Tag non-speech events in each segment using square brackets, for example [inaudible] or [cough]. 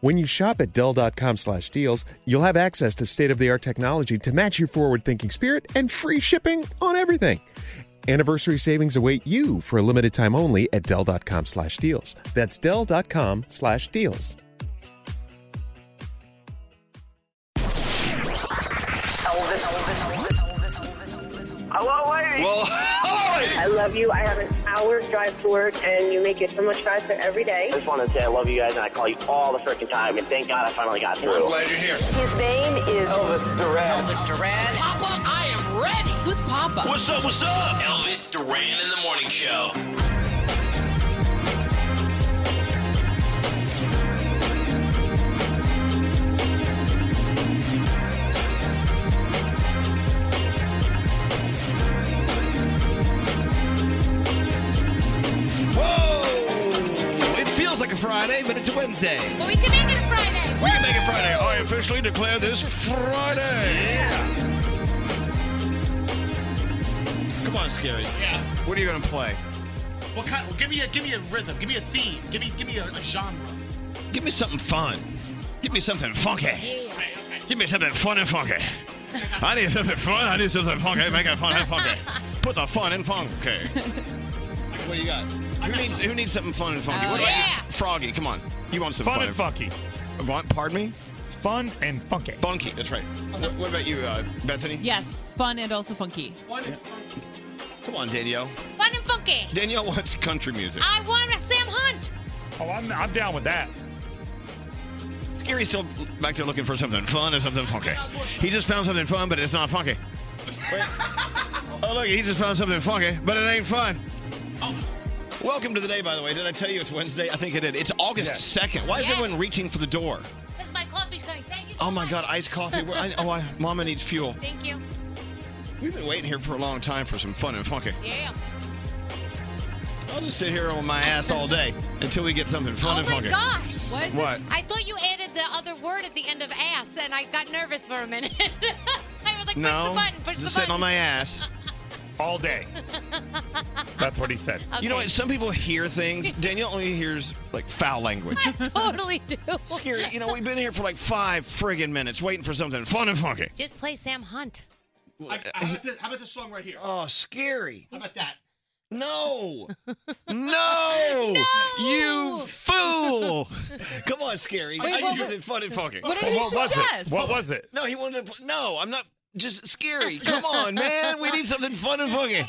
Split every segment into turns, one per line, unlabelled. When you shop at Dell.com slash deals, you'll have access to state of the art technology to match your forward thinking spirit and free shipping on everything. Anniversary savings await you for a limited time only at Dell.com slash deals. That's Dell.com slash deals.
Hello, ladies.
I love you. I have an hour's drive to work, and you make it so much faster every day.
I just want to say I love you guys, and I call you all the freaking time. And thank God I finally got through.
you're here.
His name is
Elvis Duran.
Elvis Duran. Papa, I am ready. Who's Papa?
What's up? What's up?
Elvis Duran in the Morning Show.
Whoa! It feels like a Friday, but it's a Wednesday.
Well, we can make it a Friday.
We can make it Friday. I officially declare this Friday. Yeah. Come on, Scary. Yeah. What are you gonna play?
What kind? Well, give me a give me a rhythm. Give me a theme. Give me give me a, a genre.
Give me something fun. Give me something funky.
Yeah.
Give me something fun and funky. I need something fun. I need something funky. Make it fun and [laughs] funky. Put the fun in funky. what do you got? Who needs, who needs something fun and funky?
Oh,
what about
yeah.
you, Froggy? Come on. You want some fun,
Fun and funky.
Want, pardon me?
Fun and funky.
Funky. That's right.
Oh,
What, what about you, uh, Bethany?
Yes, fun and also funky.
Come on, Danielle.
Fun and funky.
Danielle wants country music.
I want a Sam Hunt.
Oh, I'm, I'm down with that.
Scary's still back there looking for something fun or something funky. He just found something fun, but it's not funky. Oh, look, he just found something funky, but it ain't fun.
Oh.
Welcome to the day, by the way. Did I tell you it's Wednesday? I think I did. It's August 2nd. Why is
Yes.
everyone reaching for the door?
Because my coffee's coming. Thank you.
Oh, my God, iced coffee. Well, I, oh, I, Mama needs fuel.
Thank you.
We've been waiting here for a long time for some fun and funky.
Yeah.
I'll just sit here on my ass all day until we get something fun
Oh
and
my
funky.
gosh! What?
What?
I thought you added the other word at the end of ass, and I got nervous for a minute. [laughs] I was like,
no,
push the button, push
just
the
sitting on
button.
my ass [laughs]
all day.
[laughs]
That's what he said. You know what? Some people hear things. Danielle only hears like foul language. [laughs]
totally do.
Scary. You know, we've been here for like five friggin' minutes waiting for something fun and funky.
Just play Sam Hunt.
How about, this, how about this song right here?
Oh, scary.
How about that?
No.
[laughs]
no. Oh, You fool. [laughs] Come on, Scary.
Wait,
I
what
need
was-
something fun and funky.
What did he What was it? suggest? What was
it?
No, he wanted to. pl- No, I'm not. Just
[laughs]
scary. Come on, man. We need something fun and funky.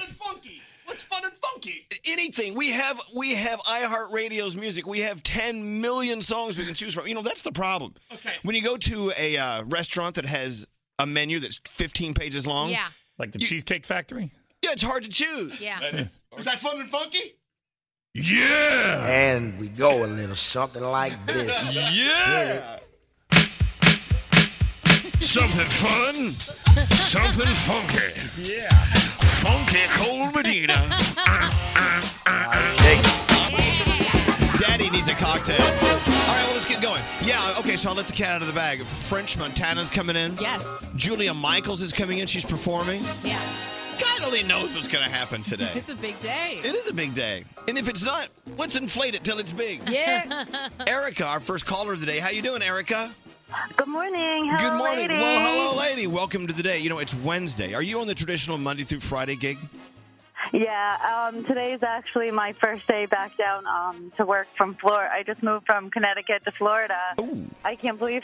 What's fun and funky?
Anything we have, we have iHeartRadio's music. We have 10 million songs we can choose from. You know that's the problem. Okay. When you go to a uh, restaurant that has a menu that's 15 pages long,
Yeah.
Like the Cheesecake Factory.
Yeah, it's hard to choose.
Yeah.
That is. Is that fun and funky?
Yeah. And we go a little something like
[laughs]
this.
yeah.
Something fun.
Something funky.
Yeah.
Funky Cold Medina. Daddy needs a cocktail. All right, well, let's get going. Yeah, okay, so I'll let the cat out of the bag. [clears throat] French Montana's coming in.
Yes.
Julia Michaels is coming in. She's performing.
Yeah.
God only knows what's going to happen today.
It's a big day.
It is a big day. And if it's not, let's inflate it till it's big.
Yes.
Erica, our first caller of the day. How you doing, Erica?
[laughs] Good morning.
Good
Hello,
morning.
ladies.
Well, hello, lady. Welcome to the day. You know, it's Wednesday. Are you on the traditional Monday through Friday gig?
Yeah, um, today is actually my first day back down um, to work from Florida. I just moved from Connecticut to Florida. I can't believe,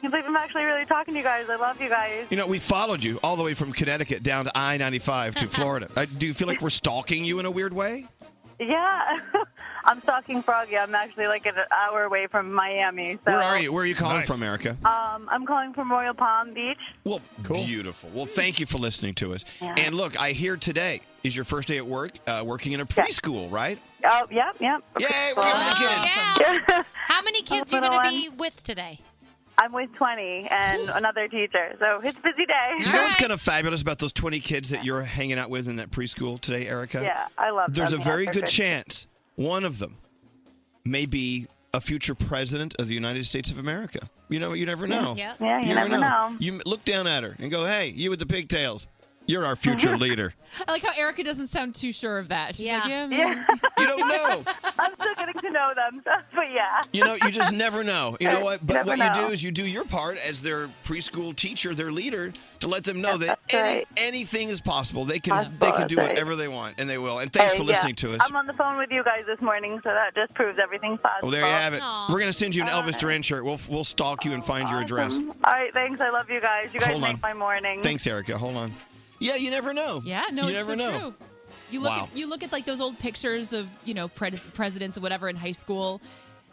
can't believe I'm actually really talking to you guys. I love you guys.
You know, we followed you all the way from Connecticut down to I 95 to Florida. Uh, do you feel like we're stalking you in a weird way?
Yeah, [laughs] I'm stalking Froggy. I'm actually like an hour away from Miami. So.
Where are you? Where are you calling from, Erica?
Um, I'm calling from Royal Palm Beach.
Well, beautiful. Well, thank you for listening to us. And look, I hear today is your first day at work, uh, working in a preschool, right?
Oh, yep, yep.
Yay,
we're
the
kids. [laughs]
How many kids are you
Little
going to
one.
be with today?
I'm with 20 and another teacher, so it's a busy day.
You know what's kind of fabulous about those 20 kids that you're hanging out with in that preschool today, Erica?
Yeah, I love
There's
them.
a
Yeah,
very
they're
good
good.
chance one of them may be a future president of the United States of America. You know, you never know.
Yeah. Yeah, you never know.
You m- look down at her and go, "Hey, you with the pigtails, you're our
[laughs]
future leader."
I like how Erica doesn't sound too sure of that. She's like, yeah, man.
You [laughs] don't know.
I'm still getting to know
[laughs]
them, so, but yeah.
You know, you just never know. You know what? But
Never
what you
know.
do is you do your part as their preschool teacher, their leader, to let them know that
That's
any,
right.
anything is possible. They can
Possible,
they can do
that's right.
whatever they want, and they will. And thanks
Hey,
for
yeah.
listening to us.
I'm on the phone with you guys this morning, so that just proves everything's possible.
Well, Oh, there you have it. We're gonna send you an Elvis Duran shirt. We'll we'll stalk you and find your address.
All right, thanks. I love you guys. You guys
Hold
make
on.
my morning.
[laughs]
Thanks, Erica. Hold on. Yeah, you never know.
Yeah, no,
you
it's
never
so
know.
true. You look
Wow.
at you look at like those old pictures of you know pres- presidents and whatever in high school,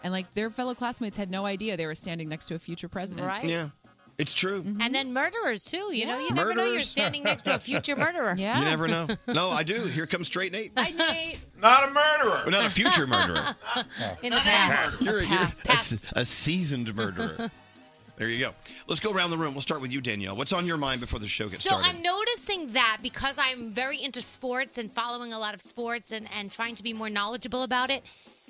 and like their fellow classmates had no idea they were standing next to a future president. Mm-hmm.
Right. Yeah.
It's true.
And then murderers too. You know, you never know you're
Murderers.
standing next to a future murderer.
You never
[laughs]
know. No, I do. Here comes straight Nate.
Bye, Nate.
Not a murderer. not a
[laughs]
future murderer. [laughs]
In the past.
You're, you're
Past.
a s- A, seasoned
[laughs]
murderer. There you go. Let's go around the room. We'll start with you, Danielle. What's on your mind before the show gets
So
started?
I'm noticing that because I'm very into sports and following a lot of sports and, and trying to be more knowledgeable about it,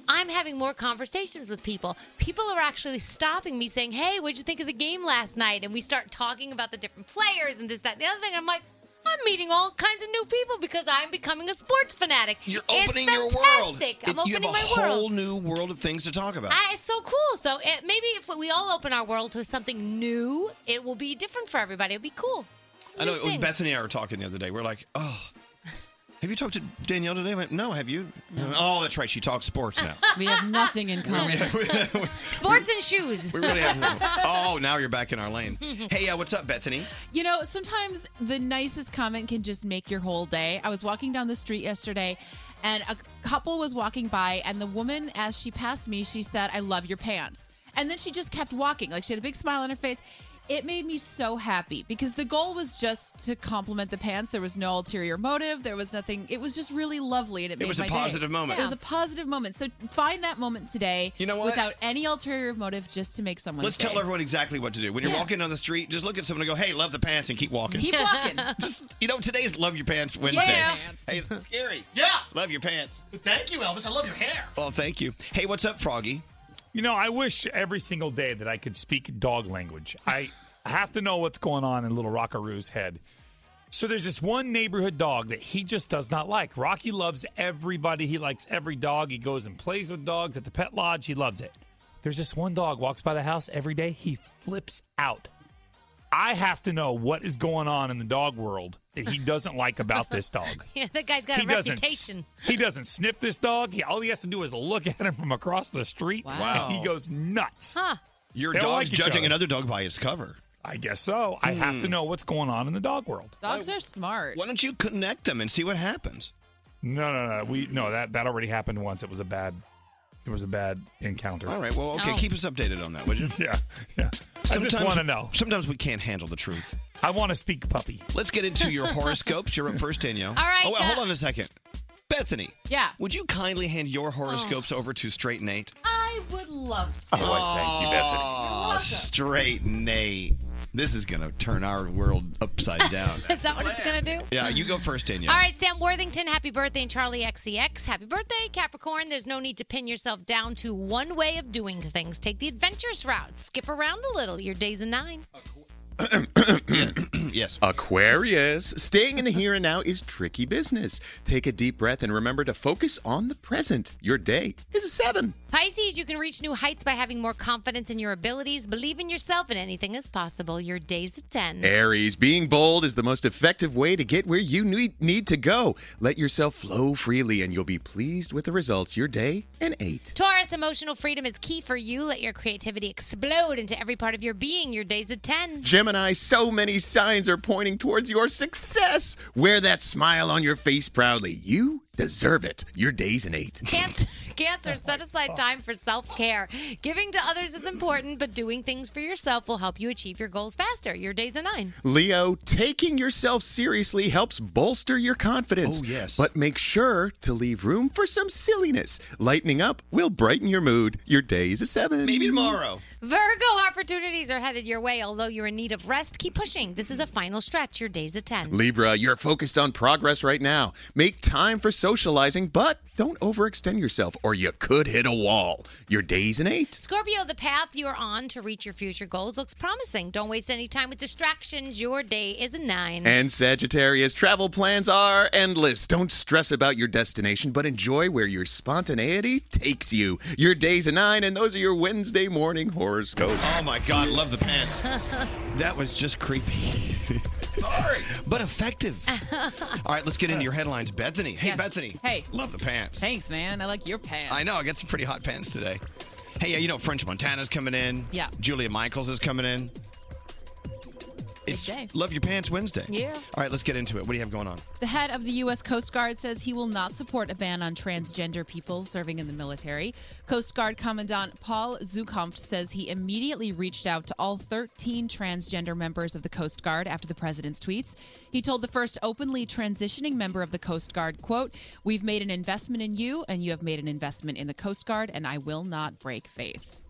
I'm having more conversations with people. People are actually stopping me saying, Hey, what'd you think of the game last night? And we start talking about the different players and this, that, and the other thing. I'm like, I'm meeting all kinds of new people because I'm becoming a sports fanatic.
You're
It's
opening your world.
fantastic. I'm
you
opening
have a
my world.
whole new world of things to talk about.
I, it's so cool. So it, maybe if we all open our world to something new, it will be different for everybody. It'll be cool.
I know.
things.
Bethany and I were talking the other day. We're like, oh, have you talked to Danielle today? I went, no, have you? Oh, that's right. She talks sports
[laughs]
now.
[laughs] We have
[laughs]
nothing in common.
Sports and shoes.
We really
[laughs]
have. [laughs] oh, now you're back in our
[laughs]
lane. Hey, uh, what's up, Bethany?
You know, sometimes the nicest comment can just make your whole day. I was walking down the street yesterday and a couple was walking by, and the woman, as she passed me, she said, I love your pants. And then she just kept walking. Like she had a big smile on her face. It made me so happy because the goal was just to compliment the pants. There was no ulterior motive. There was nothing. It was just really lovely, and it,
It
made
was a
my
positive
day.
moment.
It was a positive moment. So find that moment today.
You know what?
Without any ulterior motive, just to make someone.
Let's tell everyone exactly what to do. When you're
Yeah.
walking down the street, just look at someone and go, hey, love the pants and keep walking.
Keep walking.
[laughs] just, you know, today's Love Your Pants Wednesday.
Yeah.
Hey, it's scary.
Yeah.
Love your pants.
Thank you, Elvis. I love your hair.
Well, thank you. Hey, what's up, Froggy?
You know, I wish every single day that I could speak dog language.
[laughs]
I have to know what's going on in little Rockaroo's head. So there's this one neighborhood dog that he just does not like. Rocky loves everybody. He likes every dog. He goes and plays with dogs at the pet lodge. He loves it. There's this one dog walks by the house every day. He flips out. I have to know what is going on in the dog world that he doesn't like about this dog.
Yeah, [laughs] that guy's got
He
a
doesn't s-
reputation. [laughs]
He doesn't sniff this dog. He, all he has to do is look at him from across the street.
Wow.
And he goes nuts.
Huh.
Your dog's judging another dog by its cover.
I guess so. I have to know what's going on in the dog world.
Dogs are smart.
Why don't you connect them and see what happens?
No, no, no. We no that that already happened once. It was a bad. It was a bad encounter.
All right. Well, okay. Keep us updated on that, would you?
[laughs] yeah. Yeah.
Sometimes,
I just want to know.
Sometimes we can't handle the truth.
I want to speak puppy.
Let's get into your horoscopes. You're up first, Danielle.
All right,
Oh, wait,
uh,
hold on a second. Bethany,
Yeah.
[laughs] would
[laughs]
you kindly hand your horoscopes
Oh.
over to Straight Nate?
I would love to.
thank you, Bethany. Straight Nate. This is going to turn our world
[laughs]
upside down.
Is that what it's going to do?
yeah, you go first, Danielle.
All right, Sam Worthington, happy birthday, and Charlie XCX, happy birthday, Capricorn. There's no need to pin yourself down to one way of doing things. Take the adventurous route, skip around a little. Your day's a nine.
yes.
Aquarius, staying in the here and now is tricky business. Take a deep breath and remember to focus on the present. Your day is a seven.
Pisces, you can reach new heights by having more confidence in your abilities. Believe in yourself, and anything is possible. Your day's a
Mm.
10.
Aries, being bold is the most effective way to get where you need, need to go. Let yourself flow freely and you'll be pleased with the results. Your day, an eight.
Taurus, emotional freedom is key for you. Let your creativity explode into every part of your being. Your day's a 10.
Gemini, so many signs are pointing towards your success. Wear that smile on your face proudly. You deserve it. Your day's an eight.
Cancer,
[laughs]
cancer set aside time for self care. Giving to others is important, but doing things for yourself will help you achieve your goals faster. Your day's a nine.
Leo, taking yourself seriously helps bolster your confidence.
Oh, yes.
But make sure to leave room for some silliness. Lightening up will brighten your mood. Your day is a seven.
Maybe tomorrow.
Virgo, opportunities are headed your way. Although you're in need of rest, keep pushing. This is a final stretch. Your day's a 10.
Libra, you're focused on progress right now. Make time for socializing, but don't overextend yourself or you could hit a wall. Your day's an eight.
Scorpio, the path you are on to reach your future goals looks promising. Don't waste any time with distractions. Your day is a nine.
And Sagittarius, travel plans are endless. Don't stress about your destination, but enjoy where your spontaneity takes you. Your day's a nine, and those are your Wednesday morning horoscopes.
Oh my God, love the pants.
Eh,
that was just creepy. Sorry. [laughs] But effective. All right, let's get into your headlines. Bethany. Hey,
Yes.
Bethany.
Hey.
Love the pants.
[laughs] Thanks, man. I like your pants.
I know, I got some pretty hot pants today. Hey, yeah, you know, French Montana's coming in.
Yeah.
Julia Michaels is coming in. It's
day.
Love Your Pants Wednesday.
Yeah.
All right, let's get into it. What do you have going on?
The head of the U.S. Coast Guard says he will not support a ban on transgender people serving in the military. Coast Guard Commandant Paul Zukampf says he immediately reached out to all 13 transgender members of the Coast Guard after the president's tweets. He told the first openly transitioning member of the Coast Guard, quote, We've made an investment in you, and you have made an investment in the Coast Guard, and I will not break faith.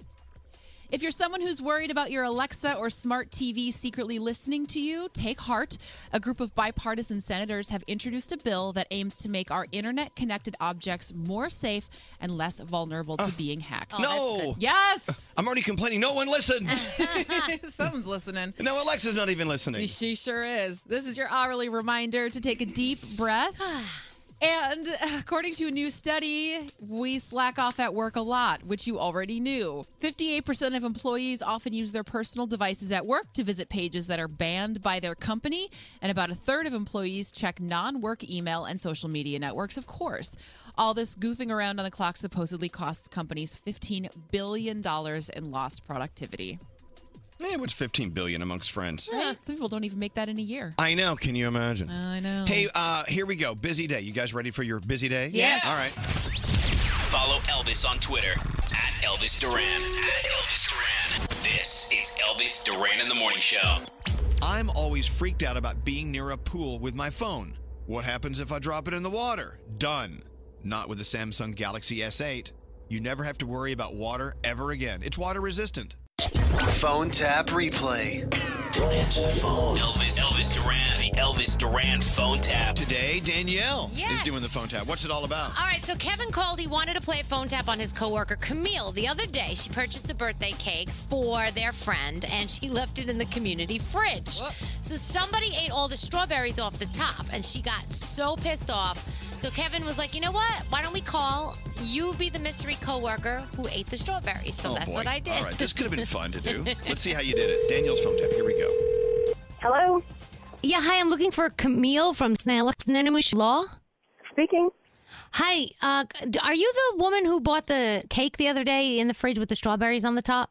If you're someone who's worried about your Alexa or smart TV secretly listening to you, take heart. A group of bipartisan senators have introduced a bill that aims to make our internet connected objects more safe and less vulnerable to being hacked.
no. [laughs]
Yes. [laughs]
I'm already complaining. No one
[laughs]
listens.
Someone's listening.
no, Alexa's not even listening.
She sure is. This is your hourly reminder to take a deep breath. And according to a new study, we slack off at work a lot, which you already knew. 58% of employees often use their personal devices at work to visit pages that are banned by their company, and about a third of employees check non work email and social media networks, of course. All this goofing around on the clock supposedly costs companies $15 billion in lost productivity.
Man, what's 15 billion amongst friends?
Some people don't even make that in a year.
I know. Can you imagine?
I know.
Hey, uh, here we go. Busy day. You guys ready for your busy day?
Yeah.
All right.
Follow Elvis on Twitter at Elvis Duran. At Elvis Duran. This This is Elvis Duran in the Morning Show.
I'm always freaked out about being near a pool with my phone. What happens if I drop it in the water? Done. Not with the Samsung Galaxy S8. You never have to worry about water ever again. It's water resistant.
Phone tap replay.
Don't answer the phone. Elvis, Elvis Duran, the Elvis Duran phone tap.
Today, Danielle
Yes.
is doing the phone tap. What's it all about?
All right, so Kevin called. He wanted to play a phone tap on his coworker Camille the other day. She purchased a birthday cake for their friend, and she left it in the community fridge. So somebody ate all the strawberries off the top, and she got so pissed off. So Kevin was like, "You know what? Why don't we call? You be the mystery coworker who ate the strawberries." So
Oh,
that's
boy.
what I did.
All right, this could have been fun to
[laughs]
do. Let's see how you did it. Danielle's phone tap. Here we go.
Hello. Yeah, hi. I'm looking for Camille from Snanamush Law. Speaking. Hi. Uh, d- are you the woman who bought the cake the other day in the fridge with the strawberries on the top?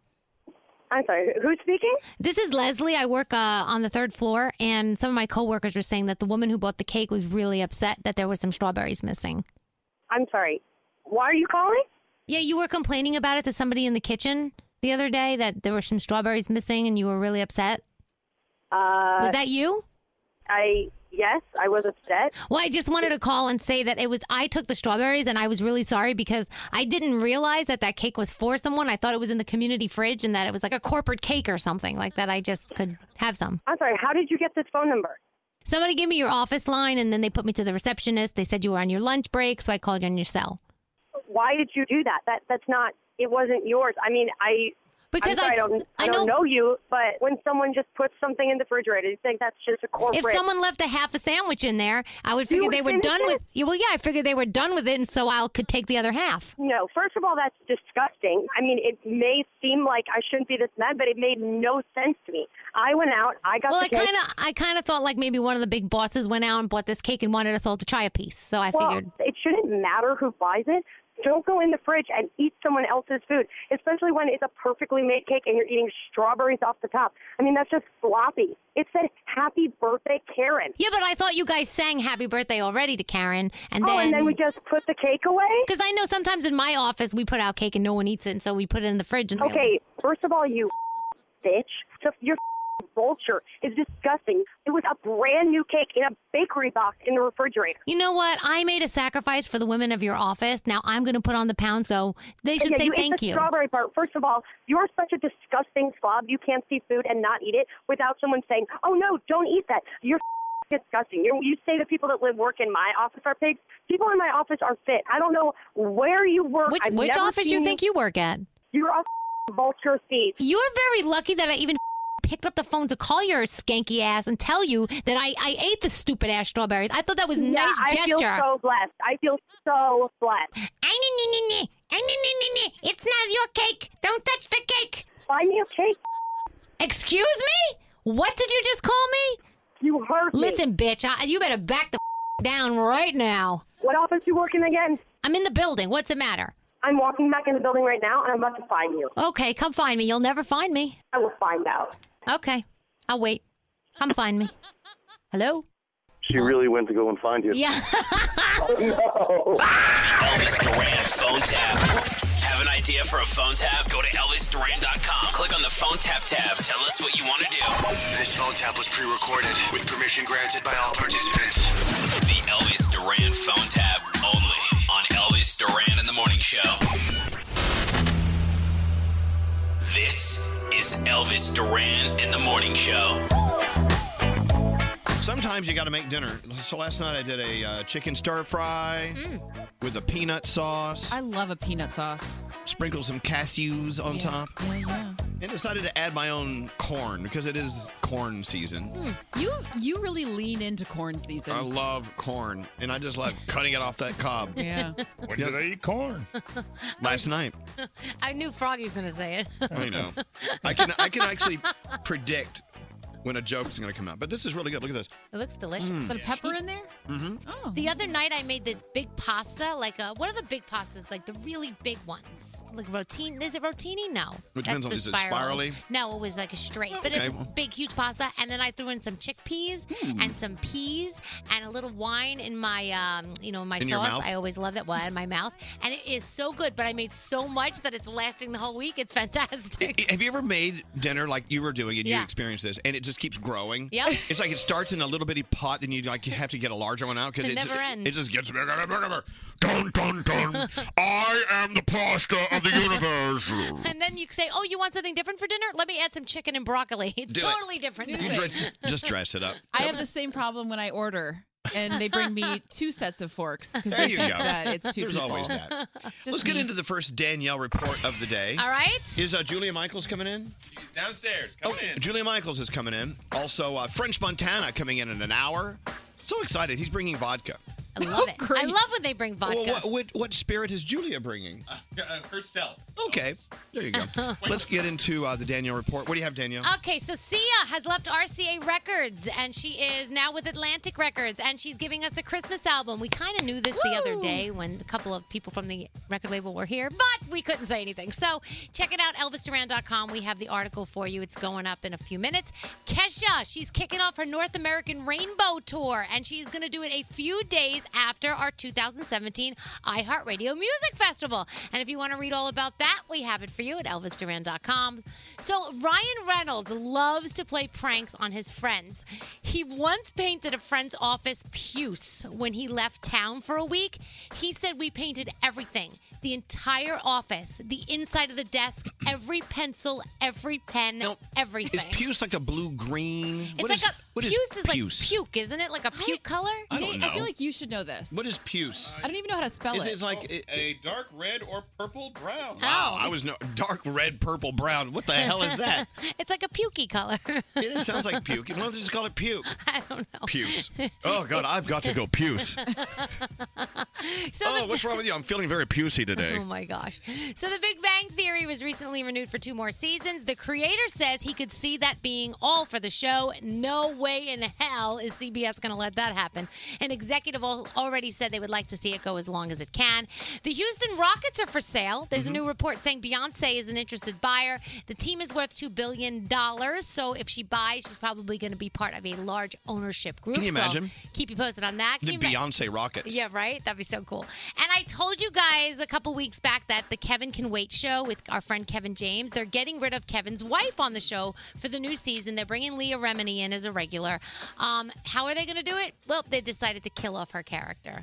I'm sorry. Who's speaking? This is Leslie. I work uh, on the third floor, and some of my coworkers were saying that the woman who bought the cake was really upset that there were some strawberries missing.
I'm sorry. Why are you calling?
Yeah, you were complaining about it to somebody in the kitchen the other day that there were some strawberries missing, and you were really upset.
Uh,
was that you?
I yes, I was upset.
Well, I just wanted to call and say that it was I took the strawberries and I was really sorry because I didn't realize that that cake was for someone. I thought it was in the community fridge and that it was like a corporate cake or something like that. I just could have some.
I'm sorry. How did you get this phone number?
Somebody gave me your office line and then they put me to the receptionist. They said you were on your lunch break, so I called you on your cell.
Why did you do that? That that's not. It wasn't yours. I mean, I. I'm
Because
sorry,
I-
I, don't,
I
I don't
know-
know you, but when someone just puts something in the refrigerator, you think that's just a corporate.
If someone left a half a sandwich in there, I would figure
would
they were
finish
done
it?
with. yeah, Well, yeah, I figured they were done with it, and so I could take the other half.
No, first of all, that's disgusting. I mean, it may seem like I shouldn't be this mad, but it made no sense to me. I went out, I got
Well, I
the cake.
kind of, I kind of thought like maybe one of the big bosses went out and bought this cake and wanted us all to try a piece. So I
well,
figured.
it shouldn't matter who buys it. Don't go in the fridge and eat someone else's food, especially when it's a perfectly made cake and you're eating strawberries off the top. I mean, that's just sloppy. It said "Happy Birthday, Karen."
Yeah, but I thought you guys sang happy birthday already to Karen. And
Oh,
then,
and then we just put the cake away?
Because I know sometimes in my office we put out cake and no one eats it, and so we put it in the fridge. And
Okay, first of all, you bitch. So your vulture is disgusting. It was a brand new cake in a bakery box in the refrigerator.
You know what? I made a sacrifice for the women of your office. Now I'm going to put on the pound, so they should
yeah,
say
you
thank
ate the
you.
Strawberry part. First of all, you're such a disgusting slob. You can't see food and not eat it without someone saying, "Oh no, don't eat that." You're [laughs] disgusting. you you say the people that live work in my office are pigs. People in my office are fit. I don't know where you work.
Which
I've
which
never
office
seen
you think you work at?
You're a [laughs] vulture thief.
You're very lucky that I even [laughs] picked up the phone to call your skanky ass and tell you that I, I ate the stupid ass strawberries. I thought that was
yeah,
nice
I
gesture.
feel so blessed. I feel so blessed.
It's not your cake. Don't touch the cake.
Buy me a cake.
Excuse me? What did you just call me?
You heard me.
Listen, bitch, I, you better back the down right now.
What office you working again?
I'm in the building. What's the matter?
I'm walking back in the building right now, and I'm about to find you.
Okay, come find me. You'll never find me.
I will find out.
Okay, I'll wait. Come find me. Hello?
She really went to go and find you.
Yeah. [laughs]
Elvis Duran phone tap. Have an idea for a phone tap? Go to ElvisDuran.com. Click on the phone tap tab. Tell us what you want to do.
This phone tap was pre-recorded with permission granted by all participants.
The Elvis Duran phone tap only on Elvis Duran in the Morning Show. This is Elvis Duran in the Morning Show.
Sometimes you got to make dinner. So last night I did a uh, chicken stir fry with a peanut sauce.
Mm. I love a peanut sauce.
Sprinkle some cashews on top.
Yeah, Oh, yeah.
And decided to add my own corn because it is corn season.
Hmm. You you really lean into corn season.
I love corn, and I just love cutting it off that cob.
[laughs] Yeah.
When did I eat corn? [laughs] Last night.
[laughs]
I knew Froggy was going to say [laughs] it.
I know. I can I can actually predict
when a joke's going to come out. But this is really good. Look at this.
It looks delicious.
Mm. Put a
pepper in there?
Mm-hmm.
The other night I made this big pasta, like a, what are the big pastas? Like the really big ones, like rotini. Is it rotini? No,
It depends on-
the
is it spirally?
spirals. No, it was like a straight, but
Okay. Hmm.
it was big, huge pasta. And then I threw in some chickpeas and some peas and a little wine in my, um, you know, in my
In your
sauce.
mouth?
I always love that. Well, in my mouth, and it is so good. But I made so much that it's lasting the whole week. It's
[laughs]
fantastic.
Have you ever made dinner like you were doing and you
Yeah.
experienced this and it just keeps growing?
Yep.
[laughs] It's like it starts in a little bitty pot, then you like you have to get a larger one out
It
it's-
never ends.
it just gets bigger and bigger. and bigger.
Dun, dun,
[laughs]
dun. I am the pasta of the universe.
And then you say, "Oh, you want something different for dinner? Let me add some chicken and broccoli. [laughs] It's
Do it.
[laughs] totally different.
Do
than-
it.
Just, just dress it
[laughs]
up.
I have the same problem when I order, and they
[laughs]
bring me two sets of forks because
There
they
you
think
go.
that it's two
There's
people.
always that. Let's get into the first Danielle report of the day.
All right.
Is uh, Julia Michaels coming in?
She's downstairs.
Oh, Julia Michaels is coming in. Also, uh, French Montana coming in in an hour. So excited. He's bringing vodka.
I love it. I love when they bring vodka.
Well, what, what, what spirit is Julia bringing?
Uh,
herself.
Okay. There you go. Let's get into uh, the Danielle report. What do you have, Danielle?
Okay, so Sia has left RCA Records and she is now with Atlantic Records and she's giving us a Christmas album. We kind of knew this the other day when a couple of people from the record label were here, but we couldn't say anything. So check it out, ElvisDuran.com. We have the article for you. It's going up in a few minutes. Kesha, she's kicking off her North American Rainbow Tour and she's going to do it a few days after our 2017 iHeartRadio Music Festival. And if you want to read all about that, we have it for you at ElvisDuran.com. So Ryan Reynolds loves to play pranks on his friends. He once painted a friend's office puce when he left town for a week. He said, We painted everything the entire office, the inside of the desk, every pencil, every pen, everything.
Is puce like a blue green?
it's like a puce is, like puke, isn't it? Like a puke color?
I don't know.
I feel like you [laughs] should know this.
What is puce?
I don't even know how to spell
Is
it.
it like a,
A dark red or purple brown.
Wow,
[laughs]
I was no dark red, purple, brown. What the hell is
[laughs]
that?
it's like a pukey color.
It sounds like puke. Why don't they just call it puke?
[laughs]
I
don't know. [laughs]
Puce. Oh God, I've got to go puce.
so
oh,
the-
what's wrong with you? I'm feeling very pucey today.
Oh my gosh. So The Big Bang Theory was recently renewed for two more seasons. The creator says he could see that being all for the show. No way in hell is CBS going to let that happen. An executive al- already said they would like to see it go as long as it can. The Houston Rockets are for sale.
Mm-hmm.
There's a new report saying Beyonce is an interested buyer. The team is worth $2 billion. So if she buys, she's probably going to be part of a large ownership group.
Can you
So
imagine?
keep you posted on that. Can
The
you ima-
Beyonce Rockets.
yeah, right? That'd be so cool. And I told you guys a couple weeks back that the Kevin Can Wait show with our friend Kevin James, they're getting rid of Kevin's wife on the show for the new season. They're bringing Leah Remini in as a regular. Um, how are they going to do it? Well, they decided to kill off her character.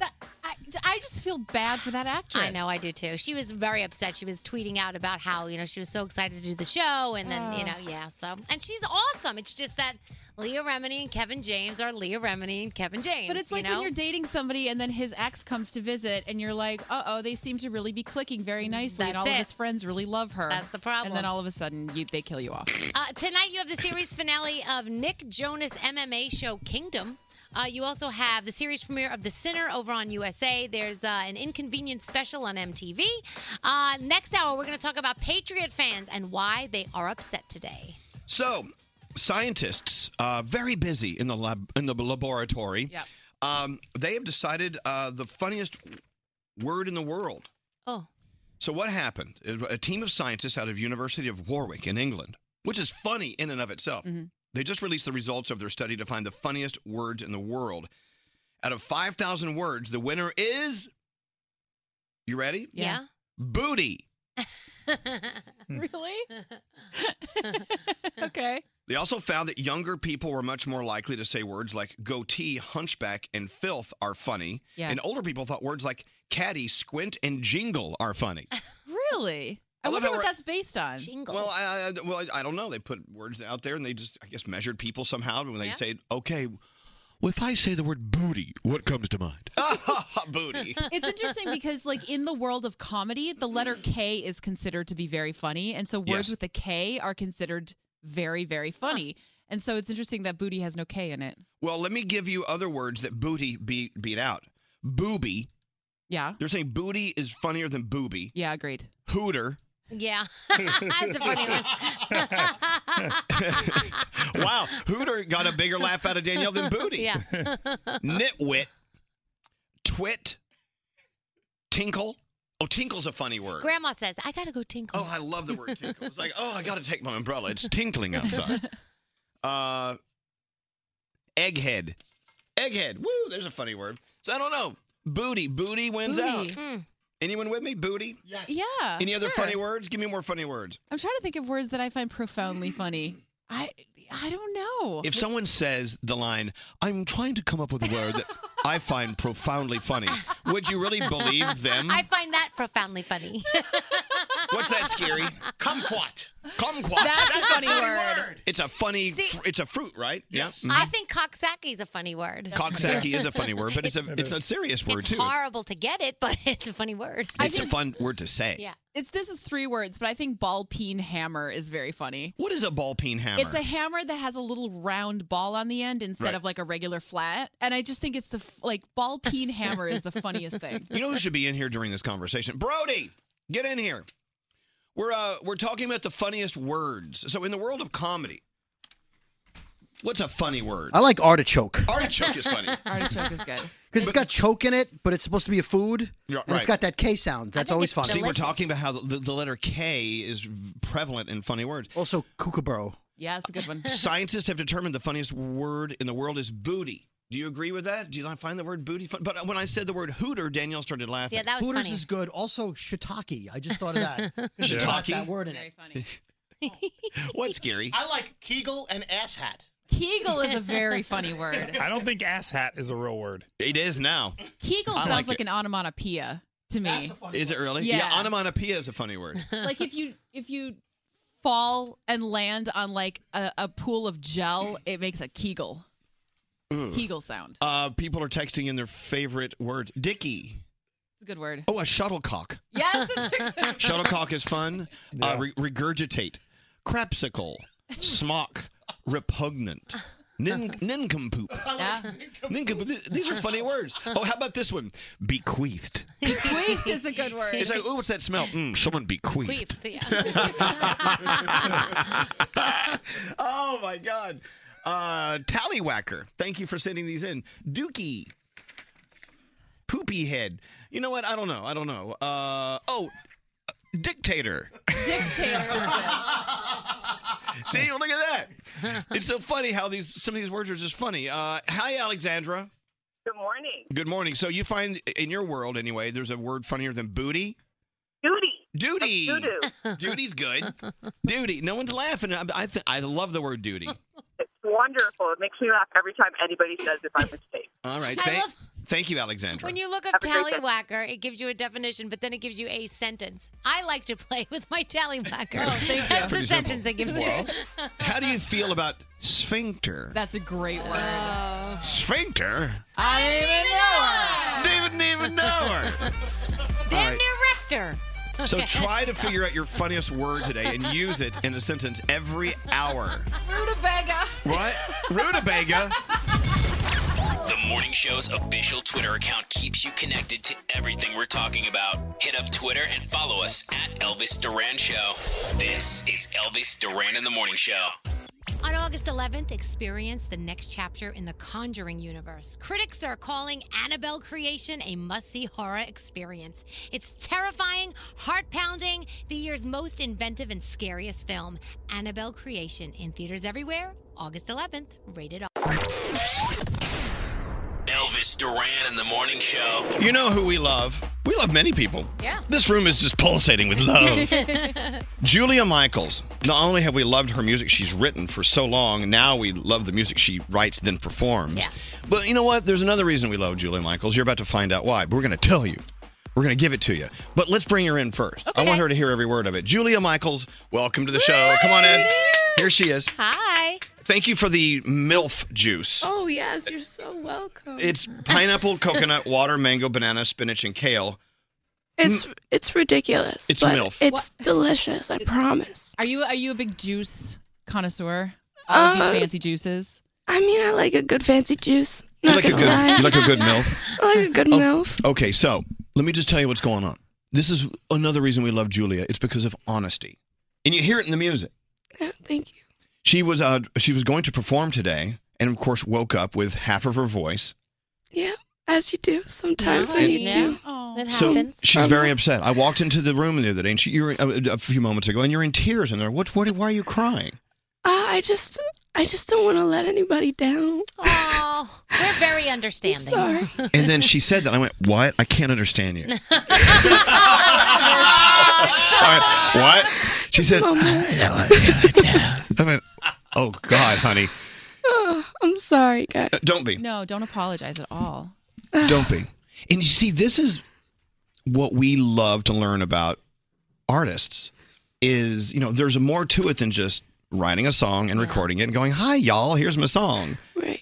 I just feel bad for that actress.
I know, I do too. She was very upset. She was tweeting out about how, you know, she was so excited to do the show. And then, you
Oh.
know, yeah, so. And she's awesome. It's just that Leah Remini and Kevin James are Leah Remini and Kevin James.
But it's
you
like
know?
when you're dating somebody and then his ex comes to visit and you're like, uh oh, they seem to really be clicking very nicely and
That's
all of
it.
his friends really love her. That's the problem. And then all of a sudden you, they kill you off.
Uh, tonight, you have the series finale of Nick Jonas' MMA show Kingdom. Uh, you also have the series premiere of The Sinner over on USA. There's uh, an inconvenient special on MTV. Uh, next hour, we're going to talk about Patriot fans and why they are upset today.
So, scientists uh, very busy in the lab in the laboratory.
Yep.
Um, they have decided uh, the funniest word in the world.
Oh.
So what happened? A team of scientists out of University of Warwick in England, which is funny in and of itself.
Mm-hmm.
They just released the results of their study to find the funniest words in the world. Out of 5,000 words, the winner is You ready?
Yeah.
Booty. [laughs]
really? okay.
They also found that younger people were much more likely to say words like goatee, hunchback, and filth are funny.
Yeah.
And older people thought words like caddy, squint, and jingle are
[laughs]
funny.
[laughs] Really? I,
I love
wonder
how
what
we're-
that's based on.
Well, I, I, well, I don't know. They put words out there and they just, I guess, measured people somehow when they
Yeah.
say, okay, well, if I say the word booty, what comes to mind? [laughs] booty.
[laughs] it's interesting because like in the world of comedy the letter k is considered to be very funny and so words
Yes.
with a k are considered very very funny and so it's interesting that booty has no k in it
Well, let me give you other words that booty beat, beat out. Booby.
Yeah.
They're saying booty is funnier than booby.
Yeah, agreed.
[laughs]
Hooter.
Yeah. That's a funny one.
[laughs] wow, Hooter got a bigger laugh out of Danielle than Booty.
Yeah. [laughs]
Nitwit, twit, tinkle. Oh, tinkle's a funny word.
Grandma says, I got to go tinkle.
Oh, I love the
[laughs]
word tinkle. It's like, oh, I got to take my umbrella. It's tinkling
[laughs]
outside. Uh, egghead, egghead. Woo, there's a funny word. So I don't know. Booty, booty wins out.
Booty. Hmm.
Anyone with me? Booty.
Yeah.
Any other
sure.
funny words? Give me more funny words.
I'm trying to think of words that I find profoundly funny. I I don't know.
If someone says the line, I'm trying to come up with a word that I find profoundly funny, would you really believe them?
I find that profoundly funny.
What's that scary? Kumquat. Kumquat.
That's a funny word.
It's a funny, fr- it's a fruit, right? Yes.
I think cocksackie is a funny word.
Cocksackie is a funny word, but it's a
It
it's a serious word
It's
too.
horrible to get it, [laughs] but it's a funny word.
It's a fun word to say.
It's this is three words, but I think ball peen hammer is very funny.
What is a ball peen hammer?
It's a hammer that has a little round ball on the end instead
Right.
of like a regular flat, and I just think it's the f- like ball
[laughs]
peen hammer is the funniest thing.
You know who should be in here during this conversation? Brody, get in here. We're uh we're talking about the funniest words. So in the world of comedy, what's a funny word?
I like artichoke.
Artichoke is funny.
[laughs] Artichoke is good.
Because it's got choke in it, but it's supposed to be a food.
Yeah,
And it's
right.
got that K sound. That's always fun.
See, we're talking about how the, the letter K is prevalent in funny words.
Also, kookaburra.
Yeah, that's a good one.
Scientists have determined the funniest word in the world is booty. Do you agree with that? Do you not find the word booty fun? But when I said the word hooter, Danielle started laughing.
Hooters is good. Also,
[laughs]
shiitake. I just thought of
[laughs]
that. 'Cause it's got
Shiitake?
That word in it.
What's scary?
I like Kegel and asshat.
Kegel is a
[laughs]
very funny word.
I don't think asshat is a real word.
It is now.
Kegel
I
sounds
like
like,
it.
an onomatopoeia to me.
Is it really?
Yeah.
onomatopoeia is a funny
[laughs]
word. [laughs]
like if you if you fall and land on like a, a pool of gel, it makes a Kegel
Ugh.
Kegel sound.
Uh, people are texting in their favorite words. Dicky.
It's a good word.
Oh, a
[laughs]
shuttlecock.
Yes, that's a
[laughs]
good
Shuttlecock is fun. Uh, re- regurgitate. Crapsicle. Smock.
[laughs]
Repugnant. Nin- nincompoop. Nincompoop. Th- These are
[laughs]
funny words. Oh, how about this one?
[laughs]
Bequeathed.
Bequeathed is a
[laughs]
good word.
It's like, ooh, what's that smell? Mm, someone bequeathed. [laughs] oh, my God. Uh, tallywhacker. Thank you for sending these in. Dookie. Poopy head. You know what? I don't know. I don't know. Uh, oh, dictator. [laughs] See, look at that. It's so funny how these some of these words are just funny. Uh, hi, Alexandra.
Good morning.
Good morning. So you find in your world anyway, there's a word funnier than booty.
Duty.
Duty.
[laughs]
Doo-doo.
Duty's good. Duty. No one's laughing. I I, th- I love the word duty.
It's wonderful. It makes me laugh every time anybody says if
[laughs]
I'm mistaken.
All right.
I
Thank,
love-
thank you, Alexandra.
When you look up
Have a great day.
tallywhacker, it gives you a definition, but then it gives you a sentence. I like to play with my tallywhacker. Oh, thank That's
Pretty
the
simple.
sentence it gives
Well,
you.
how do you feel about sphincter?
That's a great word.
Uh, Sphincter.
I
didn't even know her. Didn't even know her.
[laughs]
All right.
Damn near Richter.
So
Okay.
try to figure out your funniest word today and use it in a sentence every hour.
Rutabaga.
What? Rutabaga.
The morning show's official Twitter account keeps you connected to everything we're talking about. Hit up Twitter and follow us at Elvis Duran Show. This is Elvis Duran in the Morning Show.
[laughs] On August 11th, experience the next chapter in the Conjuring universe. Critics are calling Annabelle Creation a must see horror experience. It's terrifying, heart pounding, the year's most inventive and scariest film. Annabelle Creation in theaters everywhere, August 11th, rated R.
Elvis Duran in the Morning Show.
You know who we love? We love many people.
Yeah.
[laughs]
This room is just pulsating with
[laughs]
love.
Elvis
Julia Michaels. Not only have we loved her music she's written for so long, now we love the music she writes then performs. But you know what? There's another reason we love Julia Michaels. You're about to find out why, but we're going to tell you. We're going to give it to you. But let's bring her in first. I want her to hear every word of it. Julia Michaels, welcome to the show. Come on in. Here she is.
Hi.
Thank you for the MILF juice.
Oh, yes, you're so welcome.
It's pineapple, [laughs] coconut, water, mango, banana, spinach, and kale.
It's it's ridiculous.
It's
but
MILF.
It's delicious, I promise.
Are you are you a big juice connoisseur? All of
Uh,
these fancy juices.
I mean, I like a good fancy juice. Not
like a
gonna
good,
lie.
like Oh. a good MILF.
I like a good MILF.
Okay, so let me just tell you what's going on. This is another reason we love Julia. It's because of honesty. And you hear it in the music.
Yeah, [laughs] thank you.
She was uh, she was going to perform today, and of course woke up with half of her voice.
Yeah, as you do sometimes when
Right,
you
yeah.
do.
That
So
happens.
she's very upset. I walked into the room the other day, and she you were, uh, a few moments ago, and you're in tears. And they're what? What? Why are you crying?
Uh, I just, I just don't want to let anybody down.
Oh, we're very understanding.
sorry.
[laughs] And then she said that. I went, what? I can't understand you. All right, what? She said. I went, oh God, honey,
Oh, [sighs] I'm sorry, guys.
Uh, don't be.
No, don't apologize at all.
[sighs] Don't be. And you see, this is what we love to learn about artists is, you know, there's more to it than just writing a song and recording it and going, hi, y'all, here's my song.
Right.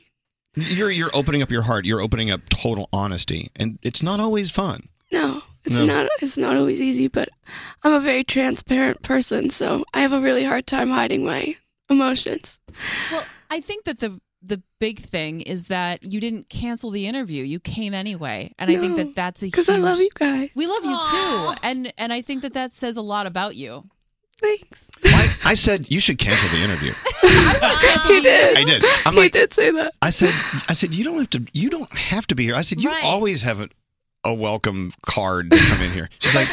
You're, you're opening up your heart. You're opening up total honesty. And it's not always fun.
[laughs] No, it's
No.
not. It's not always easy, but I'm a very transparent person, so I have a really hard time hiding my emotions.
Well, I think that the the big thing is that you didn't cancel the interview. You came anyway, and I think
No,
that that's a
'cause I love
huge-
you guys.
We love you
Aw.
too, and and I think that that says a lot about you.
I said, you should cancel the interview.
he did.
I
[laughs]
did. I'm
he
like-
did say that.
I said, I said, you don't have to, you don't have to be here. I said, you
Right.
always have a, a welcome card to come in here. She's
[laughs]
like,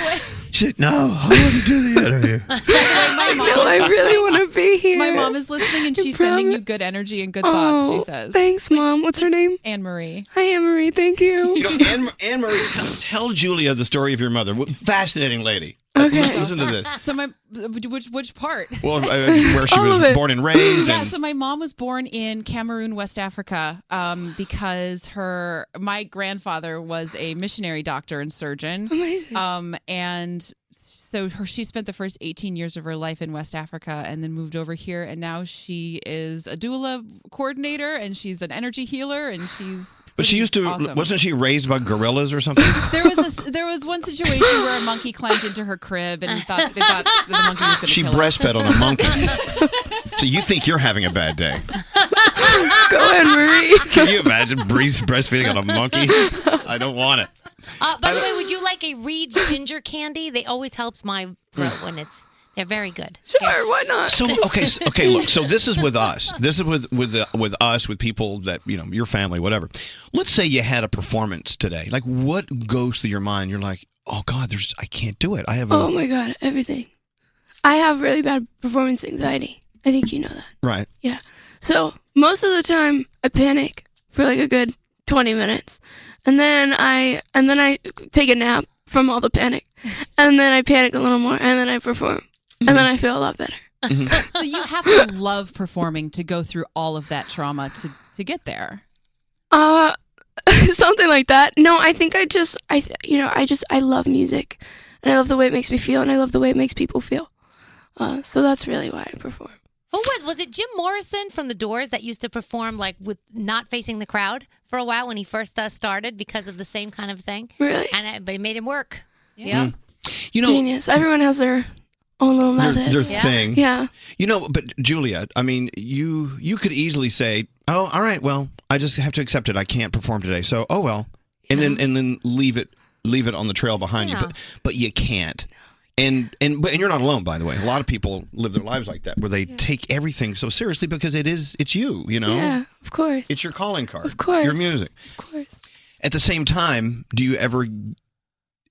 she said, no, I want to do the interview.
My
[laughs] I know, I really want to be here.
My mom is listening, and
I
she's sending you
promise.
good energy and good
Oh,
thoughts. She says,
Thanks, mom. What's her name?
Anne Marie.
Hi, Anne Marie. Thank you.
[laughs] You know, Anne, Anne Marie, tell, tell Julia the story of your mother. Fascinating lady. Listen,
[laughs]
listen to this.
So my which which part?
Well, uh, where she
[laughs] All
was
of it.
born and raised.
Yeah,
and-
so my mom was born in Cameroon, West Africa, um, because her my grandfather was a missionary doctor and surgeon.
Amazing.
Um, and so her, she spent the first 18 years of her life in West Africa and then moved over here. And now she is a doula coordinator and she's an energy healer and she's.
but she used to,
awesome.
wasn't she raised by gorillas or something?
There was this, there was one situation where a monkey climbed into her crib and thought they thought that the monkey was going to
she
kill
breastfed on a monkey. [laughs] so you think you're having a bad day. [laughs]
[laughs]
Go Anne Marie.
Can you imagine breast- breastfeeding on a monkey? I don't want it.
Uh, by the way, would you like a Reed's ginger candy? They always helps my throat when it's. They're very good.
Sure, why not?
So okay, so, okay. Look, so this is with us. This is with with the, with us with people that you know, your family, whatever. Let's say you had a performance today. Like, what goes through your mind? You're like, oh God, there's I can't do it. I have. A,
Oh my god, everything. I have really bad performance anxiety. I think you know that.
Right.
Yeah. So most of the time I panic for like a good twenty minutes. And then I and then I take a nap from all the
[laughs]
panic. And then I panic a little more and then I perform. And
Mm-hmm.
then I feel a lot better.
Mm-hmm.
it. [laughs] so you have to love performing to go through all of that trauma to to get there.
Uh [laughs] something like that. No, I think I just I th- you know, I just I love music. And I love the way it makes me feel and I love the way it makes people feel. Uh, so that's really why I perform.
Who was was it? Jim Morrison from The Doors that used to perform like with not facing the crowd for a while when he first uh, started because of the same kind of thing.
Really?
And it, but it made him work. Yeah.
You know,
genius. Everyone has their own little
their,
method.
their thing.
Yeah.
You know, but Julia, I mean, you you could easily say, "Oh, all right, well, I just have to accept it. I can't perform today." So, oh well, and then and then leave it leave it on the trail behind
Yeah.
you. But but you can't. And and but and you're not alone, by the way. A lot of people live their lives like that, where they take everything so seriously because it is it's you. You know,
Yeah, of course.
it's your calling card. Of
course.
your music.
Of course.
At the same time, do you ever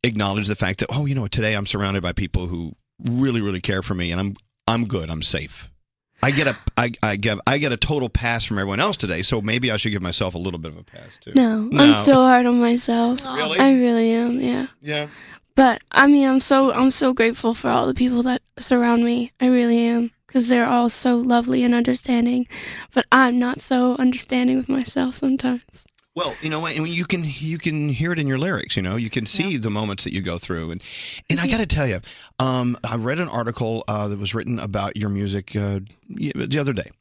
acknowledge the fact that oh, you know, what, today I'm surrounded by people who really, really care for me, and I'm I'm good, I'm safe. I get a I, I get I get a total pass from everyone else today, so maybe I should give myself a little bit of a pass too.
No, I'm so hard on myself. Really? I really am. Yeah.
Yeah.
But I mean, I'm so I'm so grateful for all the people that surround me. I really am because they're all so lovely and understanding. But I'm not so understanding with myself sometimes.
Well, you know what? And you can you can hear it in your lyrics. You know, you can see the moments that you go through, and and I got to tell you, um, I read an article uh, that was written about your music uh, y- the other day,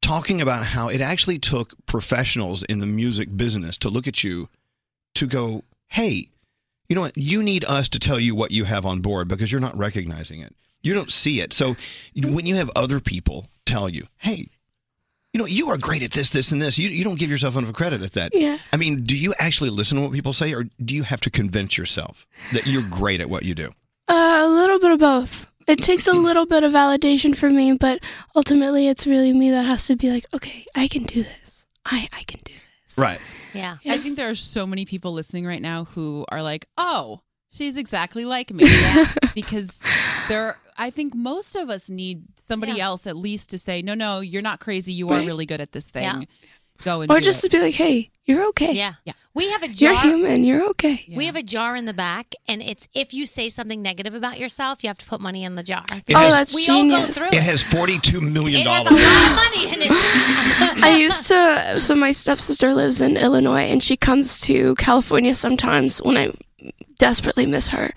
talking about how it actually took professionals in the music business to look at you, to go, hey, you know what? You need us to tell you what you have on board because you're not recognizing it. You don't see it. So when you have other people tell you, hey, you know, you are great at this, this, and this. You, you don't give yourself enough credit at that.
Yeah.
I mean, do you actually listen to what people say, or do you have to convince yourself that you're great at what you do?
Uh, a little bit of both. it takes a little bit of validation for me, but ultimately it's really me that has to be like, okay, I can do this. I I can do this.
Right.
Yeah. I think there are so many people listening right now who are like, oh, she's exactly like me. Yeah. because there, I think most of us need somebody else at least to say, no, no, you're not crazy. You are
Right.
really good at this thing. Go and
Or
do
just
it.
to be like, hey, you're okay.
Yeah. We have a jar.
You're human. You're okay.
We have a jar in the back, and it's if you say something negative about yourself, you have to put money in the jar.
It has- that's
we all go
genius.
through
It has forty-two million dollars.
money in it.
[laughs] I used to. So my stepsister lives in Illinois, and she comes to California sometimes when I desperately miss her.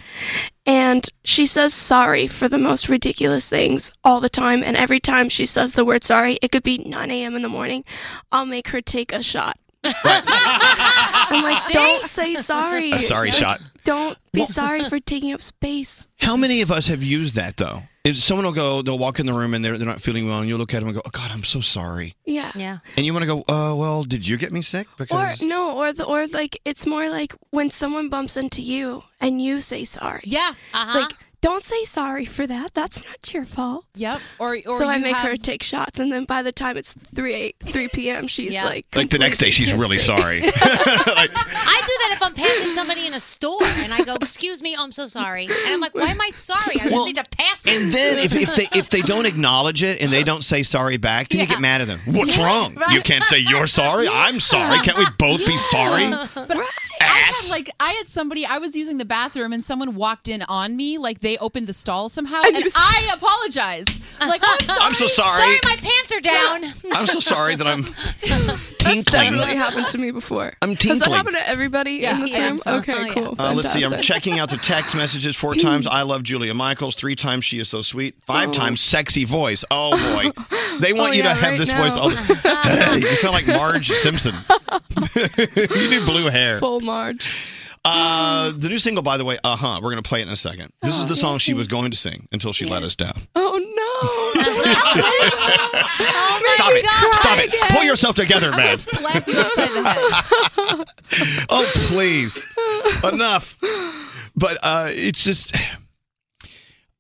And she says sorry for the most ridiculous things all the time. And every time she says the word sorry, it could be 9 a.m. in the morning. I'll make her take a shot. [laughs] I'm like, don't say
[laughs]
sorry.
A sorry shot.
Don't be sorry for taking up space.
How many of us have used that though? If someone will go, they'll walk in the room and they're, they're not feeling well, and you look at them and go, "Oh God, I'm so sorry,"
Yeah. Yeah.
and you want to go, "Uh, well, did you get me sick?"
Or
Because
no, or the or like it's more like when someone bumps into you and you say sorry.
Yeah, uh-huh.
Like don't say sorry for that. That's not your fault.
Yep. Or, or
so I
you
make her
have-
take shots, and then by the time it's three eight, three p.m., she's
Yeah.
like,
Like the next day, she's really sorry.
[laughs]
I do that if I'm passing somebody in a store and I go, "Excuse me, oh, I'm so sorry," and I'm like, "Why am I sorry? I just
Well,
need to pass." you."
and then if, if they if they don't acknowledge it and they don't say sorry back, then you
Yeah.
get mad at them.
What's Yeah, wrong? right. You
can't say you're sorry. I'm
sorry. Can't
[laughs]
we both be sorry?
[laughs] But I had like I had somebody I was using the bathroom and someone walked in on me like they opened the stall somehow and I apologized like oh,
[laughs]
I'm sorry
I'm so sorry. Sorry, my
[laughs] pants are [laughs] down
I'm so sorry that I'm
That's
tinkling.
definitely happened to me before.
I'm
Does that
tinkling.
happen to everybody
Yeah.
in this
Yeah.
room?
Oh,
Okay,
yeah.
cool.
Uh, let's see. I'm
Fantastic.
checking out the text messages four times. I love Julia Michaels. Three times she is so sweet. Five
Oh.
times sexy voice. Oh
[laughs]
boy, they want
Oh,
you to
yeah,
have
right
this
now.
voice. All
[laughs]
the- hey, [laughs] you sound like Marge Simpson. [laughs] you need blue hair.
Full Marge.
Uh, the new single, by the way, uh huh. We're gonna play it in a second. This is the song she was going to sing until she let us down. [laughs]
Oh
Stop it! Stop it! Pull yourself together, man.
slap you upside the head.
[laughs] oh please enough but uh it's just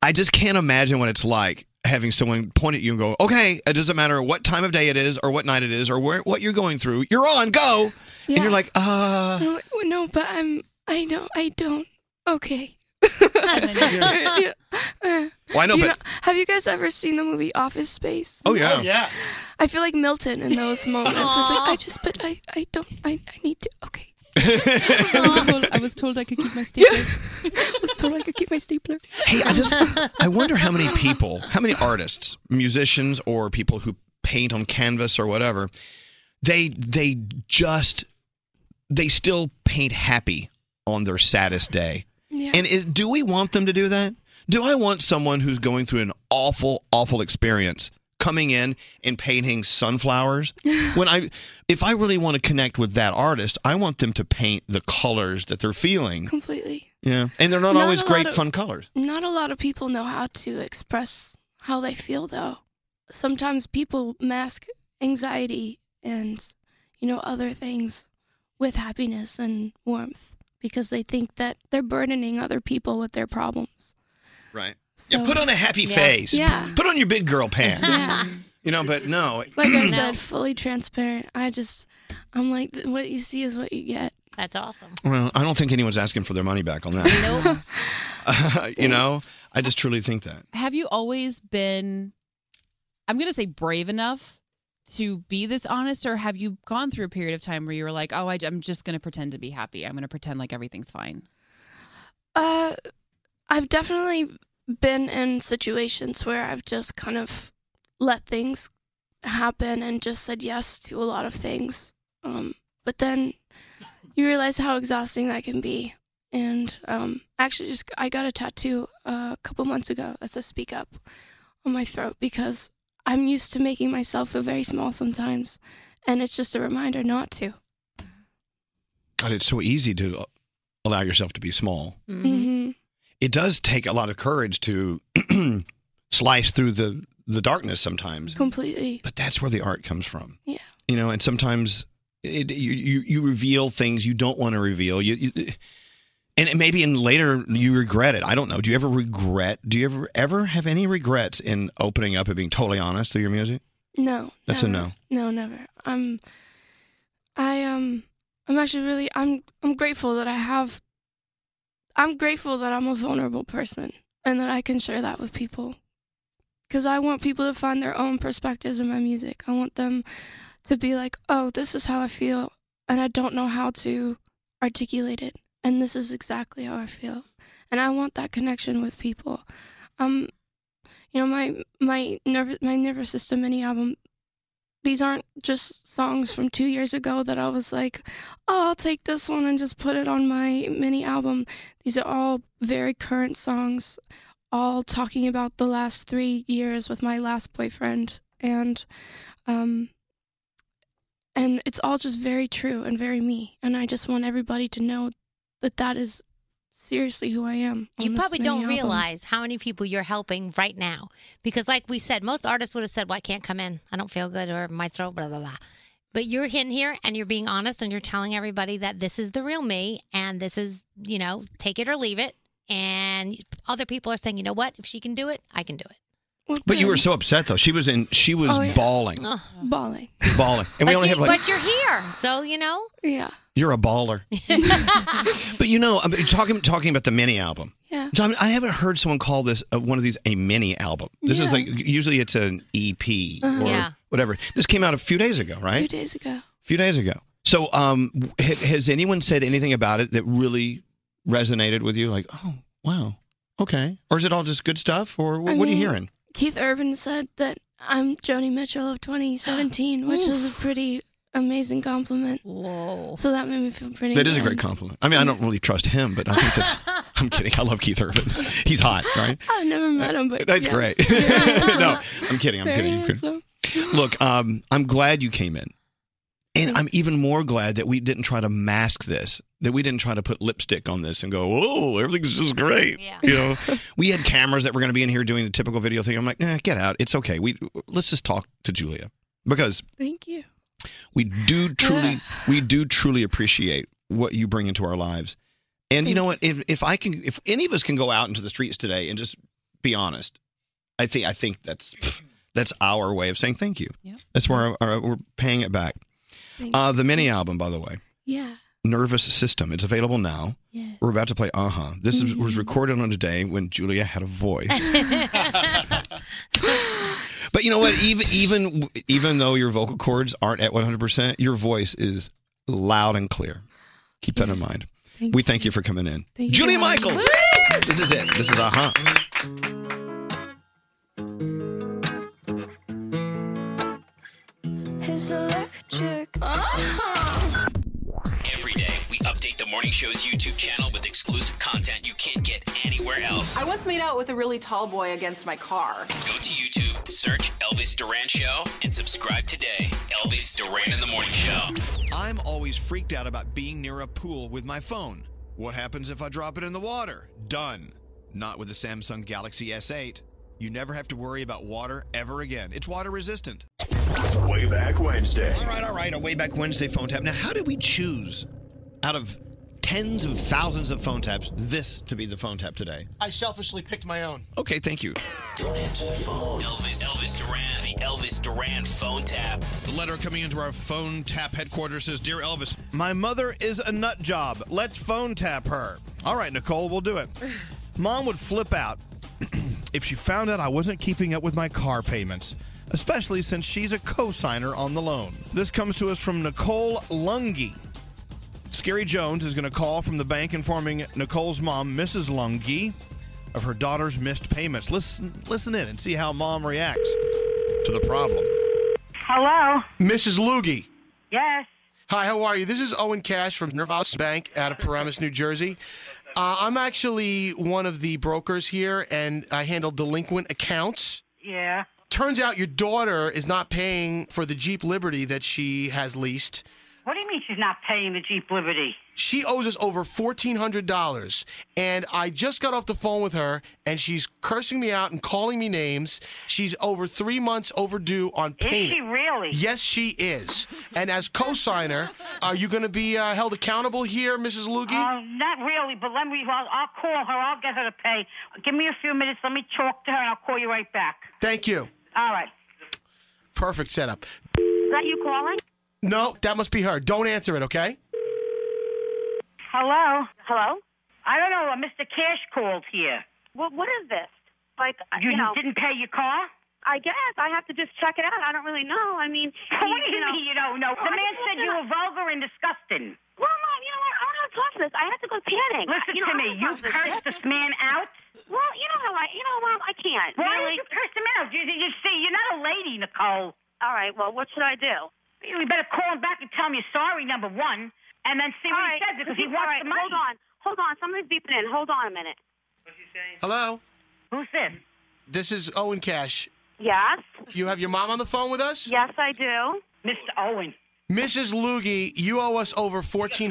i just can't imagine what it's like having someone point at you and go okay it doesn't matter what time of day it is or what night it is or where, what you're going through you're on go and
Yeah.
you're like uh
no! No, but I'm. I don't. I don't.
[laughs]
Okay. [laughs]
you're-
Yeah.
Well, I know,
Do you
but-
have you guys ever seen the movie Office Space?
Oh, yeah. Oh, yeah.
I feel like Milton in
[laughs]
those moments. It's like I just, but I, I don't, I, I need to. Okay.
[laughs]
I was
Oh,
[laughs]
told I was told I could [laughs] keep my stapler. I was told I could keep my stapler.
Hey, I just I wonder how many people, how many artists, musicians or people who paint on canvas or whatever, they they just they still paint happy on their saddest day.
Yeah.
And is, do we want them to do that? Do I want someone who's going through an awful awful experience coming in and painting sunflowers? when I if I really want to connect with that artist, I want them to paint the colors that they're feeling.
[laughs] Completely.
Yeah. And they're not,
Not
always
a lot
great
of-
fun colors.
Not a lot of people know how to express how they feel, though. Sometimes people mask anxiety and, you know, other things with happiness and warmth because they think that they're burdening other people with their problems.
Right.
So-
yeah, put on a happy
Yeah.
face.
Yeah.
Put on your big girl
[laughs]
pants. You know, but no. [clears throat]
Like I said, fully transparent. I just, I'm like, th- what you see is what you get.
That's awesome.
Well, I don't think anyone's asking for their money back on that. [laughs] you know, I just truly think that.
[laughs] have you always been i'm going to say brave enough to be this honest or have you gone through a period of time where you were like oh I, am just going to pretend to be happy i'm going to pretend like everything's fine
Uh, I've definitely been in situations where I've just kind of let things happen and just said yes to a lot of things. Um, but then you realize how exhausting that can be. And um, actually, just I got a tattoo uh, a couple months ago. That's a speak up on my throat because I'm used to making myself feel very small sometimes, and it's just a reminder not to.
God, it's so easy to allow yourself to be small.
Mm-hmm.
It does take a lot of courage to [clears throat] slice through the, the darkness sometimes.
Completely.
But that's where the art comes from.
Yeah.
You know, and sometimes it, you, you you reveal things you don't want to reveal. You, you And it- maybe in later you regret it. I don't know. Do you ever regret? Do you ever ever have any regrets in opening up and being totally honest through your music?
No.
That's a no.
No, never. I'm I um I'm actually really I'm I'm grateful that I have I'm grateful that I'm a vulnerable person and that I can share that with people. Cuz I want people to find their own perspectives in my music. I want them to be like, "Oh, this is how I feel and I don't know how to articulate it." And this is exactly how I feel. And I want that connection with people. Um you know, my my nervous my nervous system mini album these aren't just songs from two years ago that I was like, oh, I'll take this one and just put it on my mini album. These are all very current songs, all talking about the last three years with my last boyfriend, and um, and it's all just very true and very me. And I just want everybody to know that that is seriously who I am. on
You
this
probably
mini
don't
album.
realize how many people you're helping right now. Because, like we said, most artists would have said, Well, I can't come in. I don't feel good, or my throat, blah, blah, blah. But you're in here and you're being honest and you're telling everybody that this is the real me and this is, you know, take it or leave it. And other people are saying, You know what? If she can do it, I can do it.
But you were so upset though. She was in. She was
Oh, yeah.
bawling,
Ugh.
Bawling.
bawling, and we
but,
only
you,
have like
but you're here. So, you know?
Yeah.
you're a
[laughs]
baller. but you know, I mean, talking talking about the mini album.
Yeah.
John, I haven't heard someone call this uh, one of these a mini album. This is
Yeah.
like usually it's an EP
Uh-huh.
or
Yeah.
whatever. This came out a few days ago,
A
right?
few days ago.
few days ago. So, um, ha- has anyone said anything about it that really resonated with you? Like, oh, wow, okay. Or is it all just good stuff? Or wh-
I
what are you
mean,
hearing?
Keith Urban said that I'm Joni Mitchell
[gasps]
of 2017, which is a pretty amazing compliment.
Whoa.
So that made me feel pretty
That is a
good.
great compliment. I mean, I don't really trust him, but I think
[laughs]
that's. I'm kidding. I love Keith Urban. He's hot, right?
I've Oh, never met him, but
Uh, That's
yes.
great. [laughs]
[laughs]
no, I'm kidding. I'm
Very
kidding. I'm kidding.
handsome.
Look, um, I'm glad you came in. And I'm even more glad that we didn't try to mask this, that we didn't try to put lipstick on this and go, oh, everything's just great.
Yeah.
You know, [laughs] we had cameras that were going to be in here doing the typical video thing. I'm like, nah, get out. It's okay. We let's just talk to Julia because
Thank you.
we do truly, we do truly appreciate what you bring into our lives. And you know what? If if I can, if any of us can go out into the streets today and just be honest, I think I think that's [sniffs] that's our way of saying thank you. That's where our, our, we're paying it back.
Thank
Uh, the mini album, by the way,
Yeah.
Nervous System. It's available now.
Yeah.
We're about to play Uh Huh. This is, was recorded on a day when Julia had a voice. [laughs] But you know what? Even even even though your vocal cords aren't at 100%, your voice is loud and clear. Keep that in mind.
Thank
we thank you for coming in.
Thank you
Julia
for having me.
Michaels. This is it. This is Uh Huh.
It's electric.
Every day, we update the Morning Show's YouTube channel with exclusive content you can't get anywhere else.
I once made out with a really tall boy against my car.
Go to YouTube, search Elvis Duran Show, and subscribe today. Elvis Duran in the Morning Show.
I'm always freaked out about being near a pool with my phone. What happens if I drop it in the water? Done. Not with the Samsung Galaxy S8. You never have to worry about water ever again. It's water resistant.
Way back Wednesday.
All right, all right. A way back Wednesday phone tap. Now, how did we choose out of tens of thousands of phone taps this to be the phone tap today?
I selfishly picked my own.
Okay, thank you.
Don't answer the phone. Elvis, Elvis Duran, the Elvis Duran phone tap.
The letter coming into our phone tap headquarters says, "Dear Elvis,
My mother is a nut job. Let's phone tap her. All right, Nicole, we'll do it. Mom would flip out [clears throat] if she found out I wasn't keeping up with my car payments, especially since she's a co-signer on the loan. This comes to us from Nicole Lungi. Scary Jones is going to call from the bank informing Nicole's mom, Mrs. Lungi, of her daughter's missed payments. Listen listen in and see how mom reacts to the problem.
Hello. Mrs. Loogie. Yes. Hi, how are you? This is Owen Cash from Nervous Bank out of Paramus, New Jersey. Uh, I'm actually one of the brokers here, and I handle delinquent accounts.
Yeah.
Turns out your daughter is not paying for the Jeep Liberty that she has leased.
What do you mean
she's not paying the Jeep Liberty.
She owes us over $1,400. And I just got off the phone with her, and she's cursing me out and calling me names. She's over three months overdue on
Is
payment.
she really?
Yes, she is. and as co signer, are you going to be uh, held accountable here, Mrs. Lugie?
Oh, not really, but let me. I'll, I'll call her. I'll get her to pay. Give me a few minutes. Let me talk to her, and I'll call you right back.
Thank you.
All right.
Perfect setup.
Is that you calling?
No, that must be her. Don't answer it, okay?
Oh,
Hello. Hello. I don't know. Uh, Mr. Cash called here.
Well, what is this? Like, uh,
You,
know,
didn't pay your car.
I guess I have to just check it out. I don't really know. I mean,
[laughs] What do you mean you don't know? The man said you were vulgar and disgusting.
Well, mom, you know what? I don't have time for this. I have to go tanning.
Listen
you know, I
to me.
don't
You
have time for
cursed this man out.
Well, you know how I, you know, mom, I can't.
Why
really.
did you curse him out? You, you see, you're not a lady, Nicole. All right. Well, what should I do? You better call him back and tell him you're sorry, number one, and then see
All
what
right,
he says because he
all
wants
right,
the money.
Hold on, hold on. Somebody's beeping in. Hold on a minute.
Hello?
Who's this?
This is Owen Cash.
Yes.
You have your mom on the phone with us?
Yes, I do.
Mr. Owen.
Mrs. Lugie, you owe us over $1,400.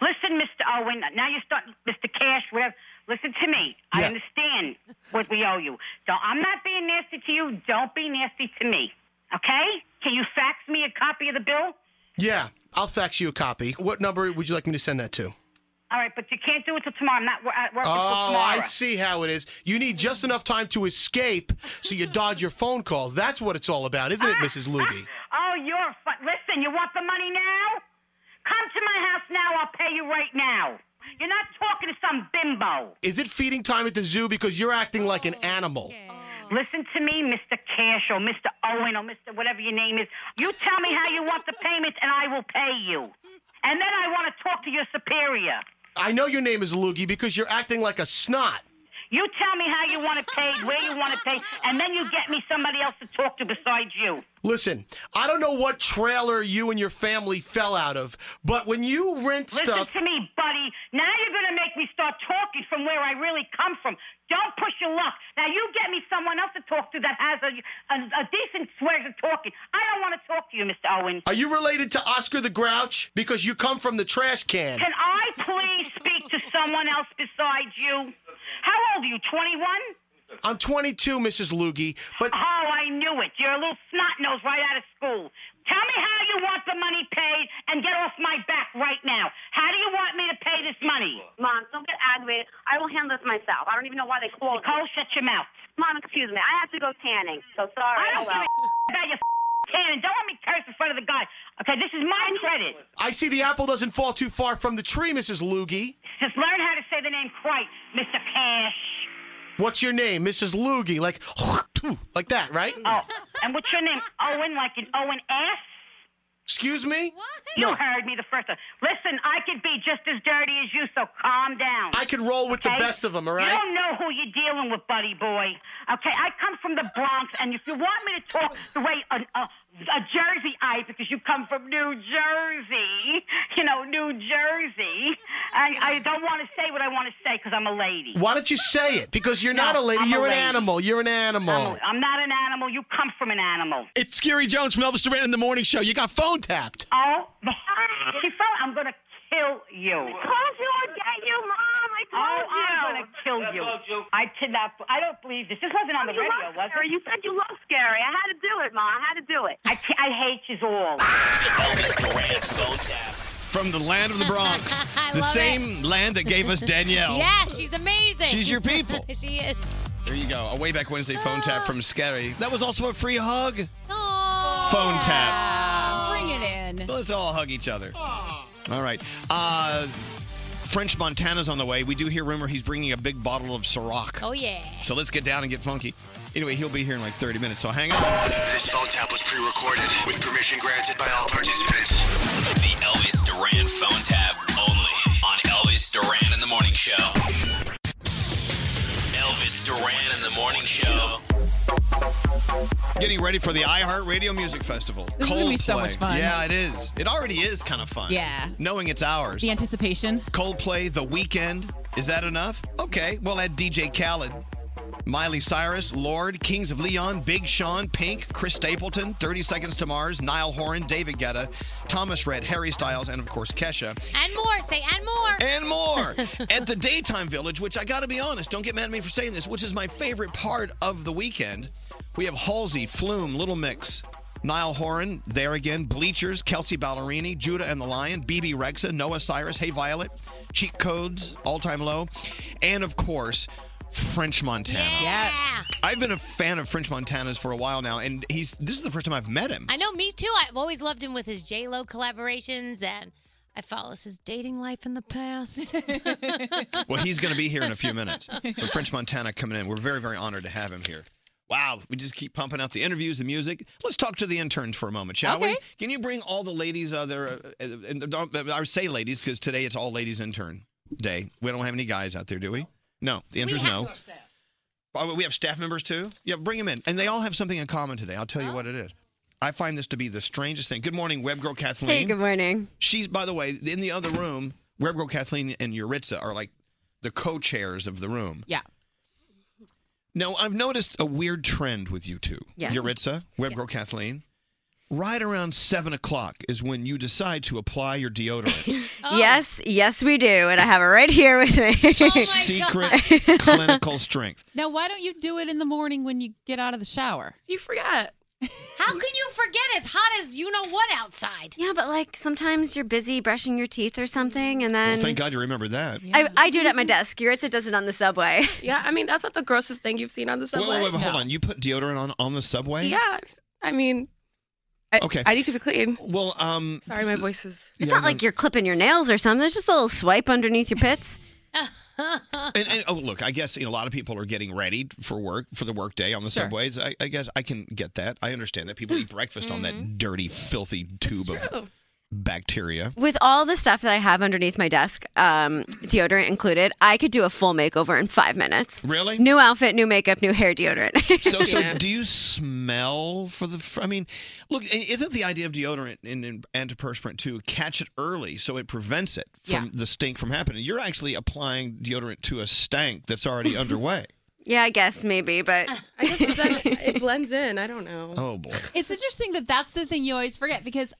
Listen, Mr. Owen. Now you start, Mr. Cash. Whatever. Listen to me. I
Yeah.
understand what we owe you. Don't, I'm not being nasty to you. Don't be nasty to me. Okay? Can you fax me a copy of the bill?
Yeah, I'll fax you a copy. What number would you like me to send that to?
All right, but you can't do it till tomorrow. I'm not wor- at work
Oh,
until tomorrow.
I see how it is. You need just enough time to escape so you dodge your phone calls. That's what it's all about, isn't it, Mrs. Lugie?
Oh, you're fu- listen. You want the money now? Come to my house now. I'll pay you right now. You're not talking to some bimbo.
Is it feeding time at the zoo because you're acting like an animal?
Listen to me, Mr. Cash or Mr. Owen or Mr. whatever your name is. You tell me how you want the payment, and I will pay you. And then I want to talk to your superior.
I know your name is Lugie because you're acting like a snot.
You tell me how you want it paid, where you want it paid, and then you get me somebody else to talk to besides you.
Listen, I don't know what trailer you and your family fell out of, but when you rent
Listen
stuff,
to me, buddy. Now you're going to make me start talking from where I really come from. Don't push your luck. Now you get me someone else to talk to that has a, a, a decent way of talking. I don't want to talk to you, Mr. Owen.
are you related to Oscar the Grouch? Because you come from the trash can.
Can I please speak to someone else besides you? How old are you, 21?
I'm 22, Mrs. Lugie, but
Oh, I knew it. You're a little snot nose right out of school. Tell me how you want the money paid and get off my back right now. How do you want me to pay this money?
Mom, don't get aggravated. I will handle this myself. I don't even know why they called.
Nicole, shut your mouth.
Mom, excuse me. I have to go tanning. So sorry.
I don't
Hello.
give a about your cannon. Don't let me curse in front of the guy. Okay, this is my credit.
I see the apple doesn't fall too far from the tree, Mrs. Lugie.
Just learn how to say the name Christ, Mr. Cash.
What's your name, Mrs. Lugie? Like, [laughs] like that, right?
Oh, and what's your name? Owen, like an Owen ass?
Excuse me?
You
No.
heard me the first time. Listen, I could be just as dirty as you, so calm down.
I could roll with the
okay?
best of 'em, all right?
You don't know who you're dealing with, buddy boy. Okay, I come from the Bronx, and if you want me to talk the way a, a, a Jersey eye, because you come from New Jersey, you know, New Jersey, I, I don't want to say what I want to say because I'm a lady.
Why don't you say it? Because you're not a
No,
lady,
I'm a
you're an
lady.
animal. You're an animal.
I'm not an animal. You come from an animal.
It's Scary Jones from Elvis Duran in the Morning Show. You got phone tapped.
Oh, she felt I'm gonna kill you.
Told you I'd get you, Mom. I
Oh,
told you.
I'm gonna kill you. I cannot. I don't believe this. This wasn't on the
Oh, you
radio,
love
was
Scary.
it?
You said you love Scary. I had to do it, Mom. I had to do it.
I, ca- I hate you all.
Elvis Duran phone tap.
From the land of the Bronx,
[laughs] [laughs] I
the
love
same land that
[laughs]
gave us Danielle.
Yeah, she's amazing.
She's your people.
[laughs] she is.
There you go. A way back Wednesday phone
Oh.
tap from Scary. That was also a free hug.
Aww.
Phone tap.
Bring it in.
Let's all hug each other. All right. Uh, French Montana's on the way. We do hear rumor he's bringing a big bottle of Ciroc.
Oh yeah.
So let's get down and get funky. Anyway, he'll be here in like 30 minutes, so hang on.
This phone tap was pre-recorded with permission granted by all participants.
The Elvis Duran phone tap only on Elvis Duran in the Morning Show. Elvis Duran in the Morning Show.
Getting ready for the iHeartRadio Music Festival.
This is gonna be so
Coldplay.
much fun.
Yeah, it is. It already is kind of fun.
Yeah.
Knowing it's ours.
The anticipation.
Coldplay, The Weekend. Is that enough? Okay, we'll add DJ Khaled. Miley Cyrus, Lord, Kings of Leon, Big Sean, Pink, Chris Stapleton, 30 Seconds to Mars, Niall Horan, David Guetta, Thomas Red, Harry Styles, and of course Kesha.
And more. Say, and more.
And more at the Daytime Village, which I gotta be honest, don't get mad at me for saying this, which is my favorite part of the weekend. We have Halsey, Flume, Little Mix, Niall Horan, there again, Bleachers, Kelsey Ballerini, Judah and the Lion, BB Rexa, Noah Cyrus, Hey Violet, Cheat Codes, All Time Low, and of course, French Montana.
Yes.
I've been a fan of French Montana's for a while now, and he's this is the first time I've met him.
I know, me too. I've always loved him with his J Lo collaborations, and I follows his dating life in the past. [laughs]
Well, he's going to be here in a few minutes. So French Montana coming in. We're very, very honored to have him here. Wow, we just keep pumping out the interviews, the music. Let's talk to the interns for a moment, shall we?
Okay.
Can you bring all the ladies uh, there? Uh, uh, and don't- I say ladies because today it's all ladies intern day. We don't have any guys out there, do we? No, the answer is no. Oh, we have staff members too. Yeah, bring them in, and they all have something in common today. I'll tell you what it is. I find this to be the strangest thing. Good morning, web girl Kathleen.
Hey, good morning.
She's, by the way, in the other room, Web Girl Kathleen and Yuritsa are like the co chairs of the room.
Yeah.
Now, I've noticed a weird trend with you two.
Yes.
Yuritsa, Web Girl Kathleen. Right around seven o'clock is when you decide to apply your
[laughs]
deodorant.
Yes, yes, we do, and I have it right here with me. [laughs]
Secret clinical strength.
Now, why don't you do it in the morning when you get out of the shower?
You forget.
How can you forget? It's hot as you know what outside. [laughs]
Yeah, but like sometimes you're busy brushing your teeth or something, and then
well, thank God you remember that.
I, I do it [laughs] at my desk. Yuritsa does it on the subway.
[laughs] Yeah, I mean, that's not the grossest thing you've seen on the
Wait,
subway.
wait, wait, hold on. You put deodorant on on the subway?
Yeah, I mean, I,
Okay.
I need to be clean.
Well, um,
Sorry, my voice
is.
It's not like you're clipping your nails or something. There's just a little swipe underneath your [laughs] pits.
[laughs] and, and oh, look, I guess you know, a lot of people are getting ready for work for the workday on the
Sure.
subways. I, I guess I can get that. I understand that
[laughs]
people eat breakfast on
Mm-hmm.
that dirty, filthy tube of bacteria.
With all the stuff that I have underneath my desk, um, deodorant included, I could do a full makeover in five minutes. [laughs]
Really?
New outfit, new makeup, new hair deodorant.
So,
[laughs]
so do you smell for the? fr- I mean, look, and isn't the idea of deodorant and, and antiperspirant to catch it early so it prevents it from
Yeah.
the stink from happening? You're actually applying deodorant to a stank that's
[laughs]
already underway.
yeah, I guess maybe, but
Uh, I guess, but
[laughs]
then it blends in. I don't know.
Oh boy.
It's interesting that that's the thing you always forget because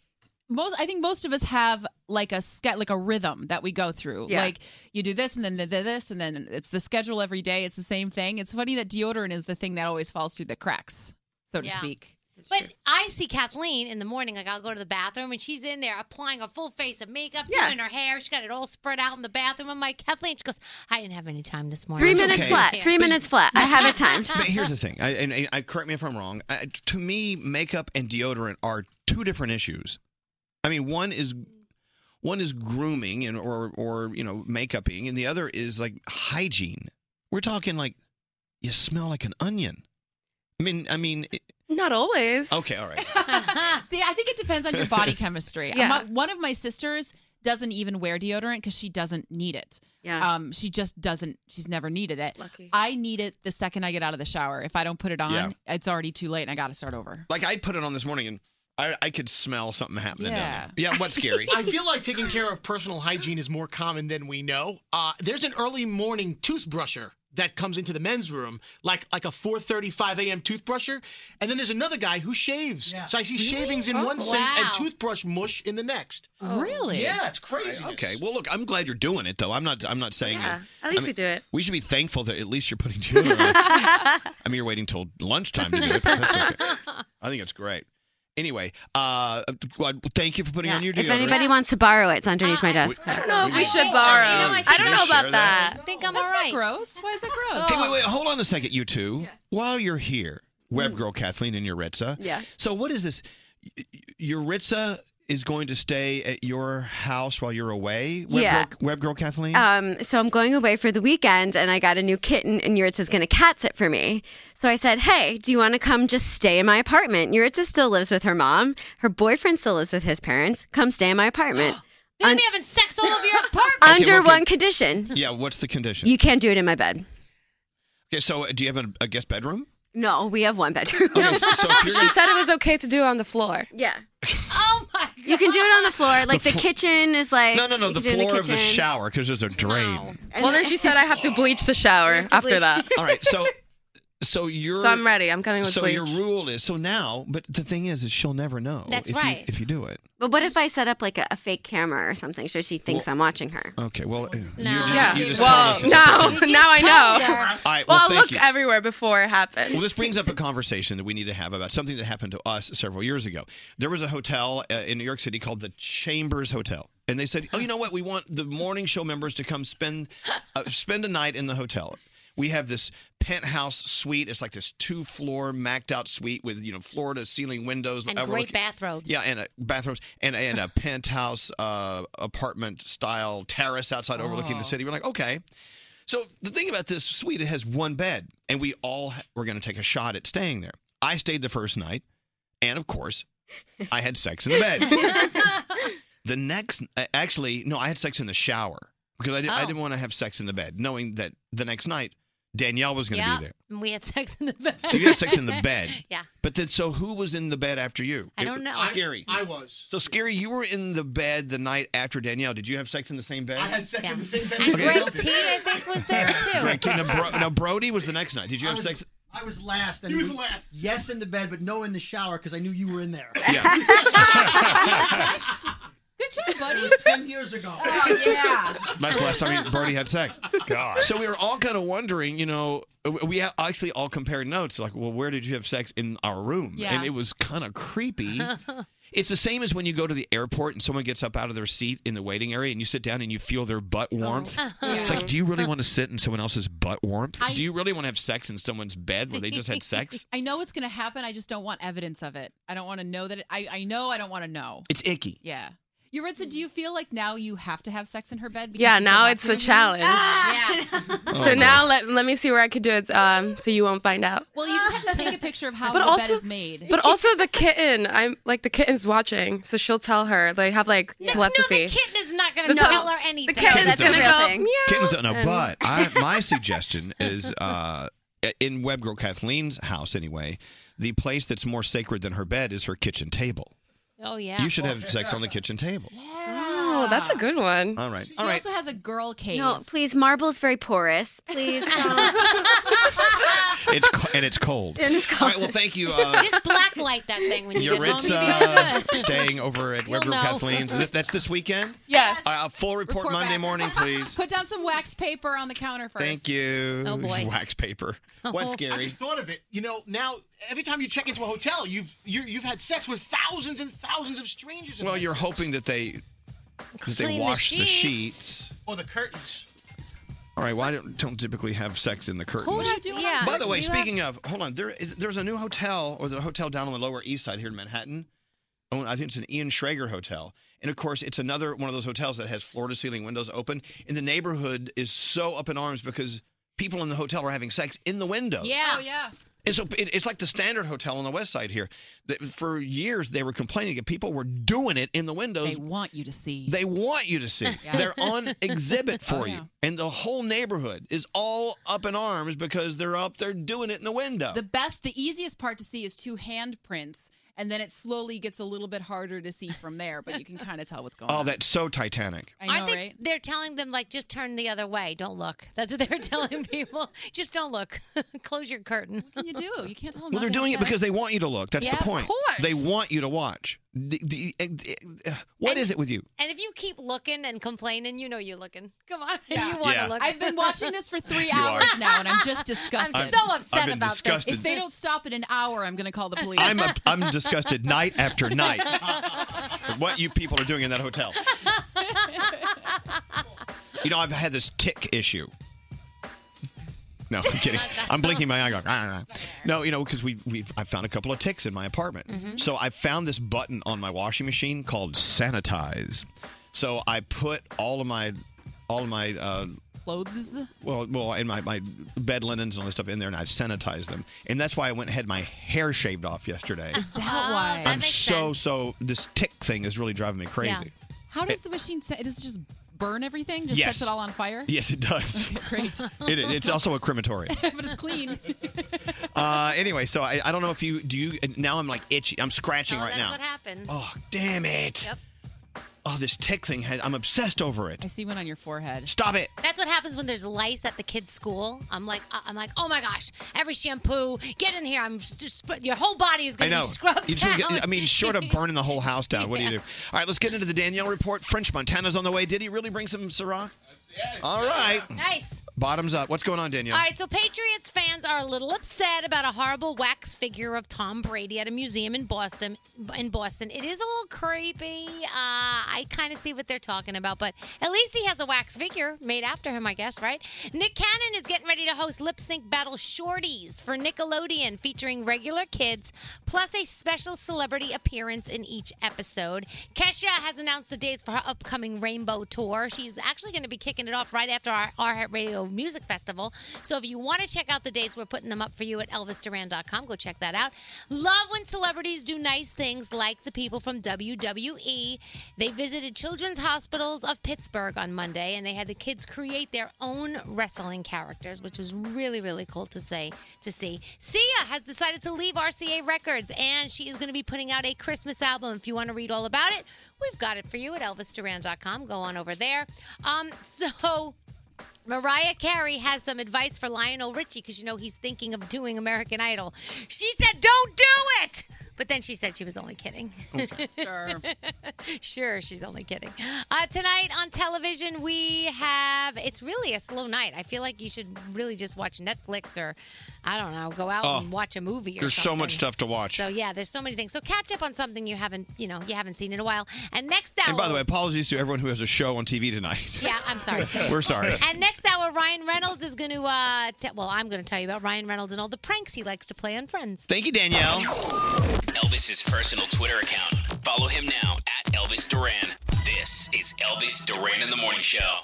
most I think most of us have like a ske- like a rhythm that we go through.
Yeah.
Like you do this and then th- th- this and then it's the schedule every day. It's the same thing. It's funny that deodorant is the thing that always falls through the cracks, so to
Yeah.
speak.
But I see Kathleen in the morning, like I'll go to the bathroom and she's in there applying a full face of makeup, doing her hair. She got it all spread out in the bathroom. I'm like, Kathleen, she goes, I didn't have any time this morning.
Three minutes flat. Three minutes flat. I have it timed.
But here's the thing, I, and, and I, correct me if I'm wrong. I, to me, makeup and deodorant are two different issues. I mean, one is one is grooming and or or you know makeuping, and the other is like hygiene. We're talking like you smell like an onion. I mean, I mean, it-
Not always.
okay, all right.
[laughs] See, I think it depends on
[laughs]
your body chemistry.
Yeah.
My- one of my sisters doesn't even wear deodorant because she doesn't need it.
Yeah.
Um, she just doesn't. She's never needed it. I need it the second I get out of the shower. If I don't put it on,
Yeah.
it's already too late, and I got to start over.
Like I put it on this morning, and I, I could smell something happening.
Yeah.
down there. yeah. What's
[laughs]
scary?
[laughs]
I feel like taking care of personal hygiene is more common than we know. Uh, there's an early morning toothbrusher that comes into the men's room, like like a 4:35 a.m. toothbrusher, and then there's another guy who shaves. So I see shavings in
Oh,
one sink
wow.
and toothbrush mush in the next.
Oh.
Really?
Yeah, it's crazy.
Okay. Well, look, I'm glad you're doing it, though. I'm not. I'm not saying.
Yeah,
it.
at least
I
we do it.
We should be thankful that at least you're putting deodorant. on. I mean, you're waiting till lunchtime to do it. But that's okay. I think it's great. Anyway, uh, well, thank you for putting on your deodorant.
If anybody wants to borrow it, it's underneath my desk.
I
don't
Uh, know if we should
borrow.
I don't know about
Share
that.
that.
I think I'm
Oh, That's
all
not
right.
gross. Why is that gross?
Hey, wait, wait, hold on a second, you two. While you're here, web girl Kathleen and Yuritsa.
Yeah.
So what is this? Y- Yuritsa is going to stay at your house while you're away. Web
Yeah.
Girl, web girl Kathleen.
Um, so I'm going away for the weekend, and I got a new kitten, and Yuritsa's going to cat sit for me. So I said, "Hey, do you want to come just stay in my apartment?" Yuritsa still lives with her mom. Her boyfriend still lives with his parents. Come stay in my
[gasps]
apartment
They're going to be having sex all over your apartment.
under one condition:
yeah. What's the condition?
you can't do it in my bed.
Okay. So uh, do you have a, a guest bedroom?
No, we have one bedroom.
[laughs] she said it was okay to do on the floor.
[laughs]
Yeah.
Oh
You can do it on the floor. Like the, kitchen is like
No, no, no.
you
The
can do it in
floor of the
kitchen.
shower because there's a drain.
Well, then she said I have to bleach the shower after that. [laughs]
All right. So So you're.
So I'm ready. I'm coming with
So
bleach.
your rule is so now, but the thing is, is she'll never know.
That's
if you-
right.
if you do it.
But what if I set up like a, a fake camera or something so she thinks
Well-
I'm watching her?
Okay. Well. No.
yeah. Well, now, now I know.
All right.
well,
Well,
I'll
thank
look
you.
everywhere before it happens.
[laughs]
Well, this brings up a conversation that we need to have about something that happened to us several years ago. There was a hotel uh, in New York City called the Chambers Hotel, and they said, "Oh, you know what? We want the morning show members to come spend uh, spend a night in the hotel. We have this penthouse suite. It's like this two floor macked out suite with you know floor to ceiling windows
And
overlooking-
great bathrobes.
Yeah, and a, bathrooms and and a penthouse uh, apartment style terrace outside overlooking
Oh.
the city. We're like, okay. So the thing about this suite, it has one bed, and we all ha- were going to take a shot at staying there. I stayed the first night, and of course, I had sex in the
[laughs]
bed. the next, uh, actually, no, I had sex in the shower because I, did, I
Oh.
didn't want to have sex in the bed, knowing that the next night Danielle was going to
yeah.
be there.
And we had sex in the bed.
So you had sex in the bed.
[laughs] yeah.
But then, so who was in the bed after you?
I
It
don't
was
know.
Scary.
I was.
So scary. You were in the bed the night after Danielle. Did you have sex in the same bed?
I had sex in the same bed.
And Okay. Greg
T,
I think, was there
[laughs]
too.
Right, Tina Bro- now Brody was the next night. Did you
I
have
was- [laughs]
sex?
I was last. And
You was
we-
last.
Yes, in the bed, but no in the shower because I knew you were in there.
Yeah.
Good job, buddy. It was ten years ago. Oh yeah.
That's the last time Brody had sex.
God.
So we were all kind of wondering, you know, we actually all compared notes. Like, well, where did you have sex in our room?
Yeah.
And it was kind of
[laughs]
creepy. it's the same as when you go to the airport and someone gets up out of their seat in the waiting area and you sit down and you feel their butt warmth.
Yeah.
It's like, do you really want to sit in someone else's butt warmth?
I-
do you really want to have sex in someone's bed where they just had sex?
[laughs] I know it's going to happen. I just don't want evidence of it. I don't want to know that. It, I I know. I don't want to know.
It's icky.
Yeah. Yuritsa, do you feel like now you have to have sex in her bed?
Yeah,
you said
now
not
it's
to?
a challenge. [laughs] so
Oh,
now let, let me see where I could do it um, so you won't find out.
[laughs] Well, you just have to take a picture of how
But
the
also-
bed is made.
But also the kitten. I'm like the kitten's watching, so she'll tell her. They have like telepathy.
The kitten is not going to
The
tell
tell-
her anything.
kitten's Kitten's gonna
go,
Kittens don't know,
and-
but I, my suggestion is uh, in Webgirl Kathleen's house anyway. The place that's more sacred than her bed is her kitchen table.
oh yeah.
You should have sex on the kitchen table.
Oh, that's a good one.
All right,
She
all right.
also has a girl cave.
No, please. Marble's very porous.
[laughs]
Please.
It's co- and it's cold.
And it's
All right, well, thank you. Uh,
Just black light that thing when you get home. You'll be all
Yuritsa
good.
staying over at
You'll
Webgirl
know.
Kathleen's. Th- That's this weekend.
Yes.
All right, a full report,
Report
Monday
back.
morning,
[laughs]
please.
Put down some wax paper on the counter first.
Thank you.
Oh, boy.
[laughs] Wax paper. What's
I
scary?
just thought of it. You know, now every time you check into a hotel, you've you you've had sex with thousands and thousands of strangers. in
Well,
that
you're
sex.
hoping that they that
Clean
they
the
wash the sheets.
or the curtains.
All right, why don't, don't typically have sex in the curtains?
yeah,
By the way,
do you
speaking of, hold on, there is, there's a new hotel, or the hotel down on the Lower East Side here in Manhattan. Oh, I think it's an Ian Schrager hotel. And of course, it's another one of those hotels that has floor to ceiling windows open. And the neighborhood is so up in arms because people in the hotel are having sex in the window.
Yeah. Oh yeah.
And so it, it's like the standard hotel on the west side here. That For years, they were complaining that people were doing it in the windows. They
want you to see.
They want you to see.
[laughs] Yeah.
They're on exhibit for
Oh,
you.
yeah.
And the whole neighborhood is all up in arms because they're up there doing it in the window.
The best, the easiest part to see is two handprints, and then it slowly gets a little bit harder to see from there. But you can kind of tell what's going on.
oh, that's so Titanic.
I know,
Aren't they-
right?
They're [laughs] telling them like just turn the other way, don't look. That's what they're [laughs] telling people. Just don't look. [laughs] Close your curtain. What
can you do? You can't tell them.
Well, they're doing it because they want you to look. That's
Yeah,
the
of
point.
course.
They want you to watch. The, the, uh, uh, what is it with you?
And if you keep looking and complaining, you know you're looking. Come on, [laughs] you want to
Yeah.
look.
I've been watching this
[laughs]
for three
You
hours
are.
now, and [laughs] I'm just disgusted.
I'm- so I've upset been about this. disgusted.
If they don't stop in an hour, I'm going to call the police.
I'm,
[laughs]
up- I'm disgusted night after night with what you people are doing in that hotel. You know, I've had this tick issue. No, I'm
[laughs]
kidding. I'm blinking my eye. Going, "Ah, ah, ah." no, you know, because we we I found a couple of ticks in my apartment.
Mm-hmm.
Mhm.
So I found this button on my washing machine called sanitize. So I put all of my all of my uh,
Clothes.
well, well, and my, my bed linens and all this stuff in there, and I sanitized them, and that's why I went and had my hair shaved off yesterday.
Is Oh, that why?
I'm so so. This tick thing is really driving me crazy.
Yeah. How does the machine set? Does it just burn everything? Just
Yes.
sets it all on fire?
Yes, it does.
[laughs] Okay, great.
[laughs] It, it's also a crematorium.
[laughs] but
[laughs]
it's clean.
Uh, anyway, so I, I don't know if
Oh,
you do. You, now I'm like itchy. I'm scratching right
Oh, that's
now.
what happened.
Oh, damn it.
Yep.
Oh, this tick thing. has- I'm obsessed over it.
I see one on
[laughs]
your forehead.
Stop it.
That's what happens when there's lice at the kids' school. I'm like, uh, I'm like, oh my gosh! Every shampoo, get in here! I'm just, sp- your whole body is
I
going to be
know.
[laughs] scrubbed
You just
down.
get- I mean, short of burning the whole house down. What do you do? All right, let's get into the Danielle report. French Montana's on the way. Did he really bring some Ciroc? All right.
nice.
Bottoms up. What's going on, Danielle?
All right, so Patriots fans are a little upset about a horrible wax figure of Tom Brady at a museum in Boston. In Boston, it is a little creepy. Uh, I kind of see what they're talking about, but at least he has a wax figure made after him, I guess, right? Nick Cannon is getting ready to host Lip Sync Battle Shorties for Nickelodeon, featuring regular kids plus a special celebrity appearance in each episode. Kesha has announced the dates for her upcoming Rainbow Tour. She's actually going to be kicking it off right after our our Radio Music Festival. So if you want to check out the dates, we're putting them up for you at elvisduran.com. Go check that out. Love when celebrities do nice things like the people from WWE. They visited Children's Hospitals of Pittsburgh on Monday and they had the kids create their own wrestling characters, which was really, really cool to say to see. Sia has decided to leave RCA Records and she is going to be putting out a Christmas album. If you want to read all about it, we've got it for you at elvisduran.com. Go on over there. Um, [laughs] so Mariah Carey has some advice for Lionel Richie because you know he's thinking of doing American Idol. She said, "Don't do it." But then she said she was only kidding. sure. [laughs] sure, she's only kidding. Uh, tonight on television, we have, it's really a slow night. I feel like you should really just watch Netflix or, I don't know, go out
Oh,
and watch a movie or
There's so
something.
much stuff to watch.
So, yeah, there's so many things. So, catch up on something you haven't, you know, you haven't seen in a while. And next hour.
and by the way, apologies to everyone who has a show on TV tonight.
Yeah, I'm sorry.
[laughs] We're sorry.
And next hour, Ryan Reynolds is going to, uh, t- well, I'm going to tell you about Ryan Reynolds and all the pranks he likes to play on Friends.
Thank you, Danielle.
Elvis's personal Twitter account. Follow him now at Elvis Duran. This is Elvis Duran in the Morning Show.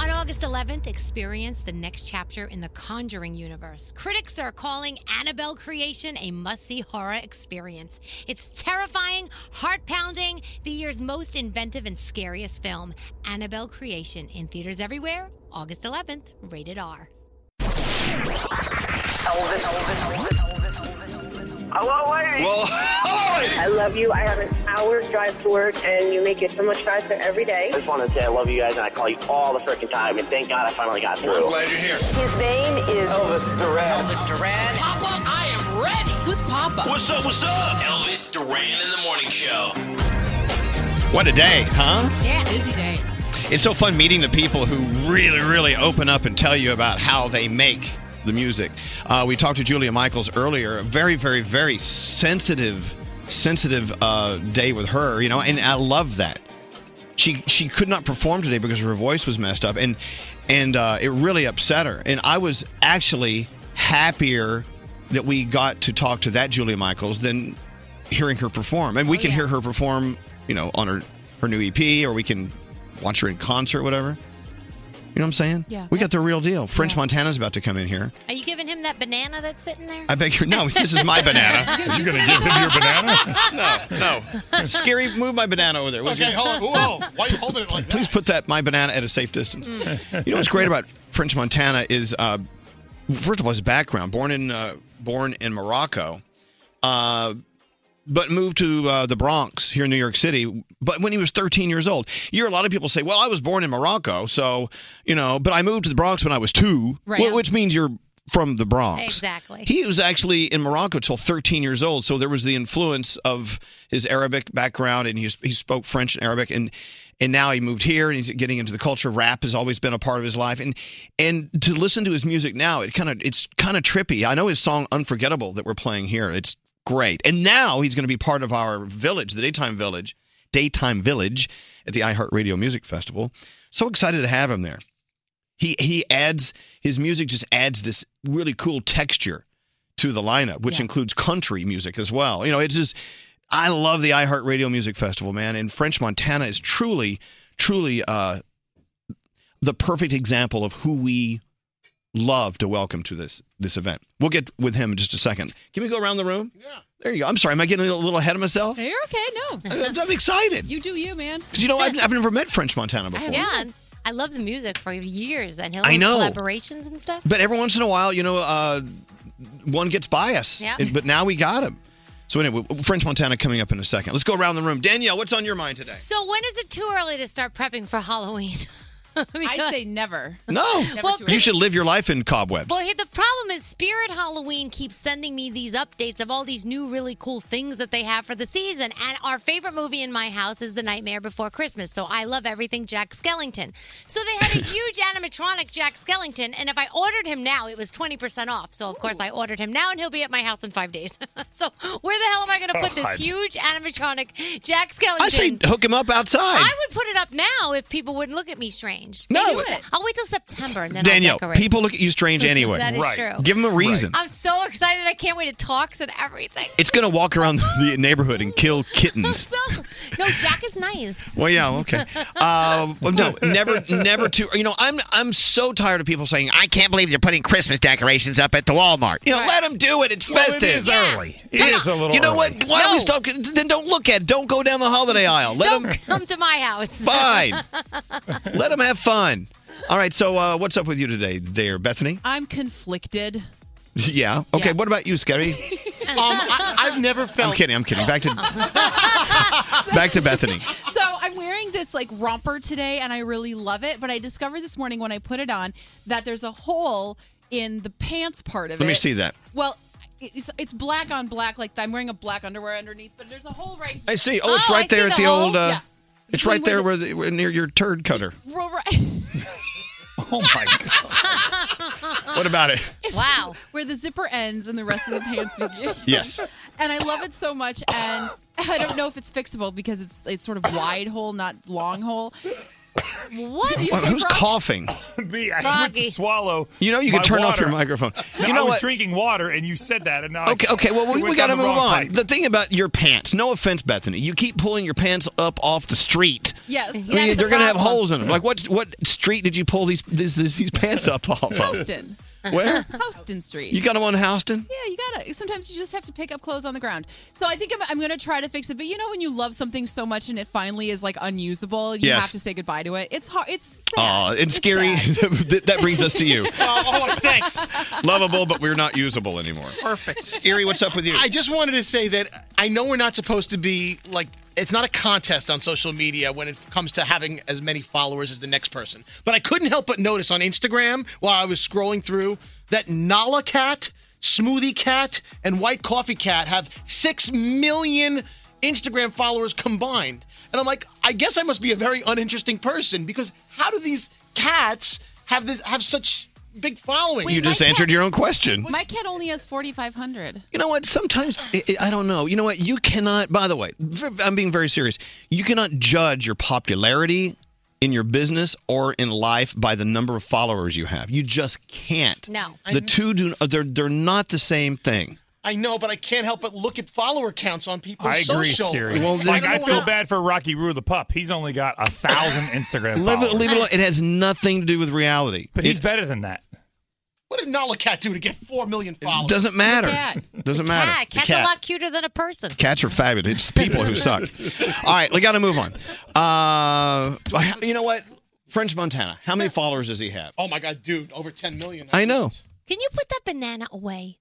On August 11th, experience the next chapter in the Conjuring universe. Critics are calling Annabelle Creation a must see horror experience. It's terrifying, heart pounding, the year's most inventive and scariest film. Annabelle Creation in theaters everywhere, August 11th, rated R.
Elvis, Elvis, Elvis, Elvis, Elvis, Elvis. Hello, lady.
Well,
I
love you. I have an hour's drive to work, and you make it so much faster every day.
just want to say I love you guys, and I call you all the freaking time. And thank God I finally got through.
I'm glad you're here.
His name is Elvis Duran. Elvis Duran.
Papa, I am ready. Who's Papa?
What's up? What's up?
Elvis Duran in the Morning Show.
What a day, huh?
Yeah, busy day.
It's so fun meeting the people who really, really open up and tell you about how they make the music. Uh, we talked to Julia Michaels earlier. A very, very, very sensitive, sensitive uh, day with her. You know, and I love that. She she could not perform today because her voice was messed up, and and uh, it really upset her. And I was actually happier that we got to talk to that Julia Michaels than hearing her perform.
Oh,
And we can hear her perform, you know, on her her new EP, or we can watch her in concert, whatever. You know what I'm saying?
Yeah.
We got the real deal. French Montana's about to come in here.
Are you giving him that banana that's sitting there?
I beg your no. This is my banana.
You're gonna give him your
banana? [laughs] no, no. Scary, move my banana over there. would you?
Okay, hold on.
[laughs]
Whoa, why are you holding it like that? Mm.
Please put that my banana at a safe distance. you know what's great about French Montana is, uh, first of all, his background. Born in uh, born in Morocco, uh, but moved to uh, the Bronx here in New York City. But when he was 13 years old, you hear a lot of people say, "Well, I was born in Morocco, so you know," but I moved to the Bronx when I was two,
Right.
wh- which means you're from the Bronx.
Exactly.
He was actually in Morocco till 13 years old, so there was the influence of his Arabic background, and he he spoke French and Arabic, and and now he moved here, and he's getting into the culture. Rap has always been a part of his life, and and to listen to his music now, it kind of it's kind of trippy. I know his song "Unforgettable" that we're playing here, it's great, and now he's going to be part of our village, the daytime village, daytime village at the iHeartRadio Music Festival. So excited to have him there. He he adds his music just adds this really cool texture to the lineup, which includes country music as well. You know, it's just I love the iHeartRadio Music Festival, man, and French Montana is truly, truly uh, the perfect example of who we love to welcome to this this event. We'll get with him in just a second. Can we go around the room? Yeah. There you go. I'm sorry. Am I getting a little ahead of
[laughs]
myself?
You're okay.
[laughs]
No,
I'm, I'm excited.
You do you, man.
Because you know I've, I've never met French Montana before.
yeah, and I love the music for years and he'll
I
have
know.
collaborations and stuff.
But every once in a while, you know, uh, one gets biased.
Yeah.
And- But now we got him. So anyway, French Montana coming up in a second. Let's go around the room. Danielle, what's on your mind today?
So when is it too early to start prepping for Halloween? [laughs] I say
never.
No,
Well,
you should live your life in cobwebs.
Well, here- the problem is Spirit Halloween keeps sending me these updates of all these new really cool things that they have for the season. And our favorite movie in my house is The Nightmare Before Christmas. So I love everything Jack Skellington. So
[laughs]
they had a huge animatronic Jack Skellington. And if I ordered him now, it was 20% off. So, of course, I ordered him now and he'll be at my house in five days. [laughs] so where the hell am I going to put this
God.
huge animatronic Jack Skellington?
I say hook him up outside.
I would put it up now if people wouldn't look at me strange.
No.
Maybe se- I'll wait till September and then I'll
Danielle,
decorate.
people look at you strange anyway.
[laughs] That is Right. true.
Give them a reason.
I'm so excited! I can't wait to talks and everything.
It's going to walk around the neighborhood and kill
[laughs]
kittens.
So, no, Jack is nice.
Well, yeah,
[laughs]
okay. Um, no, never, never too. You know, I'm I'm so tired of people saying I can't believe they're putting Christmas decorations up at the Walmart. You know, let them do it. It's
Well, it
festive.
is Yeah. early. It
Come
is
on.
a little
You know
early.
what? Why don't we stop? Then don't look at. it. Don't go down the holiday aisle. Let
Don't
them
[laughs] come to my house. [laughs]
Fine. let them have fun. All right. So, uh, what's up with you today, there, Bethany? [laughs]
I'm conflicted.
Yeah. Okay. What about you, Scary?
Um, I,
I've
[laughs]
never felt.
I'm kidding. I'm kidding. Back to [laughs] back to Bethany.
So I'm wearing this like romper today, and I really love it. But I discovered this morning when I put it on that there's a hole in the pants part of
Let
it.
me see that.
Well, it's it's black on black. Like I'm wearing a black underwear underneath, but there's a hole right.
I see. Oh, it's right
I see
there at the
hole.
old. Uh,
Yeah.
It's
Between
right there where
where
the, where near your turd cutter.
Well, right- [laughs]
Oh my god. what about it?
wow. Where the zipper ends and the rest of the pants begin.
Yes.
And I love it so much, and I don't know if it's fixable because it's it's sort of wide hole, not long hole. What?
Well, [laughs] who's coughing?
Me, I went to swallow.
You know you can
my
turn off your
water. [laughs]
microphone.
No,
you know
I was
what?
drinking water, and you said that, and now
Okay,
I,
okay. Well,
it
we,
went
got to
down the
move
wrong
on.
pipe.
The thing about your pants. No offense, Bethany. You keep pulling your pants up off the street.
Yes.
I mean, they're going to have holes in them. Like, what what street did you pull these these, these, these pants up off of? [laughs]
Houston.
Where? [laughs]
Houston Street.
You got them on Houston?
Yeah, you gotta. Sometimes you just have to pick up clothes on the ground. So I think I'm, I'm gonna try to fix it. But you know, when you love something so much and it finally is like unusable, you
Yes.
have to say goodbye to it. It's
[laughs]
hard. It's
Aw, and scary. [laughs] that that brings us to you.
oh, thanks.
Lovable, but we're not usable anymore. Perfect. Scary, what's up with you?
I just wanted to say that I know we're not supposed to be like it's not a contest on social media when it comes to having as many followers as the
[laughs]
next person. But I couldn't help but notice on Instagram while I was scrolling through that Nala Cat, Smoothie Cat, and White Coffee Cat have 6 million Instagram followers combined. And I'm like, I guess I must be a very uninteresting person because how do these cats have this have such big following?
you just answered your own question.
My cat only has 4,500.
You know what? Sometimes I- I I don't know. You know what? You cannot. By the way, v- I'm being very serious. You cannot judge your popularity in your business or in life by the number of followers you have. You just can't.
No.
The two do. They're they're not the same thing.
I know, but I can't help but look at follower counts on people's
I agree,
social.
Scary. like, I feel bad for Rocky Rue the pup. He's only got a
[laughs]
thousand Instagram
Leave
followers.
it, leave it alone. It has nothing to do with reality.
But he's better than that.
What did Nala Cat do to get four million followers?
Doesn't matter. Doesn't matter.
Cat.
The
Cat's
cat.
a lot cuter than a person.
Cats are fabulous. It's the people
[laughs]
who suck. All right, we got to move on. Uh, you know what? French Montana. How many followers does he have?
Oh my God, dude, over ten million.
I know.
Can you put that banana away?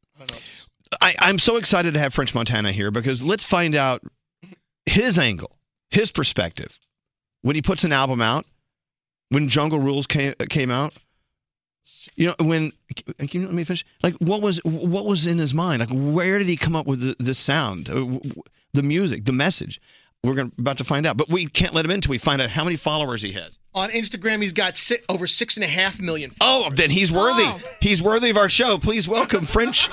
I, I'm so excited to have French Montana here because let's find out his angle, his perspective. When he puts an album out, when Jungle Rules came, came out, you know, when can you let me finish? Like, what was what was in his mind? Like, where did he come up with the, the sound, uh, w- w- the music, the message? We're gonna, about to find out, but we can't let him in until we find out how many followers he has.
On Instagram, he's got si over six and a half million.
Oh, then he's worthy. He's worthy of our show. Please welcome French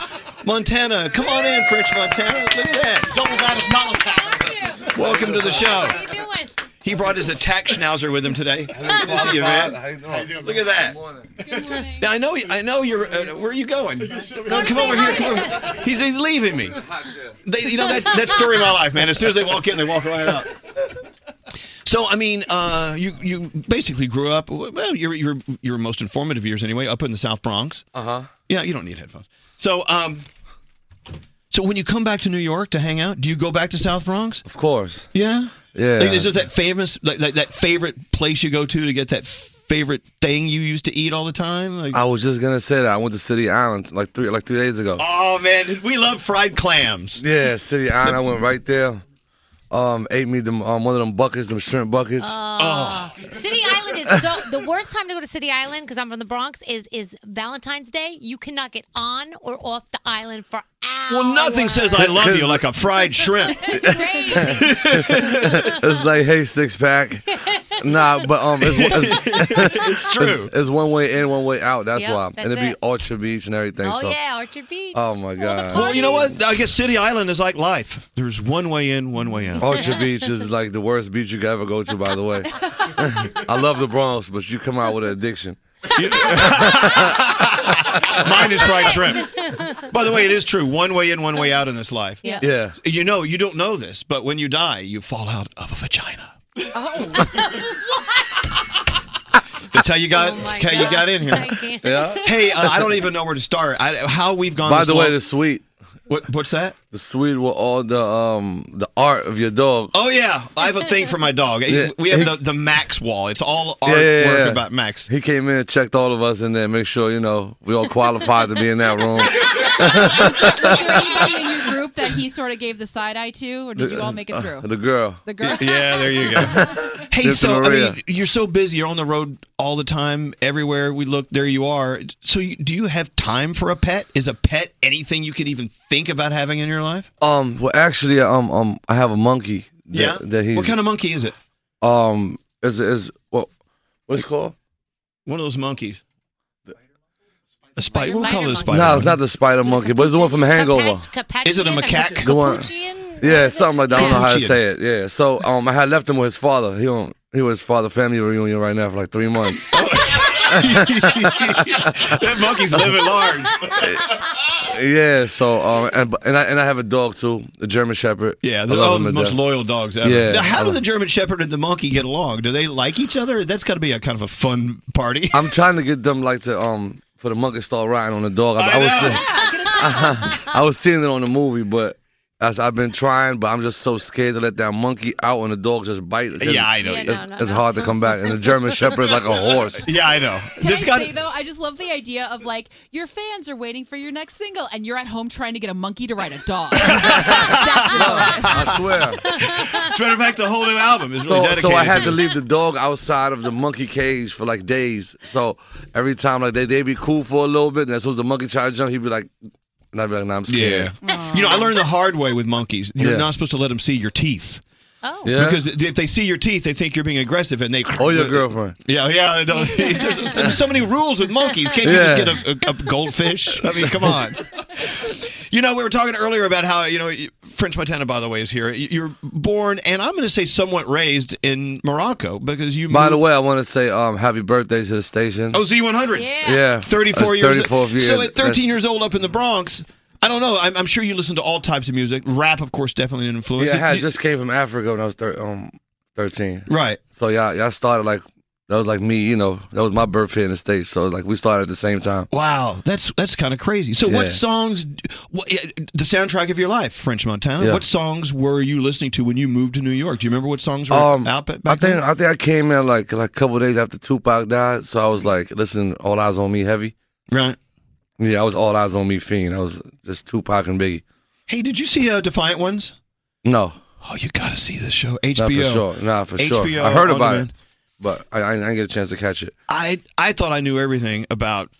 Montana. Come on in, French Montana. Look at that.
Double that of Nala Cat.
Welcome to the show.
How
you doing?
He brought his attack schnauzer with him [laughs] today. Good to see you, man. Look at that. Now I know. I know you're. Uh, where are you going? No, come over here. Come over. He's, he's leaving me. They, you know that's that story of my life, man. As soon as they walk in, they walk right out. So I mean, uh, you you basically grew up. Well, your your your most informative years anyway, up in the South Bronx. Uh huh. Yeah, you don't need headphones. So um, so when you come back to New York to hang out, do you go back to South Bronx? Of course. Yeah.
Yeah.
Like, is it that famous like, like that favorite place you go to to get that f- favorite thing you used to eat all the time? Like,
I was just gonna say that I went to City Island like three like three days ago.
oh man, we love fried clams.
Yeah, City Island. I went right there. Um, ate me them um, one of them buckets, them shrimp buckets.
Oh. City Island is so the worst time to go to City Island because I'm from the Bronx is is Valentine's Day. You cannot get on or off the island for
Well, nothing says I love
[laughs]
you like a fried shrimp.
it's like, hey, six pack. Nah, but um, it's, it's,
[laughs] It's true.
It's, it's one way in, one way out. That's
Yep,
why,
that's
and it'd be
it.
Orchard Beach and everything.
Oh,
so.
yeah,
Orchard Beach.
Oh my god.
Well, you know what? I guess City Island is like life. There's one way in, one way out.
Orchard Beach is like the worst beach you could ever go to. By the
[laughs]
way, I love the Bronx, but you come out with an addiction.
[laughs] Mine is fried shrimp.
[laughs]
By the way, it is true. One way in, one way out in this life.
Yeah.
Yeah.
You know, you don't know this, but when you die, you fall out of a vagina. That's how you got. that's how you got in here.
Yeah.
Hey, uh, I don't even know where to start. I, how we've gone.
By
this
the way,
long-
the suite.
What, what's that?
The suite with all the um the art of your dog.
Oh yeah, I have a thing for my dog.
Yeah.
We have the, the Max wall. It's all Oh, artwork about Max.
He came in, checked all of us in there, make sure you know we all qualified to be in that
[laughs]
room.
Was there anybody in your group that he sort of gave the side eye to, or did you all make it through?
Uh, the girl.
The girl?
Yeah, there you go. hey,
[laughs]
Sister
so I
Maria.
mean, you're so busy. You're on the road all the time. Everywhere we look, there you are. So, you, do you have time for a pet? Is a pet anything you could even think about having in your life?
[laughs] Um, well, actually, um, um, I have a monkey. That,
Yeah?
That he's.
What kind of monkey is it?
Um, is is what? What's it called?
One of those monkeys. A spider. We'll call it a spider.
No, it's not the spider monkey, but it's the one from Hangover.
Is it a macaque?
The one- Yeah, something like that. I don't know how to
Capuchin.
say it. Yeah. So um, I had left him with his father. He on he was father family reunion right now for like three months.
Oh, that monkey's living large.
[laughs] yeah. So um, and and I and I have a dog too, a German Shepherd.
Yeah,
I
they're
love
all
him
the
to
most
death.
loyal dogs ever.
Yeah,
Now, how
I
do
love-
the German Shepherd and the monkey get along? Do they like each other? That's got to be a kind of a fun party.
I'm trying to get them like to um for the monkey start riding on the dog. I, I was see- [laughs] I was seeing it on the movie, but as I've been trying, but I'm just so scared to let that monkey out and the dog just bite.
Yeah, I know. Yeah,
It's,
no, no,
it's hard to come back, and the German Shepherd is like a horse.
[laughs] Yeah, I know.
Can I say though, I just love the idea of like your fans are waiting for your next single, and you're at home trying to get a monkey to ride a
[laughs]
dog.
I
[laughs]
swear.
As a matter of fact, the whole new album is really
So,
dedicated.
so I had
to
to
this.
leave the dog outside of the monkey cage for like days. So every time, like they they be cool for a little bit, and as soon as the monkey tried to jump, he'd be like, and I'd be like, "Nah, I'm
Yeah.
scared."
You know, I learned the hard way with monkeys. You're
Yeah.
not supposed to let them see your teeth.
Oh.
Yeah.
Because if they see your teeth, they think you're being aggressive, and they
Or your girlfriend.
[laughs] Yeah, yeah. they don't- there's, there's so many rules with monkeys. Can't you
Yeah.
just get a, a, a goldfish? I mean, come
[laughs]
on. you know, we were talking earlier about how you know you- French Montana, by the way, is here. You- You're born and I'm going to say somewhat raised in Morocco because you.
By the
moved-
way, I want to say um, happy birthday to the station.
Oh, Z100.
Yeah. Yeah.
34
That's
years
34 years.
So at 13
That's-
years old up in the Bronx, I don't know. I'm, I'm sure you listen to all types of music. Rap, of course, definitely an influence.
Yeah, I had-
Did-
just came from Africa when I was thir- um, 13.
Right.
So y'all, y'all started like, that was like me, you know, that was my birth here in the States. So it was like we started at the same time.
Wow, that's that's kind of crazy. So, what
Yeah.
songs, what, the soundtrack of your life, French Montana?
Yeah.
What songs were you listening to when you moved to New York? Do you remember what songs were out ba-
Um, I
back
think
then?
I think I came in like like a couple days after Tupac died, so I was like, listen, all eyes on me, heavy.
Right.
Yeah, I was all eyes on me, fiend. I was just Tupac and Biggie.
Hey, did you see uh, Defiant Ones?
No,
Oh, you got to see this show,
not
HBO.
for sure. Nah, for sure.
HBO
I heard
on
about
demand.
it, but I, I, I didn't get a chance to catch it.
I I thought I knew everything about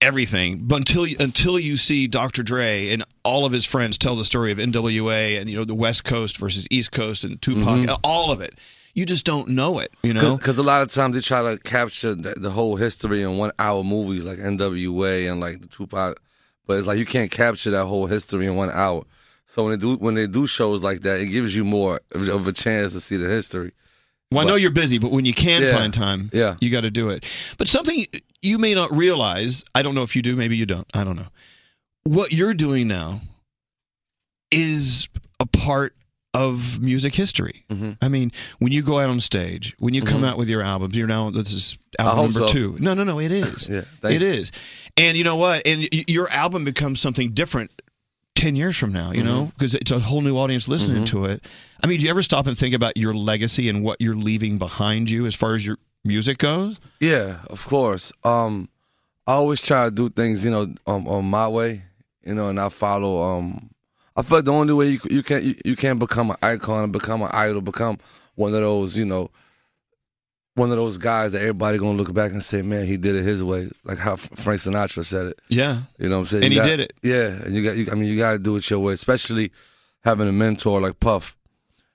everything, but until you- until you see Dr. Dre and all of his friends tell the story of NWA and you know the West Coast versus East Coast and Tupac,
Mhm.
all of it, you just don't know it. You know,
because a lot of times they try to capture the, the whole history in one hour movies like NWA and like the Tupac, but it's like you can't capture that whole history in one hour. So when they do when they do shows like that, it gives you more of, of a chance to see the history.
Well, I know you're busy, but when you can
Yeah.
find time, yeah. you got to do it. But something you may not realize, I don't know if you do, maybe you don't, I don't know. What you're doing now is a part of music history. I mean, when you go out on stage, when you come out with your albums, you're now, this is Mm-hmm. album
hope
number
so.
two. No, no, no, it is.
Yeah,
it is. And you know what? And y- your album becomes something different 10 years from now, you know,
Mm-hmm.
because it's a whole new audience listening to it. I mean, do you ever stop and think about your legacy and what you're leaving behind you as far as your music goes?
Yeah, of course. Um, I always try to do things, you know, um, on my way, you know, and I follow. Um, I feel like the only way you you can you, you can't become an icon, become an idol, become one of those, you know, one of those guys that everybody gonna look back and say, man, he did it his way, like how F- Frank Sinatra said it.
Yeah.
You know what I'm saying?
And
You
he
got-
did it.
Yeah, and you got. You, I mean, you got to do it your way, especially having a mentor like Puff.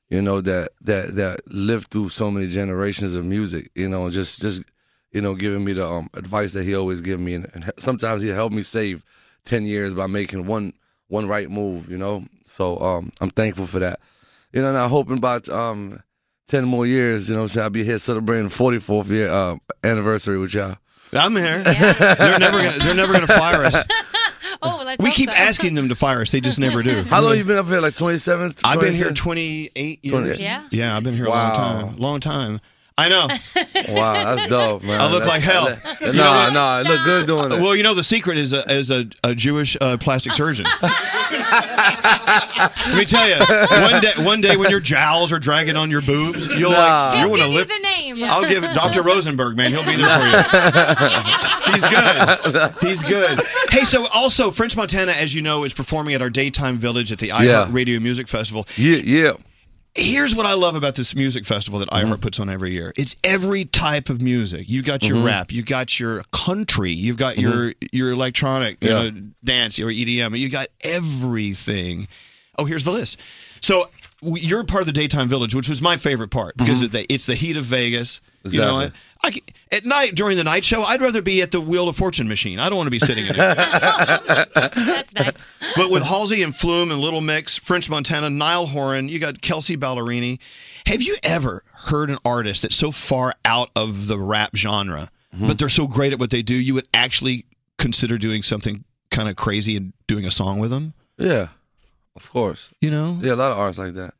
You know that that that lived through so many generations of music. You know, and just just you know, giving me the um, advice that he always give me, and, and he- sometimes he helped me save ten years by making one one right move. You know, so um, I'm thankful for that. You know, and I'm hoping about um, ten more years. You know, what I'm saying I'll be here celebrating 44th year uh, anniversary with y'all.
I'm here. they're never gonna they're never gonna fire us.
[laughs] Oh, well, let's
we
hope
keep
so.
asking them to fire us. They just never do.
How long you been up here? Like 27?
I've been here
28
years.
Yeah.
Yeah, I've been here
Wow.
a long time. Long time. I know.
[laughs] Wow, that's dope, man.
I look
That's-
like hell.
that- Nah, nah, it look good doing it.
Well, you know the secret is a is a, a Jewish uh,
[laughs]
plastic surgeon. Let me tell you, one day one day when your jowls are dragging on your boobs, you'll
Nah.
like
He'll
you want to
give you
lift.
the name.
I'll give it Dr. Rosenberg, man. He'll be there for
[laughs]
you. He's good. He's good. Hey, so also French Montana, as you know, is performing at our daytime village at the
Yeah.
iHeart Radio Music Festival.
Yeah, yeah. Mm-hmm.
Here's what I love about this music festival that iHeart puts on every year. It's every type of music. You got your
Mhm.
rap, you got your country, you've got
Mm-hmm.
your your electronic, you
Yeah.
know, dance, your EDM. You got everything. Oh, here's the list. So w- you're part of the daytime village, which was my favorite part because of the, it's the heat of Vegas. You know,
Mm-hmm. Exactly.
I, I c- at night during the night show, I'd rather be at the Wheel of Fortune machine. I don't want to be sitting in
[laughs]
it.
That's
nice.
But with Halsey and Flume and Little Mix, French Montana, Niall Horan, you got Kelsey Ballerini. Have you ever heard an artist that's so far out of the rap genre, but they're so great at what they do, you would actually consider doing something kind of crazy and doing a song with them?
Yeah, of course.
You know?
Yeah, a lot of artists like that.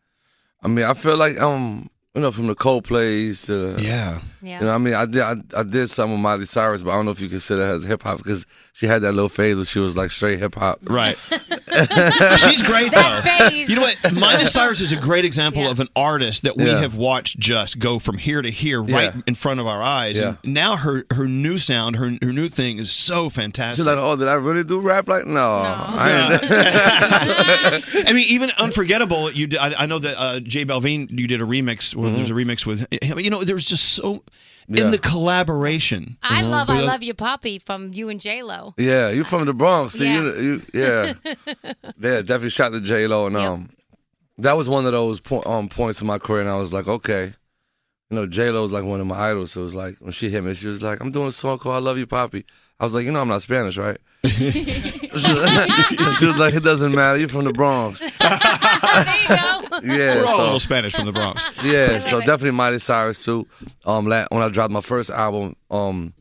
I mean, I feel like um, you know, from the Coldplays to the,
yeah,
You know, I mean, I did I, I did some with Miley Cyrus, but I don't know if you consider her as hip hop because she had that little phase where she was like straight hip hop.
Right. [laughs] She's great
That
though.
phase.
You know what? Miley Cyrus is a great example of an artist that we
Yeah.
have watched just go from here to here
Yeah.
right in front of our eyes.
Yeah.
And now her her new sound, her her new thing is so fantastic.
She's like, oh, did I really do rap? Like, no, I ain't. [laughs]
[laughs] I mean, even unforgettable. You, did, I, I know that uh, Jay Balvin, you did a remix.
Mm-hmm.
Well, There's a remix with him. You know, there's just so in the collaboration. uh,
I
Mm-hmm.
love I
With-
Love You Poppy from you and J Lo.
[laughs] Yeah, you from the Bronx. So
Yeah.
You, you, yeah. yeah, definitely shot to J Lo, and um, that was one of those po- um points in my career, and I was like, okay, you know, J Lo's like one of my idols, so it was like when she hit me, she was like, I'm doing a song called "I Love You, Poppy." I was like, you know, I'm not Spanish, right? [laughs] she was like, [laughs] it doesn't matter. You're from the Bronx. Yeah,
[laughs] We're all
so-
a little Spanish from the Bronx.
[laughs] Yeah, so definitely Miley Cyrus too. Um, la- when I dropped my first album, um,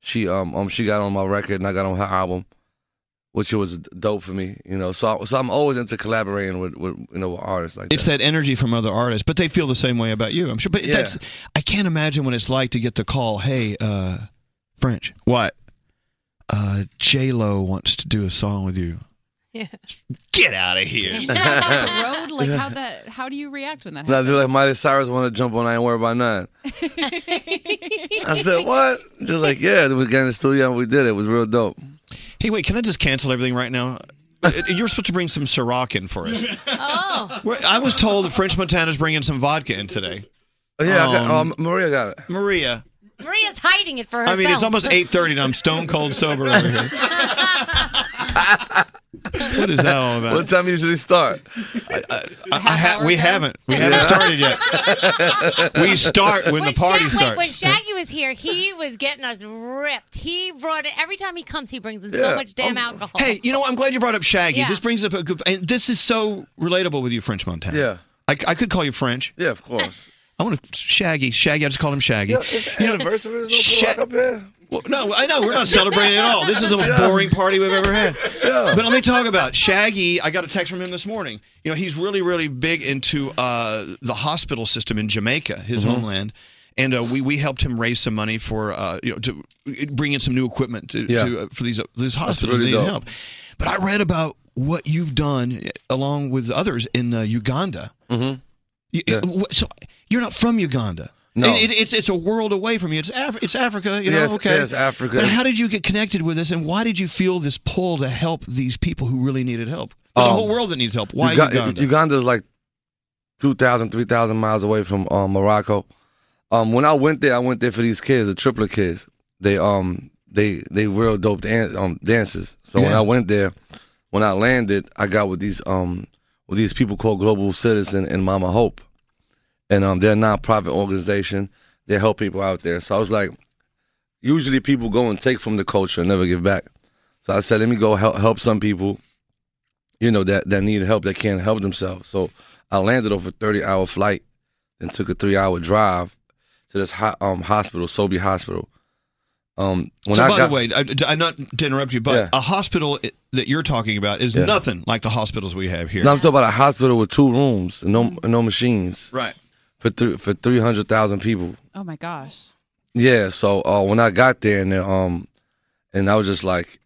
she um, um she got on my record and I got on her album, which was dope for me, you know. So I, so I'm always into collaborating with, with you know with artists like
It's that energy from other artists, but they feel the same way about you, I'm sure. But
Yeah.
that's, I can't imagine what it's like to get the call. Hey, uh, French, what? Uh, J Lo wants to do a song with you.
Yeah.
Get out of here!
[laughs]
Road, like how that? How do you react when that
that. Now they're like Miley Cyrus want to jump on. I ain't worried about none. I
[laughs]
[laughs] said what? She's like, yeah, we got in the studio and we did it. It was real dope.
Hey, wait, can I just cancel everything right now? Uh, You're supposed to bring some Ciroc in for us.
[laughs]
Oh.
Well, I was told that French Montana's bringing some vodka in today. Um,
Yeah, I got- oh, Maria got it.
Maria.
[laughs] Maria's hiding it for herself.
I mean, it's almost 8.30 and I'm stone cold sober over here. what is that all
[laughs]
about?
What time usually start?
I, I, I, ha- we haven't. We haven't started yet. we start when, the party
Shag-
starts.
Wait, when Shaggy was here, he was getting us ripped. He brought it every time he comes. He brings in so
Yeah.
much damn
Oh,
alcohol.
Hey, you know what? I'm glad you brought up Shaggy.
Yeah.
This brings up a good. And this is so relatable with you, French Montana. Yeah. I, I could call you French.
Yeah, of course.
I want to Shaggy. Shaggy. I just called him Shaggy.
anniversary is no
Shit.
up here.
Well, no, I know we're not celebrating at all. This is the most boring party we've ever had. But let me talk about Shaggy. I got a text from him this morning. You know, he's really, really big into uh, the hospital system in Jamaica, his
Mm-hmm.
Mhm.
homeland. And uh, we, we helped him raise some money for uh, you know to bring in some new equipment to,
Yeah.
to uh, for these these hospitals
really
that need
dope.
help. But I read about what you've done uh, along with others in uh, Uganda. Mm-hmm. so you're not from Uganda.
No.
It- it- it's it's a world away from you. It's Af- it's Africa. You know,
Yes,
okay,
yes, Africa.
But how did you get connected with this, and why did you feel this pull to help these people who really needed help? There's a
Um,
whole world that needs help. Why
Uga-
Uganda?
Uganda's like 2,000, 3,000 miles away from um, Morocco. Um, when I went there, I went there for these kids, the triplet kids. They um they they real dope dan- um, dancers. So when
Yeah.
I went there, when I landed, I got with these um with these people called Global Citizen and Mama Hope, and um they're a nonprofit organization. They help people out there. So I was like, usually people go and take from the culture and never give back. So I said, let me go help help some people you know that that need help that can't help themselves. So I landed off a thirty hour flight, and took a three hour drive to this ho- um hospital, Sobey Hospital. Um, when
so
I
by
got,
the way, I, am not to interrupt you, but a hospital i- that you're talking about is
Yeah.
nothing like the hospitals we have here.
no, I'm talking about a hospital with two rooms and no and no machines,
Right.
For three for three hundred thousand people.
Oh my gosh.
Yeah, so uh, when I got there and uh, um, and I was just like,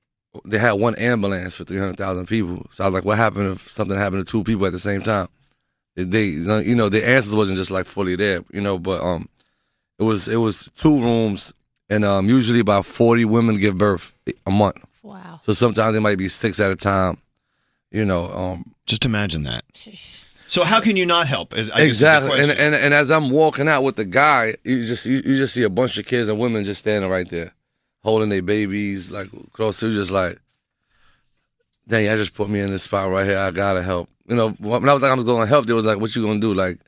they had one ambulance for three hundred thousand people. So I was like, what happened if something happened to two people at the same time? They, you know, the answers wasn't just like fully there, you know, but um, it was it was two rooms and um, usually about forty women give birth a month.
Wow.
So sometimes it might be six at a time, you know. Um,
just imagine that. So how can you not help? Is- I guess is the
exactly. And,
question.
and and as I'm walking out with the guy, you just you, you just see a bunch of kids and women just standing right there, holding their babies like close. to just like, dang, I just put me in this spot right here. I gotta help. You know, when I was like, I was gonna help. They was like, what you gonna do? Like,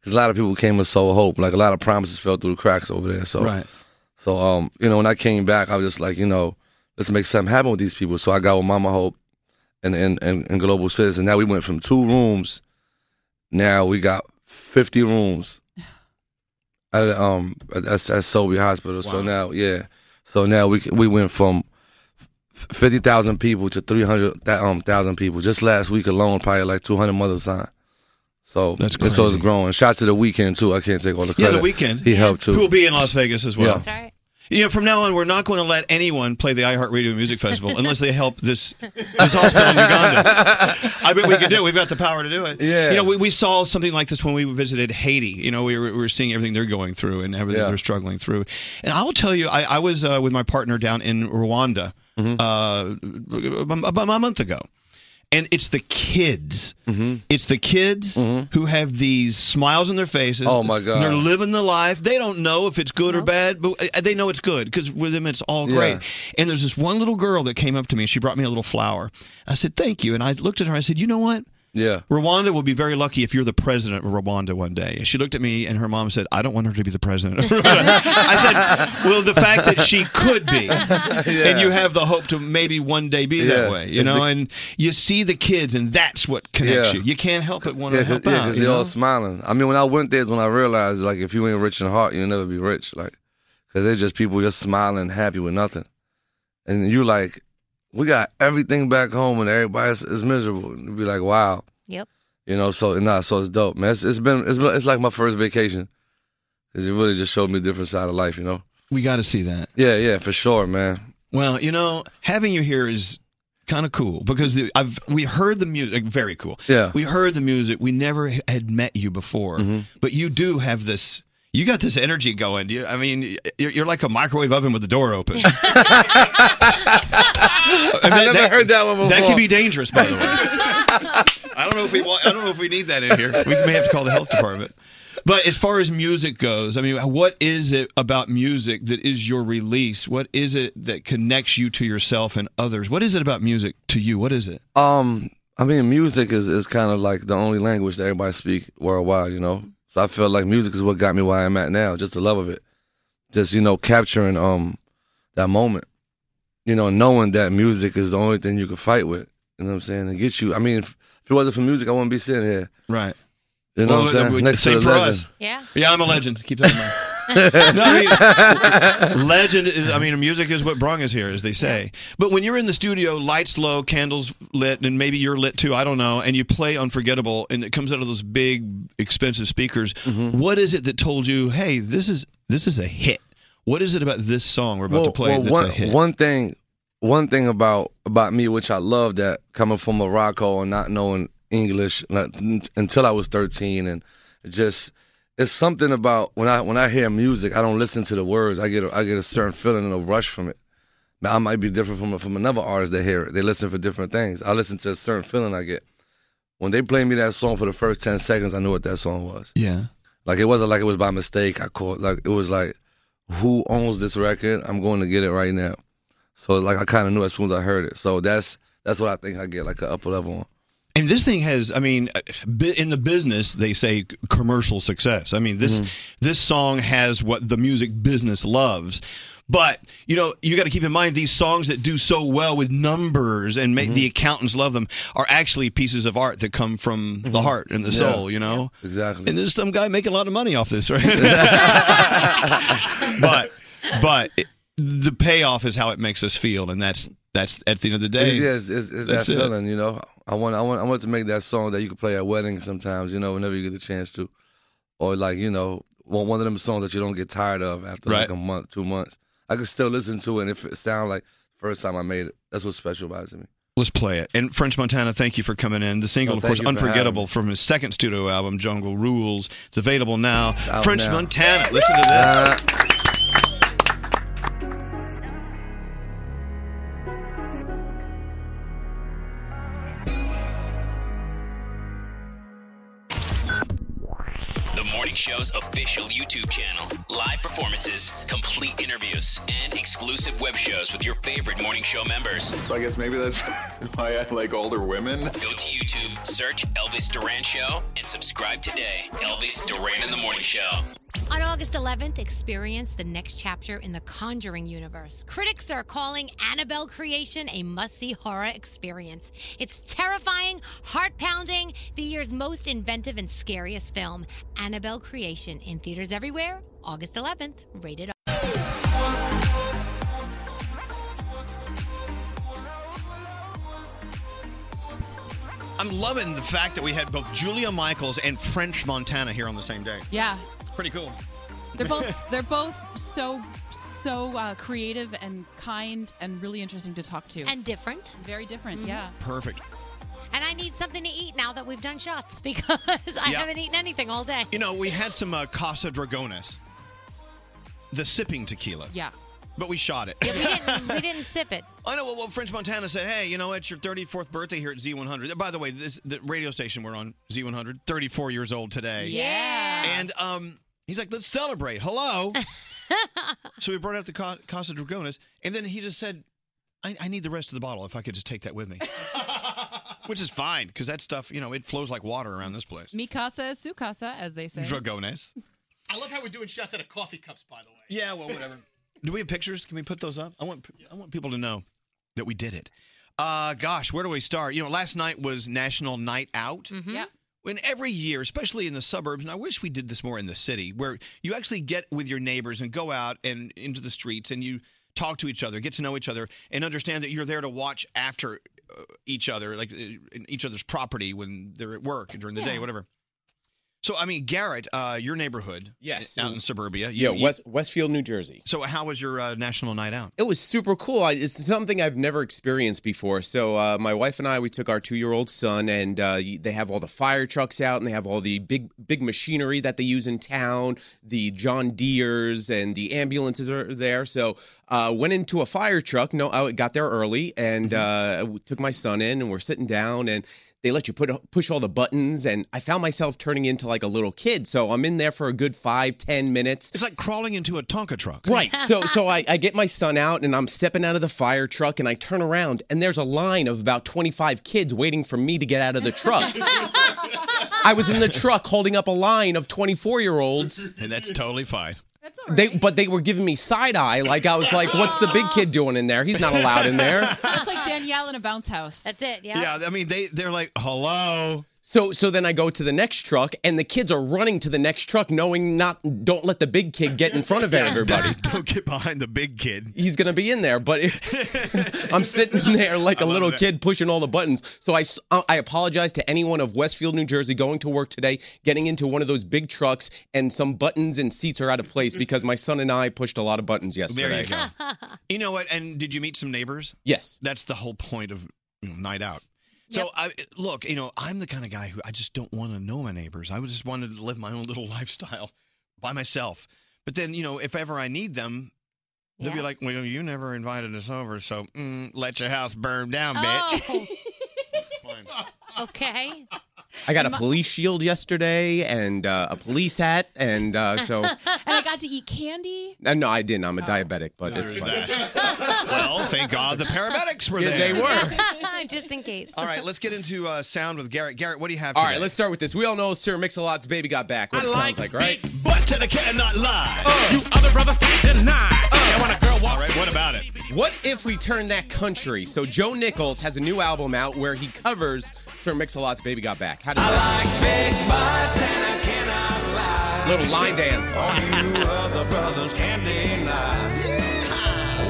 because a lot of people came with so hope. Like a lot of promises fell through the cracks over there. So
Right.
So um, you know, when I came back, I was just like, you know, let's make something happen with these people. So I got with Mama Hope and and and, and Global Citizen. Now we went from two rooms. Now we got 50 rooms [sighs] at um at, at at Sobey Hospital. So now, yeah. So now we we went from f- 50,000 people to 300,000 um, thousand people. Just last week alone, probably like 200 mothers signed. So
That's
and so it's
crazy.
growing. Shout to the weekend too. I can't take all the
yeah,
credit.
the weekend.
He helped too.
Who will be in Las Vegas as well?
Yeah. That's
right.
You know, from now on, we're not going to let anyone play the iHeartRadio Music Festival unless they help this this hospital in Uganda. I bet we can do it. We've got the power to do
[laughs]
it.
Yeah.
You know, we, we saw something like this when we visited Haiti. You know, we were, we were seeing everything they're going through and everything they're struggling through. And I will tell you, I, I was uh, with my partner down in Rwanda
Mm-hmm.
uh, about a month ago. And it's the kids.
Mm-hmm.
It's the kids who have these smiles on their faces.
Oh, my God.
They're living the life. They don't know if it's good or bad, but uh, they know it's good because with them it's all great.
Yeah.
And there's this one little girl that came up to me. She brought me a little flower. I said, "Thank you." And I looked at her. I said, "You know what?
Yeah.
Rwanda will be very lucky if you're the president of Rwanda one day." And she looked at me, and her mom said, "I don't want her to be the president." of Rwanda." [laughs] I said, "Well, the fact that she could
[laughs]
be, and you have the hope to maybe one day be
Yeah.
that way, you
It's
know."
the-
and you see the kids, and that's what connects
Yeah.
you. You can't help but want to
Yeah,
help
yeah,
out. you
they're
know?
all smiling. I mean, when I went there is when I realized like if you ain't rich in heart, you'll never be rich. Like, cause they're just people just smiling, happy with nothing, and you like, we got everything back home, and everybody is, is miserable. And you be like, wow,
Yep.
you know. So nah, so it's dope, man. It's, it's been it's been- it's like my first vacation, cause it really just showed me a different side of life, you know.
We got to see that.
Yeah, yeah, for sure, man.
Well, you know, having you here is kind of cool because the- I've we heard the music very cool.
Yeah. Mm-hmm.
we heard the music. We never had met you before, but you do have this. You got this energy going. You, I mean, you're, you're like a microwave oven with the door
[laughs]
open. I
never heard that one
That
before.
can be dangerous, by the way. I don't know if we want. I don't know if we need that
[laughs]
in here. [laughs] We may have to call the health department. But as far as music goes, I mean, what is it about music that is your release? What is it that connects you to yourself and others? What is it about music to you? What is it?
Um, I mean, music is, is kind of like the only language that everybody speak worldwide, you know. So I feel like music is what got me where I am at now, just the love of it, just you know capturing um that moment, you know, knowing that music is the only thing you can fight with. You know what I'm saying? And get you. I mean, if, if it wasn't for music, I wouldn't be sitting here.
Right.
You know what I'm saying?
we-
Next to
same
the
for
legend.
us. Yeah, I'm a legend. Keep that in mind. no, I mean, legend is. I mean, music is what brung us here, as they say. But when you're in the studio, lights low, candles lit, and maybe you're lit too. I don't know. And you play Unforgettable, and it comes out of those big, expensive speakers.
Mm-hmm.
What is it that told you, hey, this is this is a hit? What is it about this song we're about to play that's
one,
a hit?
one thing, one thing about about me, which I love that coming from Morocco and not knowing English like, n- until I was thirteen, and just it's something about when I when I hear music, I don't listen to the words. I get a, I get a certain feeling and a rush from it. Now I might be different from from another artist that hear it. They listen for different things. I listen to a certain feeling I get. When they played me that song for the first ten seconds, I knew what that song was.
Yeah.
Like it wasn't like it was by mistake. I caught like it was like, who owns this record? I'm going to get it right now. So like I kind of knew as soon as I heard it. So that's that's what I think I get like an upper level on.
And this thing has, I mean, bu- in the business they say commercial success. I mean, this
Mm-hmm.
this song has what the music business loves. But you know, you got to keep in mind these songs that do so well with numbers and
Mm-hmm.
make the accountants love them are actually pieces of art that come from the heart and the
Mm-hmm. Yeah.
soul. You know,
exactly.
And there's some guy making a lot of money off
[laughs]
this, right? but but it- the payoff is how it makes us feel, and that's that's at the end of the day.
Yeah, it's, it's, it's that
that's it.
feeling, you know. I want, I want, I want to make that song that you can play at weddings sometimes, you know, whenever you get the chance to, or like you know, one one of them songs that you don't get tired of after like
Right.
a month, two months. I can still listen to it, and if it sound like first time I made it, that's what's special about it to me.
Let's play it. And French Montana, thank you for coming in. The single,
Oh,
of course,
thank you for
Unforgettable from his second studio album, Jungle Rules. It's available now.
out
French
now.
Montana, listen to this.
Uh,
The Morning Show's official YouTube channel. Live performances, complete interviews, and exclusive web shows with your favorite Morning Show members.
So I guess maybe that's [laughs] why I like older women.
Go to YouTube, search Elvis Duran Show, and subscribe today. Elvis Duran in the Morning Show.
On August 11th, experience the next chapter in the Conjuring universe. Critics are calling Annabelle Creation a must see horror experience. It's terrifying, heart pounding, the year's most inventive and scariest film. Annabelle Creation in theaters everywhere, August 11th, rated R.
I'm loving the fact that we had both Julia Michaels and French Montana here on the same day.
Yeah.
Pretty cool.
They're both they're both so so uh, creative and kind and really interesting to talk to.
And different. Mm-hmm.
Very different, yeah.
[laughs] Perfect.
And I need something to eat now that we've done shots [laughs] because I
Yeah.
haven't eaten anything all day.
You know, we had some uh, Casa Dragones, the sipping tequila.
Yeah.
But we shot it.
We didn't, we didn't sip it.
I know. Well, well, French Montana said, "Hey, you know, it's your 34th birthday here at Z100." By the way, this the radio station we're on, Z100, 34 years old today.
Yeah.
And um, he's like, "Let's celebrate." Hello. so we brought out the Ca- Casa Dragonas, and then he just said, I, "I need the rest of the bottle. If I could just take that with me," which is fine because that stuff, you know, it flows like water around this place.
Mikasa is Sukasa, as they say. [laughs]
Dragones.
I love how we're doing shots out of coffee cups, by the way.
Yeah, well, whatever. [laughs] Do we have pictures? Can we put those up? I want I want people to know that we did it. Uh, gosh, where do we start? You know, last night was National Night Out.
Yeah.
When every year, especially in the suburbs, and I wish we did this more in the city, where you actually get with your neighbors and go out and into the streets and you talk to each other, get to know each other, and understand that you're there to watch after uh, each other, like uh, in each other's property when they're at work during the day,
Yeah.
whatever. So, I mean, Garrett, uh, your neighborhood, eh,
Yes.
out in suburbia,
Yeah,
you- you-
West, Westfield, New Jersey.
So, how was your uh, national night out?
It was super cool. I, it's something I've never experienced before. So uh, my wife and I, we took our two-year-old son, and uh, y- they have all the fire trucks out, and they have all the big, big machinery that they use in town. The John Deere's and the ambulances are there. So uh, went into a fire truck. No, I got there early and uh, w- took my son in, and we're sitting down and. They let you put push all the buttons, and I found myself turning into like a little kid. So I'm in there for a good five, ten minutes.
It's like crawling into a Tonka truck.
Right. So so I, I get my son out and I'm stepping out of the fire truck and I turn around and there's a line of about 25 kids waiting for me to get out of the truck. I was in the truck holding up a line of 24 year olds.
And that's totally fine.
They, but they were giving me side eye. Like I was like, "What's the big kid doing in there? He's not allowed in there."
That's like Danielle in a bounce house. That's
it,
I mean, they they're like, "Hello."
So so then I go to the next truck, and the kids are running to the next truck, knowing not don't let the big kid get in front of everybody.
[laughs] Don't get behind the big kid.
He's gonna be in there, but [laughs] I'm sitting [laughs] there like a
love
little
that.
kid pushing all the buttons. So I s- uh, I apologize to anyone of Westfield, New Jersey, going to work today, getting into one of those big trucks, and some buttons and seats are out of place because my son and I pushed a lot of buttons yesterday.
There you go. [laughs] you know what? And did you meet some neighbors?
Yes.
That's the whole point of you know, night out. So I look, you know, I'm the kind of guy who I just don't want to know my neighbors. I just wanted to live my own little [laughs] lifestyle by myself. But then, you know, if ever I need them, they'll be
Yeah.
like, "Well, you never invited us over, so mm, let your house burn down, bitch." [laughs]
Oh. okay.
I got a police shield yesterday and uh, a police hat, and uh,
[laughs]
so
and I got to
[laughs]
eat candy.
uh, no, I didn't. I'm a diabetic, but it's
There's
fine.
well, [laughs] thank God the paramedics were
Yeah,
there.
they were.
[laughs] Just in case.
All right, let's get into uh, sound with Garrett. Garrett, what do you have?
All right, let's start with this. We all know Sir Mix-a-Lot's "Baby Got Back." What
I
it
like
sounds like, right? Uh,
But to the cannot lie.
you
other brothers can't deny.
All
right, what about it?
What if we turn that country? So Joe Nichols has a new album out where he covers Sir Mix-a-Lot's "Baby Got Back." How does that? sound? Little line dance.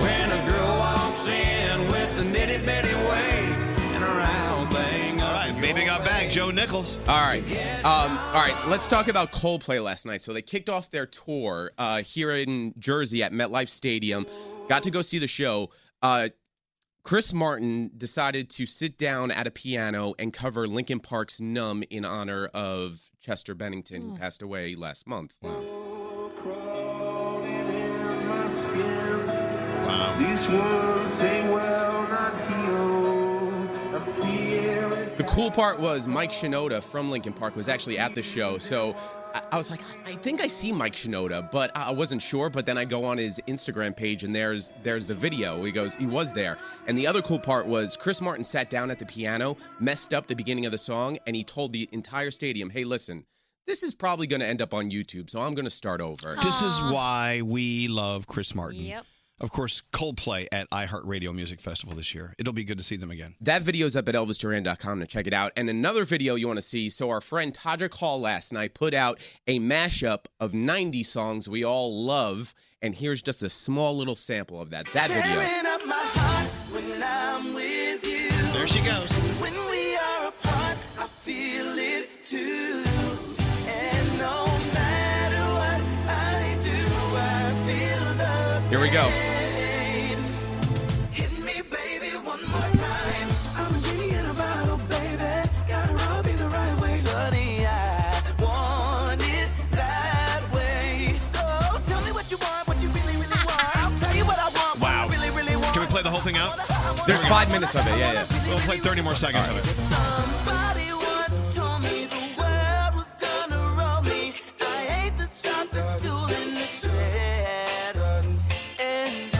When a girl walks in with the nitty bitty waist and a round thing. All right,
baby got back. Joe Nichols.
All right. Um, all right. Let's talk about Coldplay last night. So they kicked off their tour uh, here in Jersey at MetLife Stadium. Got to go see the show. Uh, Chris Martin decided to sit down at a piano and cover Linkin Park's "Numb" in honor of Chester Bennington, who passed away last month.
Wow. These wounds they will not heal. A fear is
The cool part was Mike Shinoda from Linkin Park was actually at the show, so I, I was like, I I think I see Mike Shinoda, but I I wasn't sure. But then I go on his Instagram page, and there's there's the video. He goes, he was there. And the other cool part was Chris Martin sat down at the piano, messed up the beginning of the song, and he told the entire stadium, "Hey, listen." This is probably going to end up on YouTube, so I'm going to start over.
This is why we love Chris Martin.
Yep.
Of course, Coldplay at iHeartRadio Music Festival this year. It'll be good to see them again.
That video's up at elvisduran.com to check it out. And another video you want to see. So, our friend Todrick Hall last night put out a mashup of 90 songs we all love. And here's just a small little sample of that. That video.
tearing up my heart when I'm with you.
There she goes.
When we are apart, I feel it too. And no matter what I do, I feel the
Here we go.
pain. Hit me, baby, one more time. I'm a genie in a bottle, baby. Gotta rub me the right way, honey. I want it that way. So tell me what you want, what you really, really want. I'll tell you what I want, what I really, really want.
Can we play the whole thing out?
There's five minutes of it. Yeah, yeah.
We'll play 30 more seconds of it.
Somebody once told me the world was gonna roll me. I ain't the sharpest tool in the shed. And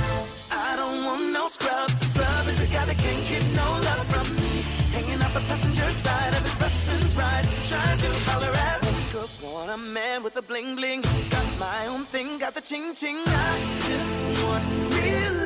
I don't want no scrub. Scrub is a guy that can't get no love from me. Hanging out the passenger side of his best friend's ride. Trying to holler at these girls. Want a man with a bling bling. Got my own thing, got the ching ching. I just want real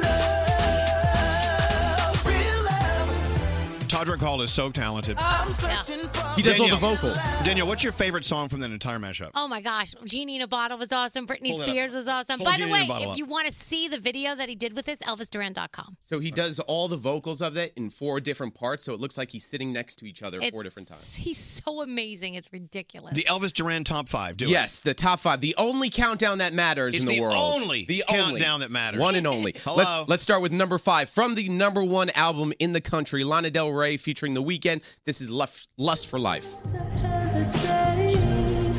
love. Real love.
Todrick Hall is so talented.
I'm searching for.
Danielle- Danielle, what's your favorite song from that entire mashup?
Oh my gosh, Genie in a Bottle was awesome. Britney
Pull that up.
Spears was awesome.
Pull
By
Genie in
the
a
way,
Bottle
if
up.
you want to see the video that he did with this, ElvisDuran.com.
So, he does all the vocals of it in four different parts. So, it looks like he's sitting next to each other four
It's-
different
[laughs]
times.
He's so amazing. It's ridiculous.
The Elvis Duran top five. Do
yes, the top five. The only countdown that matters
It's
in the,
the
world.
only countdown that matters.
One
[laughs]
and only.
Hello.
Let, us start with number five from the number one album in the country, Lana Del Rey featuring The Weeknd. This is Lust, Lust for Life.
hesitate.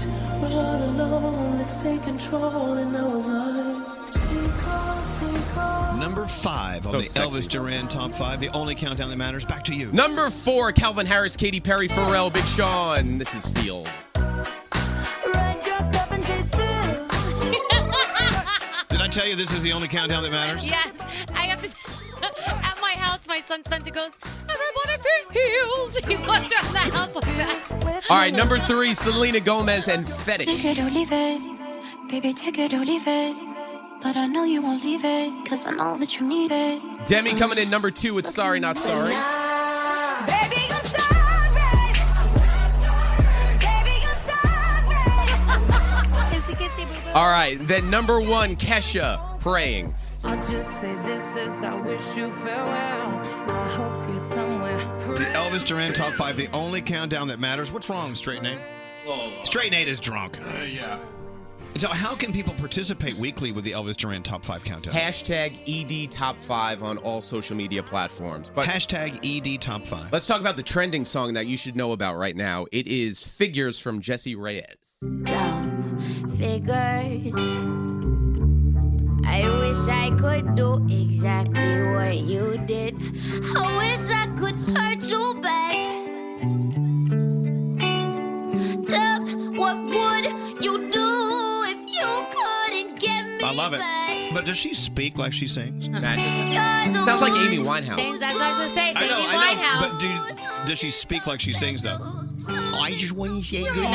We're all alone. Let's take control. And I was like, take off, take off.
Number five on
So
the
sexy.
Elvis Duran top five. The only countdown that matters. Back to you.
Number four, Calvin Harris, Katy Perry, Pharrell, Big Sean. This is Feels.
Did I tell you this is the only countdown that matters?
yes, I got this. [laughs] At my house, my son Spencer goes, Everybody feels. [laughs] He walks around the house like that.
All
[laughs]
right, number three, Selena Gomez and Fetish.
Take it or leave it, baby. Take it or leave it, but I know you won't leave it, cause I know that you need it.
Demi coming in number two with Sorry Not Sorry.
Baby, I'm
All right, then number one, Kesha, Praying.
I'll just say this is I wish you farewell. I hope you're somewhere.
The Elvis Duran top five. The
Uh,
only countdown that matters. What's wrong, Straight Nate? Straight Nate is drunk. yeah. So, how can people participate weekly with the Elvis Duran Top 5 Countdown?
Hashtag ED Top 5 on all social media platforms. But
Hashtag ED Top 5.
Let's talk about the trending song that you should know about right now. It is Figures from Jesse Reyes.
figures. I wish I could do exactly what you did. I wish I could hurt you back. Love, what would you do if you couldn't get me
I love
back?
it. But does she speak like she sings?
You're the
Sounds like
one-
Amy Winehouse.
Things- That's what I was going to say. It's
I know,
Amy
I know.
Winehouse.
But do, does she speak like she sings, though?
Oh, I just want to say good
morning. Good
[laughs]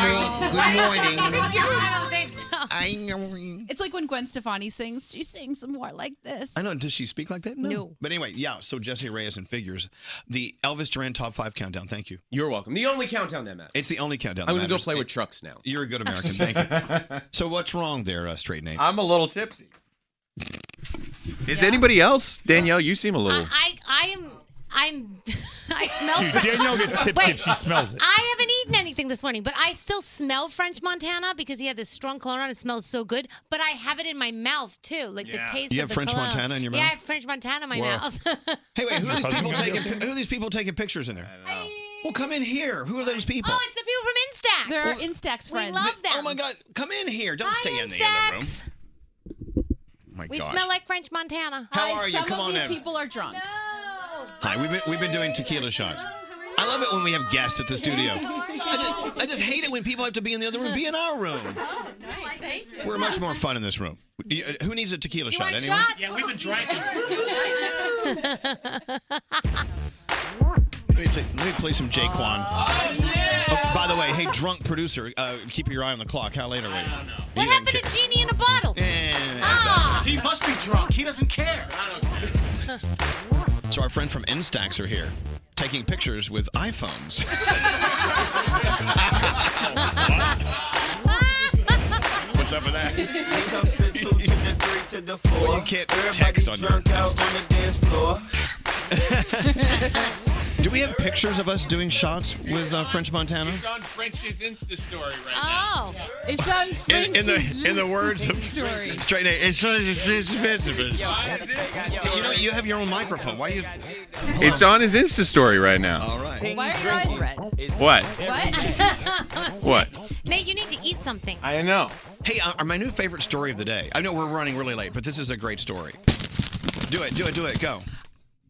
morning.
I don't think so.
I know.
It's like when Gwen Stefani sings, she sings more like this.
I know. Does she speak like that?
No.
But anyway, yeah. So Jesse Reyes and figures the Elvis Duran top five countdown. Thank you.
You're welcome. The only countdown that matters.
It's the only countdown.
I'm
that
gonna go
matters.
play with trucks now.
You're a good American. Thank
[laughs]
you. So what's wrong there, uh, Straight Nate?
I'm a little tipsy. Is anybody else? Danielle, you seem a little.
I, I am. [laughs] I'm. I smell.
Dude,
French-
Danielle gets tipsy
Wait,
if she smells it.
I haven't eaten anything this morning, but I still smell French Montana because he had this strong cologne on. It smells so good, but I have it in my mouth too, like
Yeah.
the taste.
You
of
have
the
French
cologne.
Montana in your
Yeah, I
mouth?
have French Montana in my
Wow.
mouth. [laughs]
Hey, wait. Who are these
Cousin
people
Gabriel.
taking? Who are these people taking pictures in there? Well, come in here. Who are those people?
Oh, it's the people from Instax.
They're our Instax friends.
We love them.
Oh my God! Come in here. Don't
Hi,
stay in the
Instax.
other room. Oh my
We
gosh.
smell like French Montana.
How Guys, are you? some Come of on these in.
people are drunk.
Hi. We've been we've been doing tequila shots. I love it when we have guests at the studio. I just, I just hate it when people have to be in the other room. Be in our room. We're much more fun in this room. You- uh, Who needs a tequila
You
shot?
want
Anyone?
shots?
Yeah, we've been
[laughs]
Let me, play, let me play some Jaquan. Oh, by the way, hey, drunk producer, uh, keep your eye on the clock. How late are we?
What happened to Genie in a bottle? Ah.
He must be drunk. He doesn't care.
So our friend from Instax are here, taking pictures with iPhones. [laughs] What's up with that? well, you can't text on your Instax. Do we have pictures of us doing shots with uh, French Montana?
It's on French's Insta story right
Oh, it's on
In,
French.
in the in the words of
story.
straight A, it's on his- his- his- his- You know, you have your own microphone. Why you?
It's on his Insta story right now.
All right.
Why are your eyes red?
What?
What?
[laughs] What?
Nate, you need to eat something.
I know.
Hey, uh, uh, my new favorite story of the day. I know we're running really late, but this is a great story. Do it, do it, do it. Go.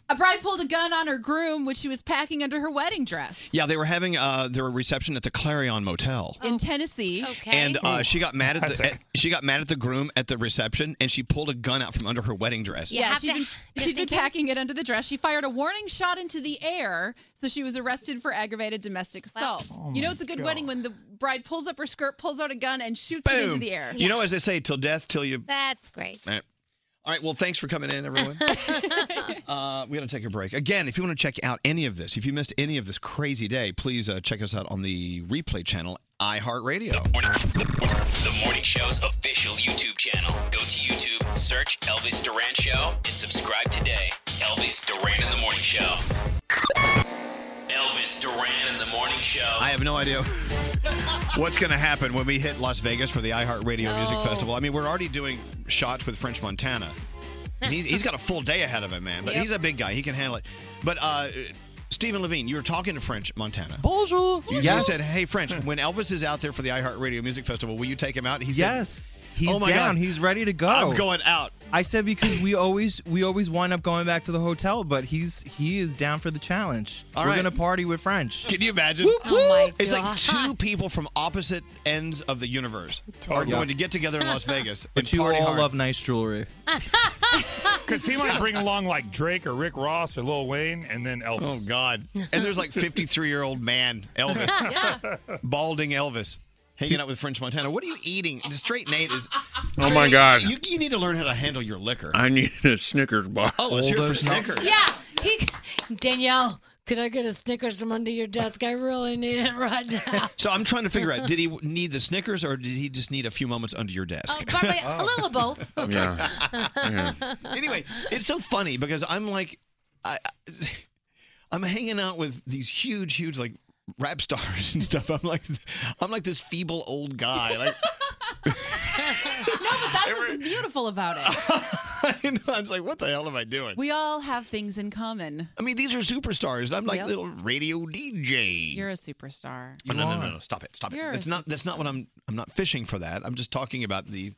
A bride pulled a gun on her groom, which she was packing under her wedding dress
Yeah, they were having uh, their reception at the Clarion Motel.
Oh,
in Tennessee. Okay.
And uh, she got mad at the at- she got mad at the groom at the reception, and she pulled a gun out from under her wedding dress.
Yeah, she'd
[laughs]
been, she'd been packing it under the dress. She fired a warning shot into the air, so she was arrested for aggravated domestic assault.
Oh
you know
my
it's a good
God.
wedding when the bride pulls up her skirt, pulls out a gun, and shoots it into
Boom.
the air.
You know, as they say, till death, till you.
That's great.
[laughs]
All right. All right, well, thanks for coming in, everyone. uh, we got to take a break. Again, if you want to check out any of this, if you missed any of this crazy day, please uh, check us out on the replay channel, iHeartRadio.
The Morning Show's official YouTube channel. Go to YouTube, search Elvis Duran Show, and subscribe today. Elvis Duran in the Morning Show. Elvis Duran in the Morning Show.
I have no idea what's going to happen when we hit Las Vegas for the iHeartRadio Music
Oh.
Festival. I mean, we're already doing shots with French Montana. And He's, he's got a full day ahead of him, man. But
Yep.
he's a big guy; he can handle it. But uh, Stephen Levine, you were talking to French Montana.
Bonjour.
You
Yes.
said, "Hey, French, when Elvis is out there for the iHeartRadio Music Festival, will you take him out?" He said,
yes. He's
oh my
down. Oh.
God.
He's ready to go.
I'm going out.
I said because we always we always wind up going back to the hotel, but he's he is down for the challenge.
All
We're
right.
gonna party with French.
Can you imagine?
Whoop, Oh my
It's like
God.
two people from opposite ends of the universe are
Totally.
going to get together in Las Vegas.
But you all
party hard.
love nice jewelry.
Because he might bring along like Drake or Rick Ross or Lil Wayne and then Elvis.
Oh God! And there's like 53 year old man Elvis, balding Elvis, hanging out with French Montana. What are you eating? The straight Nate is.
Oh,
Straight
my
Nate,
God.
You, you need to learn how to handle your liquor.
[laughs] I need a Snickers bar.
Oh, let's hear it for Snickers.
Yeah. He, Danielle, could I get a Snickers from under your desk? I really need it right now.
So I'm trying to figure out: did he need the Snickers or did he just need a few moments under your desk? [laughs]
Probably a little of both.
[laughs]
Yeah. anyway, it's so funny because I'm like, I, I- [laughs] I'm hanging out with these huge, huge like [laughs] rap stars and stuff. I'm like, I'm like this feeble old guy. Like,
but that's what's beautiful
[laughs]
about it.
You know, [laughs] I was like, what the hell am I doing?
We all have things in common.
I mean, these are superstars. and I'm like
Yep.
little radio DJ.
You're a superstar.
Oh, no, no, no, no, stop it, stop
You're a
it. It's not. That's not what I'm. I'm not fishing for that. I'm just talking about the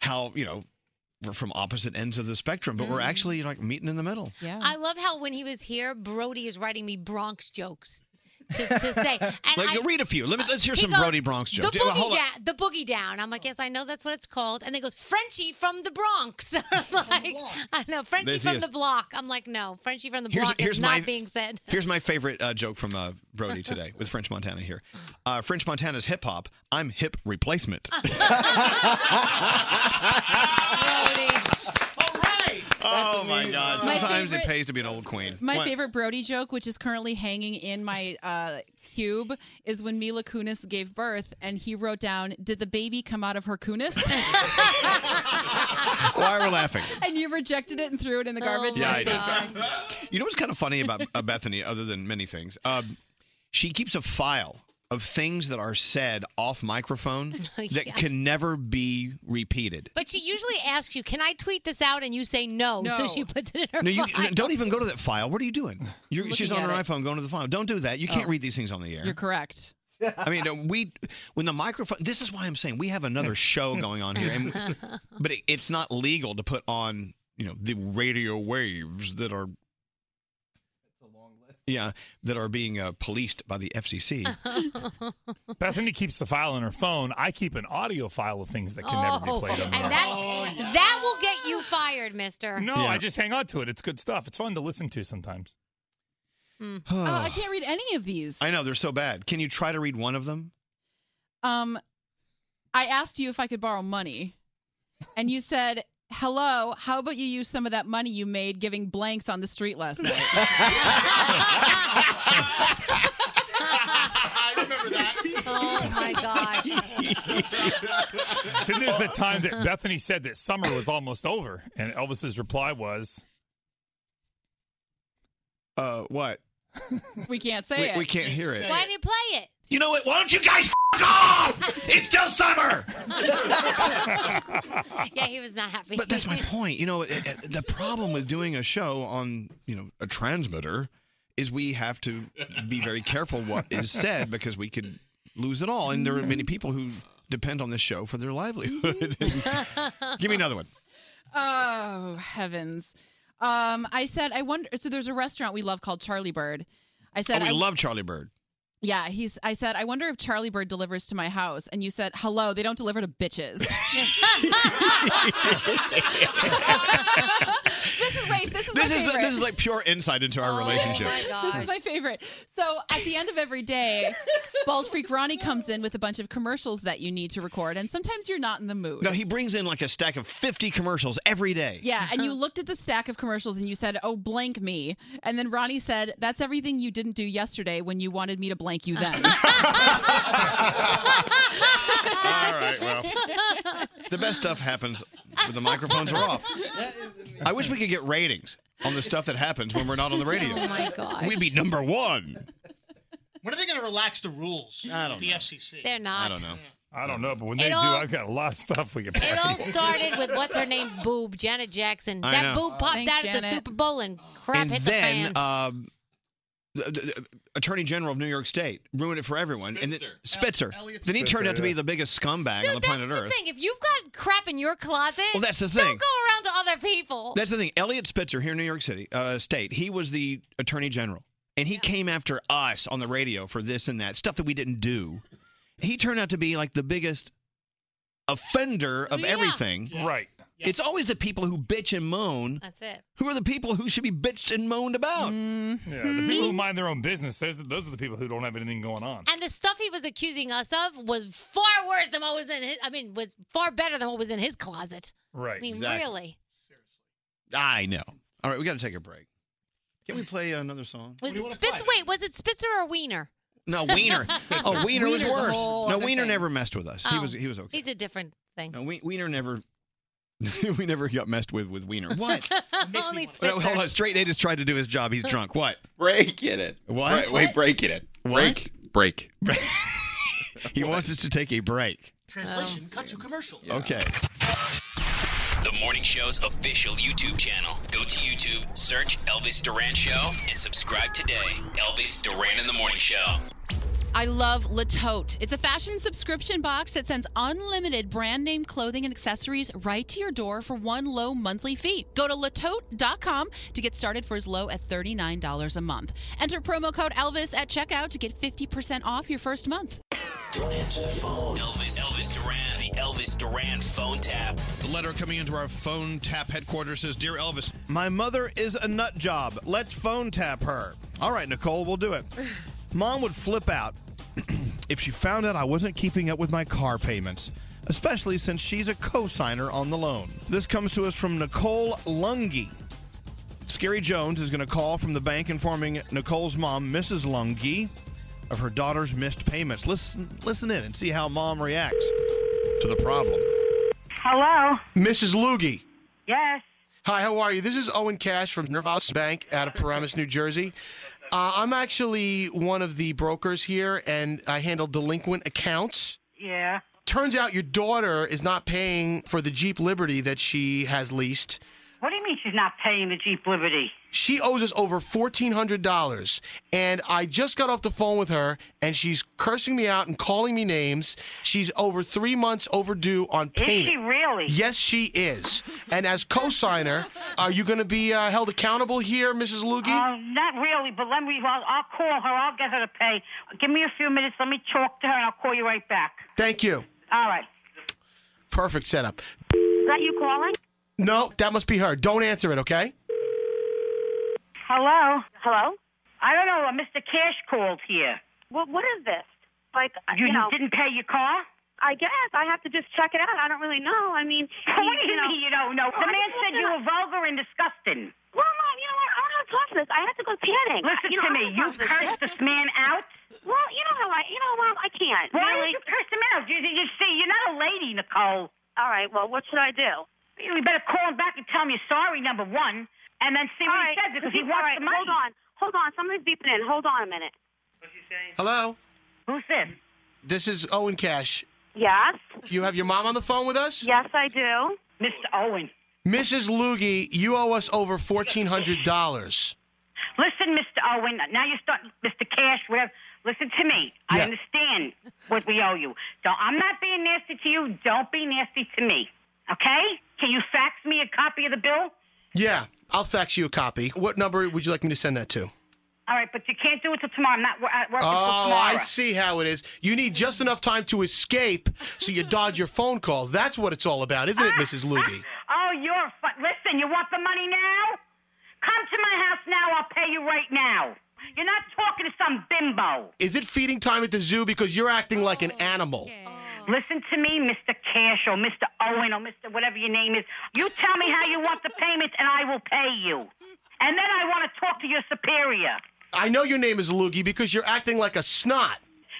how you know we're from opposite ends of the spectrum, but we're
Mhm.
actually you know, like meeting in the middle.
Yeah.
I love how when he was here, Brody is writing me Bronx jokes
[laughs]
to, to say. And
like,
I, Uh,
read a few. Let me let's hear
He
some
goes,
Brody Bronx jokes.
The
Yeah, well,
boogie,
hold on.
down, the boogie down. I'm like, yes, I know that's what it's called. And they goes, Frenchie from the Bronx. [laughs] I'm like, I know Frenchie
This
from
is-
the block. I'm like, no, Frenchie from the
Here's-
block
here's
is not
my-
being said.
[laughs] Here's my favorite uh, joke from uh,
[laughs]
Brody today with French Montana here. Uh, French Montana's hip hop. I'm hip
[laughs]
replacement. oh my God!
My
Sometimes it
favorite-
pays to be an old queen.
My
What?
favorite Brody joke, which is currently hanging in my uh, cube, is when Mila Kunis gave birth and he wrote down, Did the baby come out of her
[laughs]
Kunis? [laughs]
Why are we laughing?
and you rejected it and threw it in the
Oh
garbage.
Yeah,
I
I
said,
did. You know what's kind of funny about uh, Bethany, other than many things? Um, she keeps a file of things that are said off microphone
[laughs]
that
Oh, Yeah.
can never be repeated.
[laughs] But she usually asks you, can I tweet this out? And you say no. So
No.
she puts it in her
No,
[laughs]
you
file.
don't even go to that file. What are you
[laughs]
doing? You're,
Looking
she's on
at
her
it.
iPhone going to the file. Don't do that. You can't
Oh.
read these things on the air. [laughs]
You're correct.
I mean, uh, we when the microphone. This is why I'm saying we have
[laughs]
another show going on here, and, but it, it's not legal to put on you know the radio waves that are. Yeah, that are being uh, policed by the FCC.
Bethany keeps the file on her phone. I keep an audio file of things that can never be played on
and
the air.
that's,
oh,
that will get you fired, mister.
No, I
[laughs]
just hang on to it. It's good stuff. It's fun to listen to sometimes.
Oh, I can't read any of these.
I know they're so bad. Can you try to read one of them?
Um, I asked you if I could borrow money, and you said, "Hello, how about you use some of that money you made giving blanks on the street last night?"
[laughs]
[laughs]
Oh my gosh.
[laughs] then there's the time that Bethany said that summer was almost over, and Elvis's reply was,
"Uh, what?
we can't say
We-
it.
we can't hear it.
Why do you play it?
You know what? Why don't you guys f- off? It's still summer.
[laughs] yeah, he was not happy.
But that's [laughs] my point. You know, it- it- the problem with doing a show on you know a transmitter is we have to be very careful what is said because we could lose it all, and there are many people who depend on this show for their
[laughs]
livelihood. Give me another one.
Oh heavens! Um, I said, I wonder. So there's a restaurant we love called Charlie Bird. I
Oh,
said,
we
I,
love Charlie Bird.
Yeah, he's. I said, I wonder if Charlie Bird delivers to my house, and you said, "Hello, they don't deliver
[laughs]
to bitches." this is wait. This is
This
my
is
favorite. Oh
this is like pure insight into our relationship.
This is my favorite. So at the end of
[laughs]
every day, Bald Freak Ronnie comes in with a bunch of commercials that you need to record, and sometimes you're not in the mood.
No, he brings in like a stack of fifty commercials every day.
Yeah, and you looked at the stack of commercials and you said, "Oh, blank me," and then Ronnie said, "That's everything you didn't do yesterday when you wanted me to blank you then."
All right, well, the best stuff happens when the microphones are
[laughs]
off. I wish we could get ratings on the stuff that happens when we're not on the radio.
Oh, my gosh.
We'd be number one.
When are they going to relax the rules?
I don't
The
know.
FCC.
[laughs] They're not.
I don't know, but when
It
they do,
all-
I've got a lot of stuff we can
It all
practice.
started with what's her name's boob, Janet Jackson.
I know.
That boob popped
Thanks,
out at the
Janet.
Super Bowl and crap
and
hit
then,
the fan.
um, the, the- Attorney General of New York State ruined it for everyone. And then, Spitzer.
Elliot
then he turned
Spitzer,
out to be
yeah.
the biggest scumbag on the planet
That's the
Earth.
thing. If you've got crap in your closet,
Well, that's the thing.
Don't go around to other people.
That's the thing. Elliot Spitzer here in New York City uh, State, he was the Attorney General, and he came after us on the radio for this and that stuff that we didn't do. He turned out to be like the biggest offender of
Yeah.
everything.
Yeah. Right.
It's always the people who bitch and moan.
That's it.
Who are the people who should be bitched and moaned about?
Yeah, the
Mm.
people who mind their own business, those, those are the people who don't have anything going on.
And the stuff he was accusing us of was far worse than what was in his. I mean, was far better than what was in his closet.
Right.
I mean,
exactly.
really.
I know. All right, we got to take a break. Can we play another
[laughs]
song?
Was it Spitz? Wait, was it Spitzer or Wiener?
No, Wiener. oh, Wiener was
Wiener's a
worse.
whole
No,
other
Wiener
thing.
never messed with us. Uh, He
Oh,
was he was okay.
He's a different thing.
No, we, Wiener never. [laughs] we never got messed with with Wiener. What?
[laughs] Only
Wait,
Spitzer.
hold on. Straight A just tried to do his job. He's drunk. What?
Breaking it.
What?
Bre- wait, breaking it.
What? [laughs]
Break. Break.
He wants us to take a break.
Translation, cut to commercial.
Okay.
The morning show's official YouTube channel. Go to YouTube, search Elvis Duran Show, and subscribe today. Elvis Duran in the Morning Show.
I love Latote. It's a fashion subscription box that sends unlimited brand name clothing and accessories right to your door for one low monthly fee. Go to latote.com to get started for as low as $39 a month. Enter promo code Elvis at checkout to get 50% off your first month.
Don't answer the phone. Elvis, Elvis Duran, the Elvis Duran phone tap.
The letter coming into our phone tap headquarters says, "Dear Elvis,
My mother is a nut job. Let's phone tap her. All right, Nicole, we'll do it. Mom would flip out [clears throat] if she found out I wasn't keeping up with my car payments, especially since she's a co-signer on the loan. This comes to us from Nicole Lungi. Scary Jones is going to call from the bank informing Nicole's mom, Mrs. Lungi, of her daughter's missed payments. Listen, listen in and see how mom reacts to the problem.
Hello. Mrs. Loogie.
Yes.
Hi, how are you? This is Owen Cash from Nervous Bank out of Paramus, New Jersey. Uh, I'm actually one of the brokers here, and I handle delinquent accounts.
Yeah.
Turns out your daughter is not paying for the Jeep Liberty that she has leased.
What do you mean she's not paying the Jeep Liberty?
She owes us over $1,400, and I just got off the phone with her, and she's cursing me out and calling me names. She's over three months overdue on
Is
payment.
she really?
Yes, she is. and as co-signer, are you going to be uh, held accountable here, Mrs. Lugie?
Oh, not really, but let me. I'll, I'll call her. I'll get her to pay. Give me a few minutes. Let me talk to her, and I'll call you right back.
Thank you.
All right.
Perfect setup.
Is that you calling?
No, that must be her. Don't answer it, okay?
Hello. Hello. I don't know. uh, Mr. Cash called here.
Well, what is this? Like,
uh,
You,
Uh, you, know,
didn't pay your car.
I guess I have to just check it out. I don't really know. I
[laughs]
mean,
What do you mean you don't know? The man said you were vulgar and disgusting.
Well, mom, you know what? I don't have time for this. I have to go tanning.
Listen
you know,
to
I
me.
don't
You
have time for
cursed this man out.
Well, you know how I, you know, mom, I can't.
Why
really.
did you curse him out? You, you see, you're not a lady, Nicole.
All right. Well, what should I do?
You better call him back and tell him you're sorry, number one, and then see
All
what
right,
he says because he
all
wants
right,
the money.
Hold on, hold on. Somebody's beeping in. Hold on a minute.
Hello?
Who's this?
This is Owen Cash.
Yes.
You have your mom on the phone with us?
Yes, I do.
Mr. Owen.
Mrs. Lugie, you owe us over $1,400.
Listen, Mr. Owen. Now you start, Mr. Cash, whatever. Listen to me. I
Yeah.
understand what we owe you. So I'm not being nasty to you. Don't be nasty to me. Okay? Can you fax me a copy of the bill?
Yeah, I'll fax you a copy. What number would you like me to send that to?
All right, but you can't do it till tomorrow. I'm not wor- uh, working
Oh,
till tomorrow.
I see how it is. You need just enough time to escape so you dodge your phone calls. That's what it's all about, isn't it, Mrs. Lugie?
Oh, you're fu- listen. You want the money now? Come to my house now. I'll pay you right now. You're not talking to some bimbo.
Is it feeding time at the zoo because you're acting like an animal?
Listen to me, Mr. Cash or Mr. Owen or Mr. whatever your name is. You tell me how you want the payment, and I will pay you. And then I want to talk to your superior.
I know your name is Lugie because you're acting like a snot.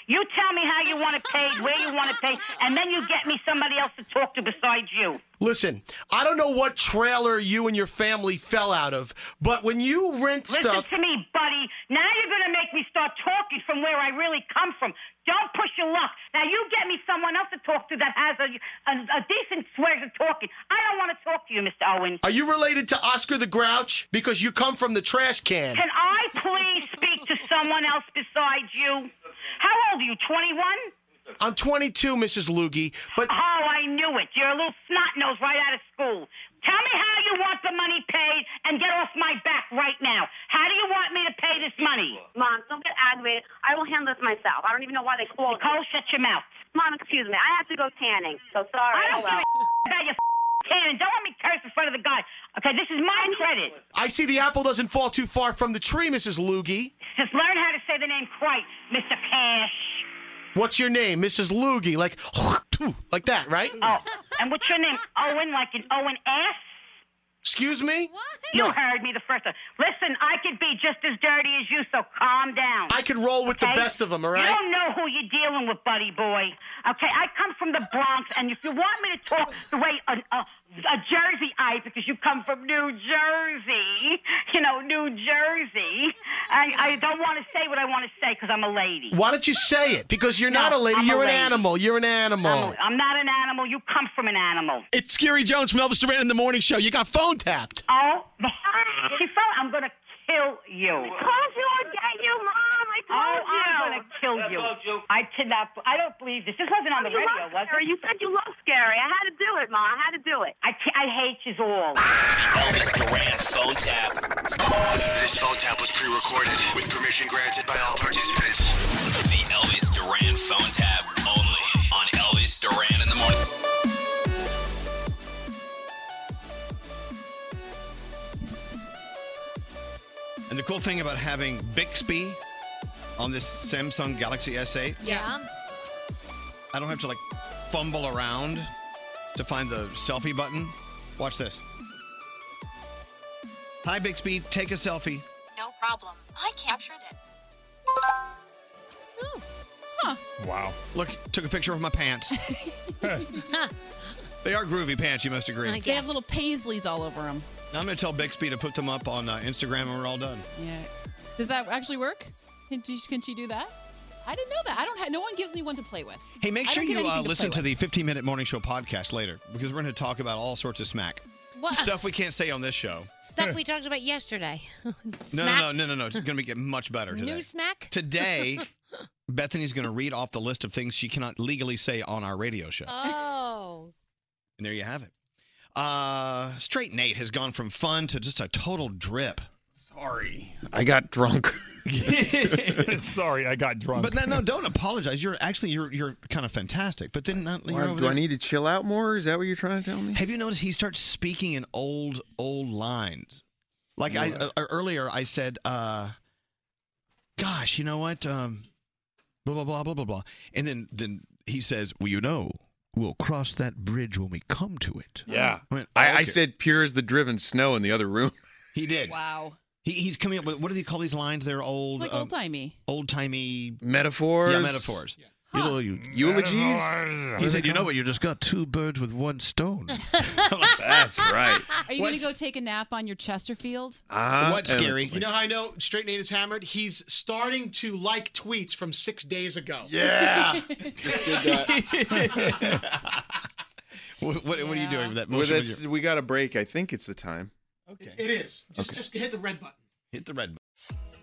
You tell me how you want it paid, where you want it paid, and then you get me somebody else to talk to besides you.
Listen, I don't know what trailer you and your family fell out of, but when you rent
Listen
stuff,
to me, buddy. Now you're going to make me start talking from where I really come from. Don't push your luck. Now you get me someone else to talk to that has a, a, a decent swag of talking. I don't want to talk to you, Mr. Owen.
are you related to Oscar the Grouch? Because you come from the trash can.
Can I please speak to someone else besides you? How old are you, 21?
I'm 22, Mrs. Lugie, but
Oh, I knew it. You're a little snot nose right out of school. Tell me how you want the money paid and get off my back right now. How do you want me to pay this money?
Mom, don't get aggravated. I will handle this myself. I don't even know why they called.
Nicole, shut your mouth.
Mom, excuse me. I have to go tanning. So sorry.
I don't give
Hello.
a about your cannon. Don't let me curse in front of the guy. Okay, this is my credit.
I see the apple doesn't fall too far from the tree, Mrs. Lugie.
Just learn how to say the name Christ, Mr. Cash.
What's your name, Mrs. Lugie? Like, [laughs] like that, right?
Oh, and what's your name? Owen, like an Owen ass?
Excuse me?
You heard me the first time. Listen, I could be just as dirty as you, so calm down.
I could roll with the
okay?
best of 'em, all right?
You don't know who you're dealing with, buddy boy. Okay, I come from the Bronx, and if you want me to talk the way a, a, a Jerseyite, because you come from New Jersey, you know, New Jersey, I, I don't want to say what I want to say because I'm a lady.
Why don't you say it? Because you're not a lady.
I'm a
you're
lady.
an animal. You're an animal.
I'm, I'm not an animal. You come from an animal.
It's Scary Jones from Elvis Duran in the Morning Show. You got phone tapped.
Oh, she felt I'm gonna kill you. I
told you I'd get you, Mom. I told
oh, I'm
you.
gonna kill
I
you.
told you.
I cannot. I don't believe this. This wasn't on the
You
radio,
love
was
Scary.
it?
You said you love Scary. I had to do it, Mom. I had to do it.
I ca- I hate you
[laughs]
all.
Elvis Duran phone tap.
This phone tap was pre-recorded with permission granted by all participants.
The Elvis Duran phone tap only on Elvis Duran in the morning.
And the cool thing about having Bixby on this Samsung Galaxy S8,
Yeah.
[laughs] I don't have to like fumble around to find the selfie button. Watch this. Hi, Bixby. Take a selfie.
No problem. I captured it.
Wow. Look, took a picture of my
[laughs]
pants. they are groovy pants, you must agree.
They have little paisleys all over them.
Now I'm going to tell Bixby to put them up on uh, Instagram and we're all done.
Yeah. Does that actually work? Can she, can she do that? I didn't know that. I don't. Ha- no one gives me one to play with.
Hey, make
I
sure
don't get
you uh,
anything
listen
play
to
with.
the 15 Minute Morning Show podcast later because we're going to talk about all sorts of smack.
What?
Stuff we can't say on this show.
Stuff we talked about yesterday.
No,
smack.
no, no, no, no, no. It's going to get much better today.
New smack.
[laughs]
Today, Bethany's going to read off the list of things she cannot legally say on our radio show.
oh.
And there you have it. Uh, Straight Nate has gone from fun to just a total drip. Sorry.
I got drunk.
[laughs] Sorry, I got drunk. But no, no, don't apologize. You're actually you're you're kind of fantastic. But then not, you're
Why-
over
do I
there-
need to chill out more? Is that what you're trying to tell me?
Have you noticed he starts speaking in old old lines? Like I uh, earlier, I said, uh, "Gosh, you know what? Um, blah blah blah blah blah blah," and then then he says, "Well, you know, we'll cross that bridge when we come to it."
Yeah.
I, went,
I, I
"Okay."
said pure as the driven snow in the other room.
He did.
Wow.
He, he's coming up with what do they call these lines? They're old,
Like old timey.
old timey
Metaphors?
Yeah, metaphors. You know, you,
Eulogies?
He said, "You know what? You just got two birds with one stone."
That's right.
Are you going
What's-
to go take a nap on your Chesterfield?
What's scary?
You know how I know Straight Nate is hammered? He's starting to like tweets from six days ago.
Yeah.
What,
what are you doing with that
Well,
motion with
that's- we got a break. I think it's the time.
[laughs] Okay. It is. Just, just hit the red button.
Hit the red button.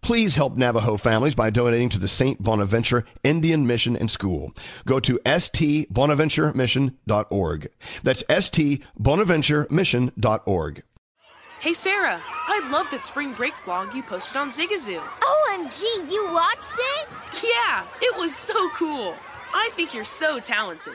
Please help Navajo families by donating to the St. Bonaventure Indian Mission and School. Go to stbonaventuremission.org. That's stbonaventuremission.org.
Hey Sarah, I love that spring break vlog you posted on Zigazoo.
OMG, you watched it?
Yeah, it was so cool. I think you're so talented.